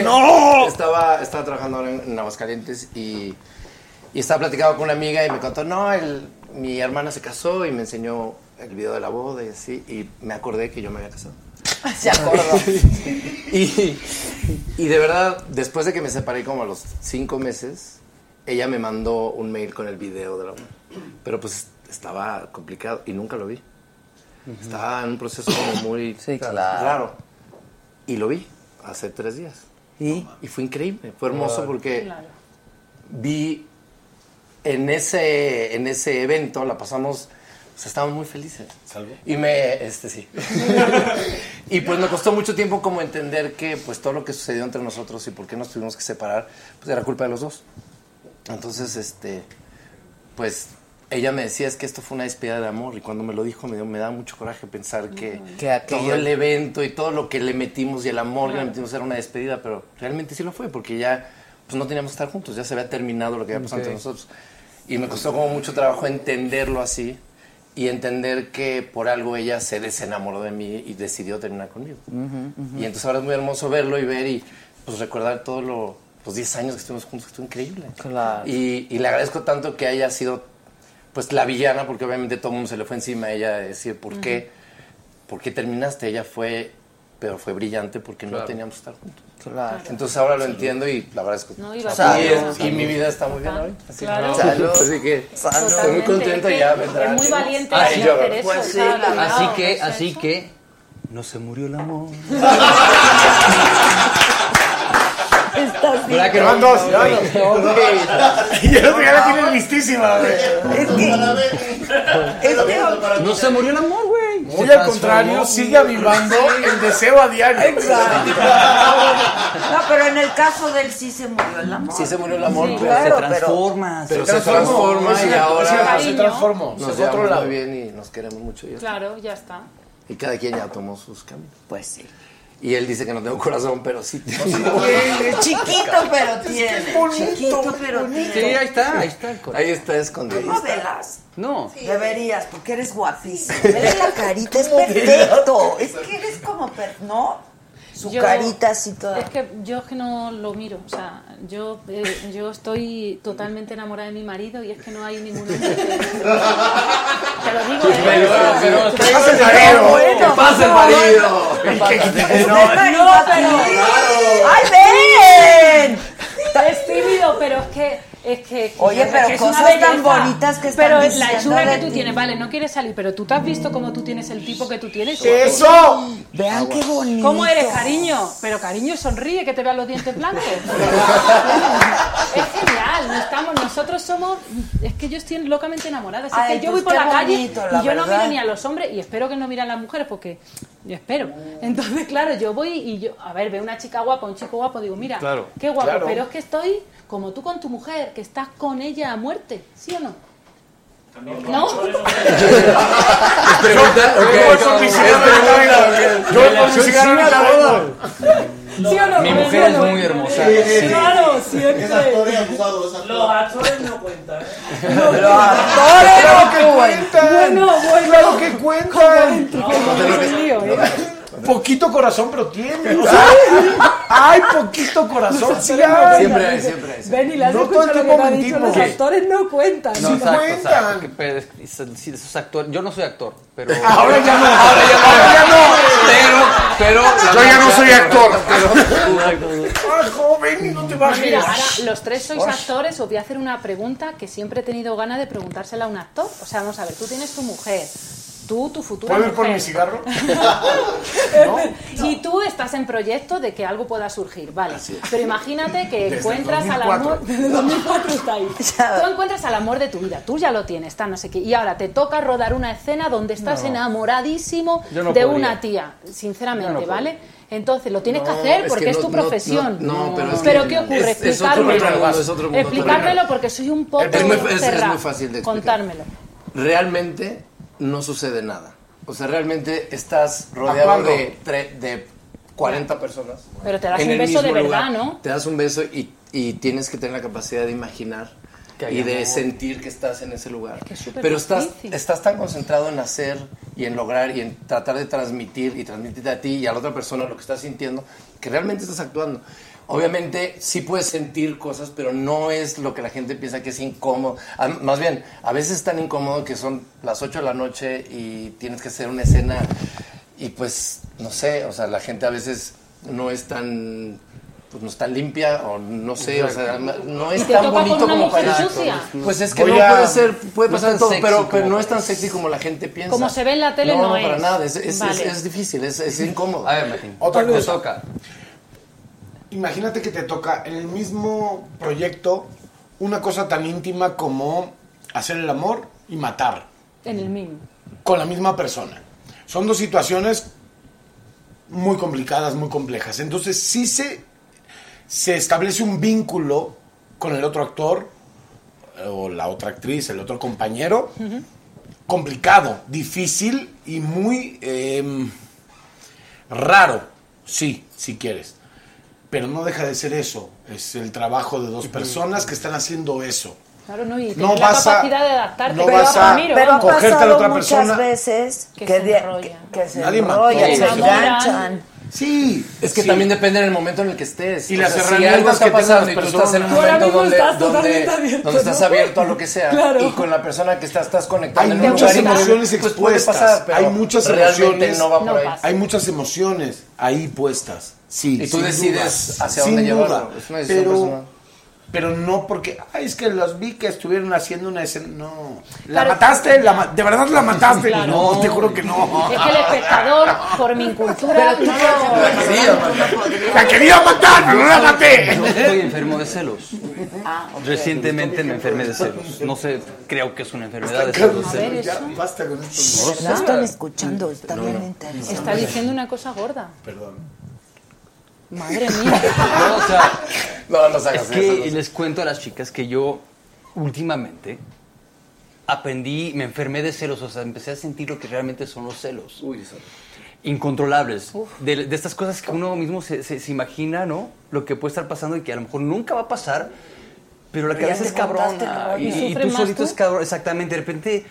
Estaba, estaba trabajando ahora en, en Aguascalientes y, y estaba platicando con una amiga y me contó, no, el- mi hermana se casó y me enseñó el video de la boda y así, y me acordé que yo me había casado.
*laughs* Se acordó.
*laughs* y, y de verdad, después de que me separé como a los cinco meses, ella me mandó un mail con el video de la boda. Pero pues estaba complicado y nunca lo vi. Estaba en un proceso como muy
claro.
raro. Y lo vi hace tres días.
¿Y?
fue increíble, fue hermoso
Claro.
porque vi en ese, en ese evento, la pasamos, o sea, estábamos muy felices. Y me, este sí. *laughs* y pues me costó mucho tiempo como entender que pues todo lo que sucedió entre nosotros y por qué nos tuvimos que separar, pues era culpa de los dos. Entonces, este, pues ella me decía es que esto fue una despedida de amor y cuando me lo dijo me, dio- me da mucho coraje pensar que,
Que aquello-
todo el evento y todo lo que le metimos y el amor que le metimos era una despedida, pero realmente sí lo fue porque ya pues no teníamos que estar juntos, ya se había terminado lo que había pasado
Ok.
entre nosotros. Y me costó como mucho trabajo entenderlo así y entender que por algo ella se desenamoró de mí y decidió terminar conmigo. Y entonces ahora es muy hermoso verlo y ver y pues recordar todos lo- los 10 años que estuvimos juntos, que estuvo increíble.
Claro.
Y, y le agradezco tanto que haya sido pues la villana, porque obviamente todo el mundo se le fue encima a ella de decir, ¿por qué? ¿Por qué terminaste? Ella fue, pero fue brillante porque no
Claro.
teníamos que estar juntos.
Claro.
Entonces ahora lo entiendo y la agradezco.
No, iba a ser-
Salud. Y es- y,
Salud.
mi vida está muy bien
Claro.
ahorita. Así,
Claro. *laughs*
Salud.
Salud.
Así que
Salud.
estoy muy contento
Totalmente,
ya
es que
vendrá.
es muy valiente
Ay,
de
yo-
hacer eso, Pues sí, o sea, la verdad,
Ah, Así
¿no
que,
es
así
eso?
que, no se murió el amor.
*laughs*
*laughs*
Estás bien.
¿Verdad que no? Van dos, ya van dos.
Y el otro ya la tiene listísima, güey.
Es
No se murió el amor, güey.
Muy
Se
al
transformó.
contrario, sigue avivando el deseo a diario.
Exacto. No, pero en el caso de él sí se murió el amor.
Sí se murió el amor, pero
claro,
se
transforma.
Pero
Se
se
transformó,
transforma
es
y
cierto, es
ahora
cierto, se transformó.
Nos
Es otro
llevamos
lado.
muy bien y nos queremos mucho. y ya está.
Claro, ya está.
Y cada quien ya tomó sus caminos.
Pues sí.
Y él dice que no tengo corazón, pero sí tengo. *laughs*
Chiquito, pero tiene. Chiquito, pero tiene.
Sí, ahí está, ahí está el corazón.
Ahí está escondido.
No velas.
No.
Deberías, porque eres
*laughs*
guapísimo. Ves la carita, es perfecto. Es que eres como, per- ¿no? Su
Yo-
carita así toda.
Es que yo es que no lo miro, o sea, yo, eh, yo estoy totalmente enamorada de mi marido y es que no hay ningún hombre que... Te lo digo, ¿eh? O
Pero-
sea,
pero-
te digo,
pasa el
no,
marido,
bueno,
que pasa el marido.
no,
Que
pasa el
quite-
marido.
no,
No, pero...
¡Ay, ven!
Es tímido, pero es que... Es que, es que-
Oye,
es que
pero
es una
cosas tan
belleza.
bonitas que están
Pero la
diciendo
hechura
de
que tú
ti.
tienes, vale, no quieres salir, pero tú te has visto cómo tú tienes el tipo que tú tienes.
¡Eso!
Vean qué bonito.
¿Cómo eres, cariño? Pero cariño, sonríe, que te vean los dientes
*laughs*
blancos. es genial, no estamos, nosotros somos, es que yo estoy locamente enamorada. Si es
Ay,
que yo
pues
voy por
qué
la calle
bonito,
y
la
yo no
verdad.
miro ni a los hombres y espero que no miren las mujeres porque yo espero. Entonces, claro, yo voy y yo, a ver, veo una chica guapa, un chico guapo, digo, mira,
Claro,
qué guapo,
claro.
pero es que estoy como tú con tu mujer, que estás con ella a muerte, ¿sí o no? ¿No?
Pregunta, ok,
Yo voy por mi
es
cigarro
pregunta, ok.
ahorita. Yo voy por mi cigarro
Sí,
ahorita.
claro.
¿Sí o no?
Mi mujer es muy hermosa. sí.
Claro, siempre.
Los actores no cuentan.
ah,
Claro que cuentan.
Bueno, bueno.
Claro que cuentan. Poquito corazón, pero tiene. O sea, hay poquito corazón. Sí, hay.
Siempre hay, siempre hay.
Ven y las
No todo el
escuchas lo que
tiempo
te ha dicho,
mentimos.
los
¿Qué?
actores no cuentan.
No,
Sí,
exacto,
cuentan.
exacto, que, pero es- es- sí, esos actores- Yo no soy actor, pero.
Ahora ya no.
Ahora ya no.
Ahora ya no.
Pero
Pero la
Yo ya no
marcha-
soy actor. Ah,
joven, no te bajes.
Mira, ahora los tres sois
Osh.
actores, os voy a hacer una pregunta que siempre he tenido ganas de preguntársela a un actor. O sea, vamos a ver, tú tienes tu mujer, tú, tu futura
¿Puedo ir por
mujer.
mi cigarro?
Y tú estás en proyecto de que algo pueda surgir, vale.
es.
Pero imagínate que
Desde
encuentras al
2004.
amor. *laughs* Desde 2004 está
*laughs*
ahí. Tú encuentras al amor de tu vida, tú ya lo tienes, está no sé qué. Y ahora te toca rodar una escena donde estás
No.
enamoradísimo
Yo no
de
podría.
una tía, sinceramente,
Yo no
¿vale? Entonces lo tienes que
No,
hacer
es
porque
que
es
no-
tu
no- no-
profesión.
no, pero es que
¿qué ocurre?
es- es otro
Explicármelo.
mundo, es otro mundo
Explicármelo
totalmente.
porque soy un poco
Es muy- es- es muy
cerrada.
fácil de explicar.
Contármelo.
realmente no sucede nada. O sea, realmente estás rodeado
Actuando.
de, tre- de 40 personas.
Pero te das
en
un
el
beso de
mismo
verdad,
lugar.
¿no?
Te das un beso y, y tienes que tener la capacidad de imaginar
Que hay
y de
amor.
sentir que estás en ese lugar.
Que es súper
Pero estás,
difícil.
estás tan concentrado en hacer y en lograr y en tratar de transmitir y transmitir a ti y a la otra persona lo que estás sintiendo que realmente estás actuando. Obviamente sí puedes sentir cosas, pero no es lo que la gente piensa que es incómodo. Ah, Más bien, a veces es tan incómodo que son las 8 de la noche y tienes que hacer una escena y pues, no sé, o sea, la gente a veces no es tan, pues no es tan limpia o no sé, o sea, no
Y
es
te
tan
toca con
bonito
una
como
mujer
para...
sucia.
Pues es que
Voy
no
a-
puede ser, puede
no es
pasar
tan
todo,
sexy
pero,
como pues.
pero no es
parece.
tan sexy como la gente piensa.
Como se ve en la tele,
no,
no
para
es.
nada, es, es-
Vale.
es- es difícil, es, es incómodo. A ver, Martín.
Otra
Te
cosa.
toca.
Imagínate que te toca en el mismo proyecto una cosa tan íntima como hacer el amor y matar
En el mismo.
con la misma persona. Son dos situaciones muy complicadas, muy complejas. Entonces sí se, se establece un vínculo con el otro actor eh, o la otra actriz, el otro compañero, complicado, difícil y muy eh, raro, sí, si quieres. Pero no deja de ser eso, es el trabajo de dos personas que están haciendo eso.
Claro, no, y
No
tener la
vas a-
capacidad de adaptarte.
no
Pero
vas a
Ramiro,
pero
vamos.
cogerte a la
pasado
otra
muchas
persona.
veces que, de- que- que se
Nadie mató.
enrollan, se
Se enamoran.
enganchan.
Sí.
Es que también depende del momento en el que estés.
Y
O
las
sea,
herramientas
algo está
que tengan
pasando
las
y tú estás en
personas.
un
Tú ahora
momento
mismo
donde,
estás
donde,
totalmente abierto,
donde estás
¿no?
abierto a lo que sea.
Claro.
Y con la persona que estás, estás conectado
Hay
en un
muchas
lugar y pues,
emociones
pues, puede
expuestas.
pasar, pero
hay muchas
realmente
emociones.
no va por ahí.
Hay muchas emociones ahí puestas. Sí.
Y tú
sin
decides
dudas,
hacia
sin
dónde
duda.
llevarlo. Es una decisión personal.
pero, pero no porque. Ay, es que los vi que estuvieron haciendo una escena. No. ¿La
Claro.
mataste? ¿La ma- ¿De verdad la mataste?
Claro.
No, te juro que no.
Es que el espectador, por mi incultura, no lo-
¡La quería matar, pero no la maté!
Yo estoy enfermo de celos. Ah. Recientemente me enfermé de celos. No sé, creo que es una enfermedad de celos.
A ver, eso.
Basta con
estos
No,
monstruos.
están escuchando, está
No,
bien
no.
interesante.
está diciendo una cosa gorda.
Perdón.
Madre mía.
*laughs* No, o sea,
no, no hagas
es que
eso, no.
les cuento a las chicas que yo últimamente aprendí, me enfermé de celos, o sea, empecé a sentir lo que realmente son los celos. Incontrolables. De, de estas cosas que uno mismo se, se- se imagina, ¿no? Lo que puede estar pasando y que a lo mejor nunca va a pasar, pero la
Pero ya
cabeza
te
es cabrona.
contaste,
Y,
¿no?
y
¿Sufres
tú
más
solito
tú?
es cabrón. Exactamente. De repente,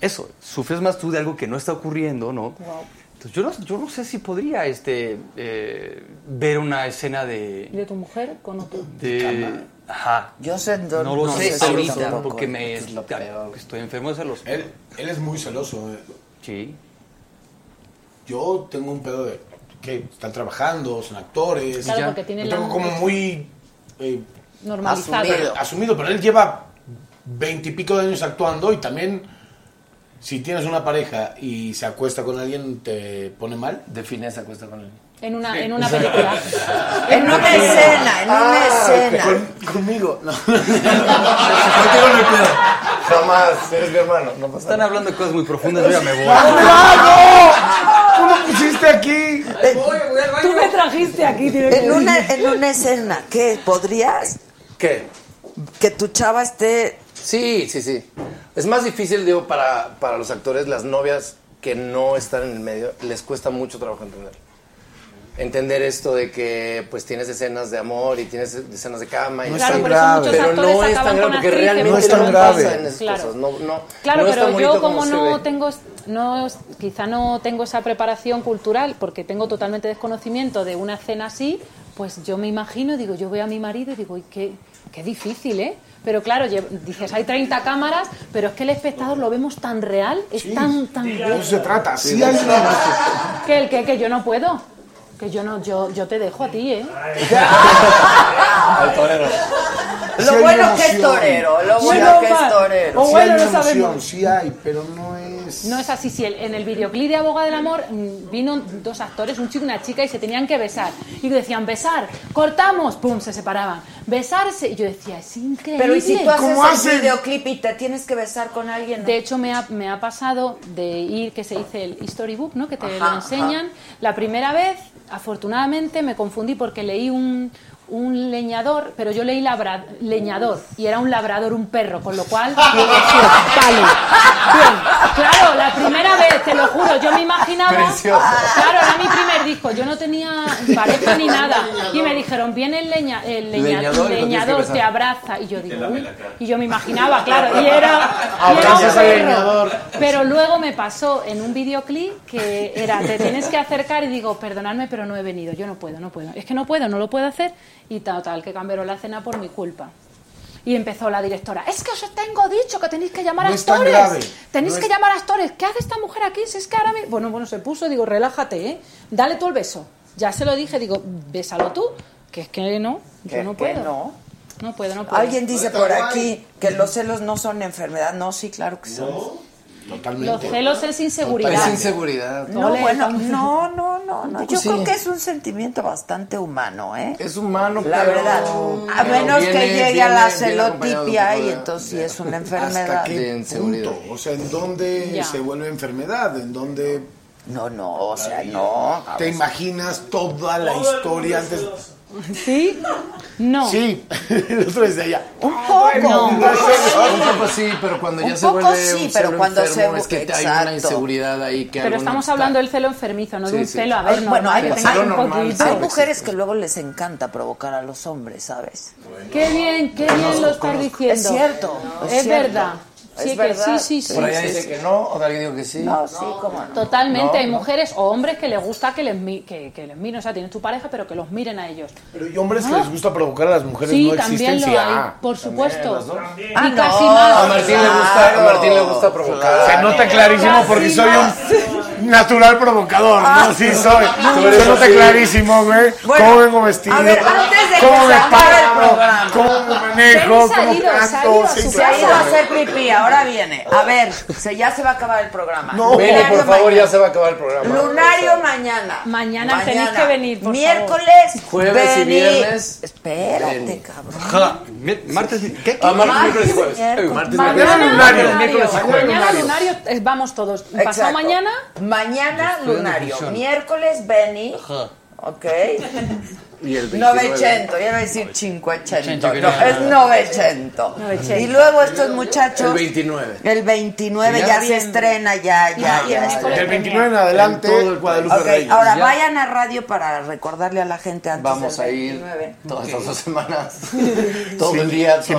eso, sufres más tú de algo que no está ocurriendo, ¿no? Entonces, Pues yo, no, yo no sé si podría este, eh, ver una escena de,
De tu mujer con otro.
de... Ajá.
Yo sé
no,
no
lo
sé
sé
si
ahorita
tampoco.
porque me estoy enfermo de celos.
Él, él es muy celoso. eh.
Sí.
Yo tengo un pedo de que están trabajando, son actores.
Claro, porque tiene
Lo
la-
tengo como muy eh,
Normalizado.
Asumido. Asumido, pero él lleva veintipico de años actuando y también si tienes una pareja y se acuesta con alguien te pone mal.
Define se acuesta con alguien.
En una, en Ah, una película.
En una escena, en una escena.
Ah, conmigo.
*laughs*
No.
Jamás, eres mi hermano. No pasa
Están hablando de cosas muy profundas, yo ya me voy.
¡Ah, ¡Tú lo pusiste aquí!
Tú
me trajiste aquí.
En una, en una escena, ¿qué? ¿Podrías?
¿Qué?
Que tu chava esté...
Sí, sí, sí. Es más difícil, digo, para, para los actores, las novias que no están en el medio, les cuesta mucho trabajo entender. Entender esto de que pues tienes escenas de amor y tienes escenas de cama. Y
No es Claro, tan
pero
por eso grave. muchos actores
no es
acaban
tan grave
con
porque
actrices.
realmente
No es tan
pasa
grave.
en esas
Claro.
cosas. No, no,
Claro,
no es tan
pero yo
bonito
como
se
no
ve.
tengo, es- no, es- quizá no tengo esa preparación cultural porque tengo totalmente desconocimiento de una escena así, pues yo me imagino, digo, yo veo a mi marido y digo, "Uy, qué, qué difícil, ¿eh? Pero claro, lle- dices, hay 30 cámaras, pero es que el espectador lo vemos tan real, es tan, tan
De
real,
eso se trata. Sí, hay una-
que el que, que yo no puedo. Que yo no, yo, yo te dejo a ti, ¿eh?
Al torero.
*laughs*
Lo bueno que es torero, lo bueno que es torero.
sí hay una emoción, sí hay, pero no es...
No es así, si el- en el videoclip de Abogada del Amor mm, vino dos actores, un chico y una chica, y se tenían que besar. Y decían, besar, cortamos, pum, se separaban. Besarse, y yo decía, es increíble.
Pero y si tú haces el videoclip y te tienes que besar con alguien.
De hecho, me ha, me ha pasado de ir, que se dice el storybook, ¿no? Que te
Ajá,
lo enseñan.
ajá.
La primera vez, afortunadamente, me confundí porque leí un, un leñador, pero yo leí labra- leñador y era un labrador, un perro, con lo
*laughs*
cual... yo decía, vale. Bien, claro, la primera vez, te lo juro, yo me imaginaba...
Precioso.
Claro, era mi primer disco, yo no tenía pareja ni nada. Y me dijeron, viene el, leña, el leña-
Leñador y lo tienes que
leñador,
besar.
te abraza. Y yo digo, "Uy". y yo me imaginaba, claro, y era... y era un
Abrazas al
perro.
leñador.
Pero luego me pasó en un videoclip que era, te tienes que acercar y digo, perdonadme, pero no he venido, yo no puedo, no puedo. Es que no puedo, no lo puedo hacer y tal, tal, que cambiaron la cena por mi culpa. Y empezó la directora, es que os tengo dicho que tenéis que llamar a
No es tan
actores,
grave,
tenéis
no
que
es-
llamar a actores, ¿qué hace esta mujer aquí? Si es que ahora me... Bueno, bueno, se puso, digo, relájate, ¿eh? Dale tú el beso. Ya se lo dije, digo, bésalo tú, que es que no, yo
Que-
no
que
puedo.
no.
No puedo, no puedo.
Alguien dice por aquí que los celos no son enfermedad. No, sí, claro que son.
Totalmente.
Los celos es inseguridad.
inseguridad.
No,
Ole,
bueno,
vamos.
no, no, no, no.
poco
Yo
Pues sí.
creo que es un sentimiento bastante humano, ¿eh?
Es humano,
La
pero-
verdad. A
pero
menos que
viene-
llegue
viene-
a la
viene acompañado de un
celotipia
poco
y
de-
entonces sí
de- *laughs*
es una
¿Hasta
enfermedad.
qué punto? O sea, ¿en dónde
Ya.
se vuelve enfermedad? ¿En dónde...?
No, no, o sea, no.
¿Te imaginas toda la historia antes...?
¿Sí? No.
Sí, *laughs* el otro desde allá.
Un
Ah,
No. Pues Un poco
poco
sí, pero cuando
Un
ya se
poco
vuelve
sí,
un
pero
celo
cuando se
enfermo,
vu-
es que te- hay
Exacto.
una inseguridad ahí que
Pero
algo no
estamos
está.
hablando del celo enfermizo, no de
Sí,
un
sí.
celo, a ver,
Ay,
normal,
bueno, hay-
que
hay-
tengas
hay
un
normal, pues
poquito.
Hay mujeres que luego les encanta provocar a los hombres, ¿sabes?
Qué bien, qué bien
Conozco,
lo estás
conozco.
diciendo.
Es cierto, es
Es
cierto.
verdad.
Es
Sí, que
verdad.
sí, sí, sí.
Por allá dice que no, o alguien dijo que sí.
No, sí, cómo no.
Totalmente,
No,
hay
no.
mujeres o hombres que les gusta que les, mi- que, que les miren, o sea, tienes tu pareja, pero que los miren a ellos.
Pero y hombres
Ah.
que les gusta provocar a las mujeres
Sí,
no
también
existen.
lo
sí,
hay,
ah.
por
las
supuesto.
dos.
Y
Ah, no.
casi más.
A Martín le gusta- a Martín le gusta
provocar.
Se nota clarísimo porque soy un natural provocador,
Ah.
¿no? Sí,
*laughs*
soy.
Tú
Se
eres
nota
así.
clarísimo, güey. ¿Cómo vengo
Pues,
vestido?
a ver, antes de que
¿Cómo
se
me
acabe el
paro?
programa.
¿Cómo me manejo? ¿Cómo canto? Sí,
se ha
claro.
ido a hacer pipí, ahora viene. A ver, se, ya se va a acabar el programa.
No, Vene, por favor, ya se va a acabar el programa.
Lunario mañana. Mañana,
tenéis que venir, por
Miércoles,
Jueves y
venid.
viernes.
Espérate,
Ven.
cabrón.
Ja, mi- Martes, ¿qué? Ah, martes, miércoles y jueves. Eh, martes,
Mañana
miércoles.
lunario,
Miércoles y jueves.
mañana lunario, eh, vamos todos. Pasado
Exacto.
mañana,
Mañana
Estoy en
lunario.
función.
Miércoles, Benny.
Ajá.
Ok.
Y el
900, ya iba a decir 580.
Cinquecento,
No, es
quería-
900. Y luego estos muchachos.
El 29.
El 29
Ya
ya, se
bien.
estrena, ya, ya,
Ah,
ya.
ya,
está.
ya.
Del 29 en adelante. Todo el Guadalupe
Ok, ahora vayan a radio para recordarle a la gente antes
Vamos
del
a ir
29.
todas
Ok.
las dos
*laughs*
semanas. Todo el día. todos los días,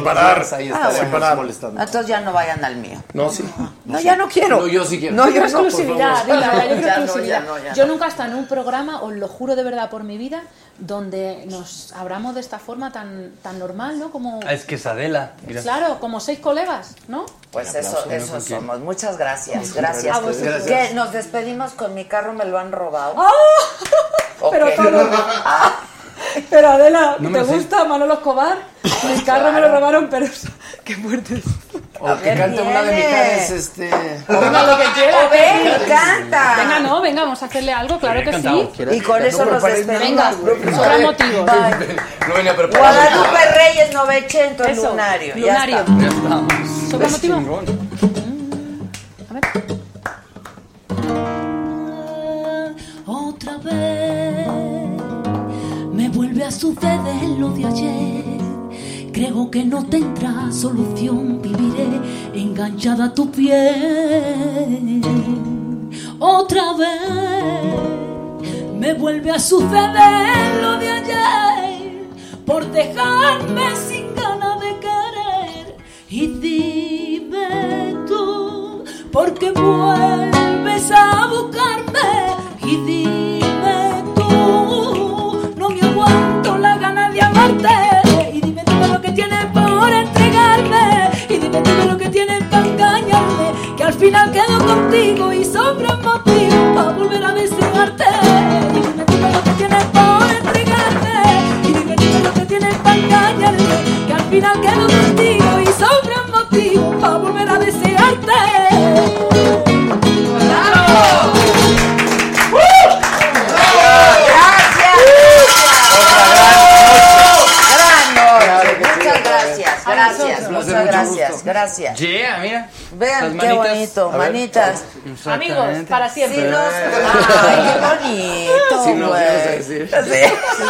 Ahí
Ah,
estaremos
bueno.
molestando.
Entonces ya no vayan al mío.
No, sí.
No, ya no quiero.
No, yo sí quiero.
No, yo no, por
exclusividad,
favor.
di la verdad, yo
Ya
quiero
no,
exclusividad.
ya no, ya
Yo
no.
nunca he estado en un programa, os lo juro de verdad por mi vida, donde nos hablamos de esta forma tan, tan normal, ¿no? Como,
Ah, Es que es Adela. Mira.
claro, como seis colegas, ¿no?
Pues
Un aplauso,
eso,
¿no?
eso
¿Con quién?
somos. Muchas gracias.
Muchas
Gracias.
gracias. A vosotros.
Que nos despedimos con mi carro, me lo han robado. ¿O
Pero
qué? *laughs*
todo- Pero Adela,
No me
¿te
lo sé.
gusta Manolo Escobar? Mi carro me lo robaron, pero qué fuerte es.
O que
ver,
cante una de
viene.
Mijares, este.
Venga, lo que quiera.
O ven y canta.
Venga, no, venga, vamos a hacerle algo, claro que sí.
Y con eso nos
Venga,
despedimos. pues,
sobra
*laughs*
motivo.
No venía preparado.
Guadalupe Reyes 900 lunario. ya
lunario.
está.
Ya estamos.
¿Sobra
Es
motivo?
chingón.
otra vez me vuelve a suceder lo de ayer. Creo que no tendrá solución, viviré enganchada a tu piel. Otra vez me vuelve a suceder lo de ayer por dejarme sin ganas de querer. Y dime tú, ¿por qué vuelves a buscarme? Y dime tú, no me aguanto la gana de amarte. Y dime tú lo que tienes por entregarme. Y dime tú lo que tienes para engañarme. Que al final quedo contigo y sobra motivo para volver a desearte. Y dime tú lo que tienes final quedo contigo y sobra motivo para volver a desearte. ¡Bravo!
Muchas gracias, gracias,
Un placer,
muchas
mucho
gracias,
gusto.
gracias.
Yeah, mira.
Vean
Las
qué
manitas.
bonito,
A ver.
manitas.
Exactamente. Amigos, para siempre.
Sí, nos- Ay, qué bonito,
Sí, nos
güey.
ibas a decir.
Sí.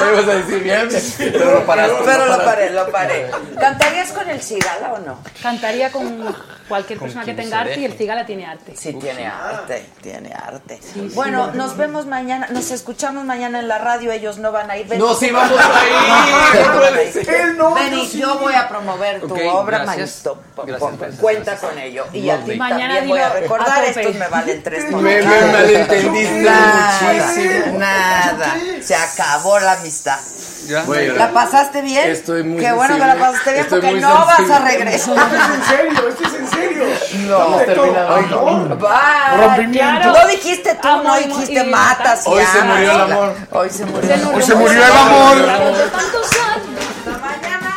Lo *laughs* ibas a decir bien, pero lo paraste.
Pero lo paré,
lo paré.
¿Cantarías con el cigala o no?
Cantaría con cualquier
Con
persona que
quien se
tenga arte y
deje.
el cigala tiene arte.
Sí, Ah. tiene
Ah.
arte, tiene arte.
sí.
Bueno, nos vemos mañana, nos escuchamos mañana en la radio, ellos no van a ir.
No, sí vamos a ir,
*laughs*
no puede ser, no,
Ven,
yo
y
sí.
yo voy a promover tu
Ok,
obra,
gracias.
manito. Po-
Gracias,
po-
gracias,
Cuenta con ello. Y a ti
Lovely.
también
Mañana
voy a
dilo a
recordar,
tope.
estos me valen tres
Me-
por
me
nada.
malentendiste
Nada,
muchísimo.
Nada, se acabó la amistad.
Ya.
¿La pasaste bien?
Estoy muy
Qué bueno que la
sensible.
pasaste bien
Estoy
porque
muy
no vas
sensible.
a regresar.
serio, esto es en serio.
No,
Estamos terminando. Ay, no.
Bye.
Rompimiento.
No dijiste tú, no
y-
dijiste
y-
matas. y
Hoy se
amas.
murió el amor.
Hoy se murió el amor.
Hoy se murió el amor.
Hasta mañana.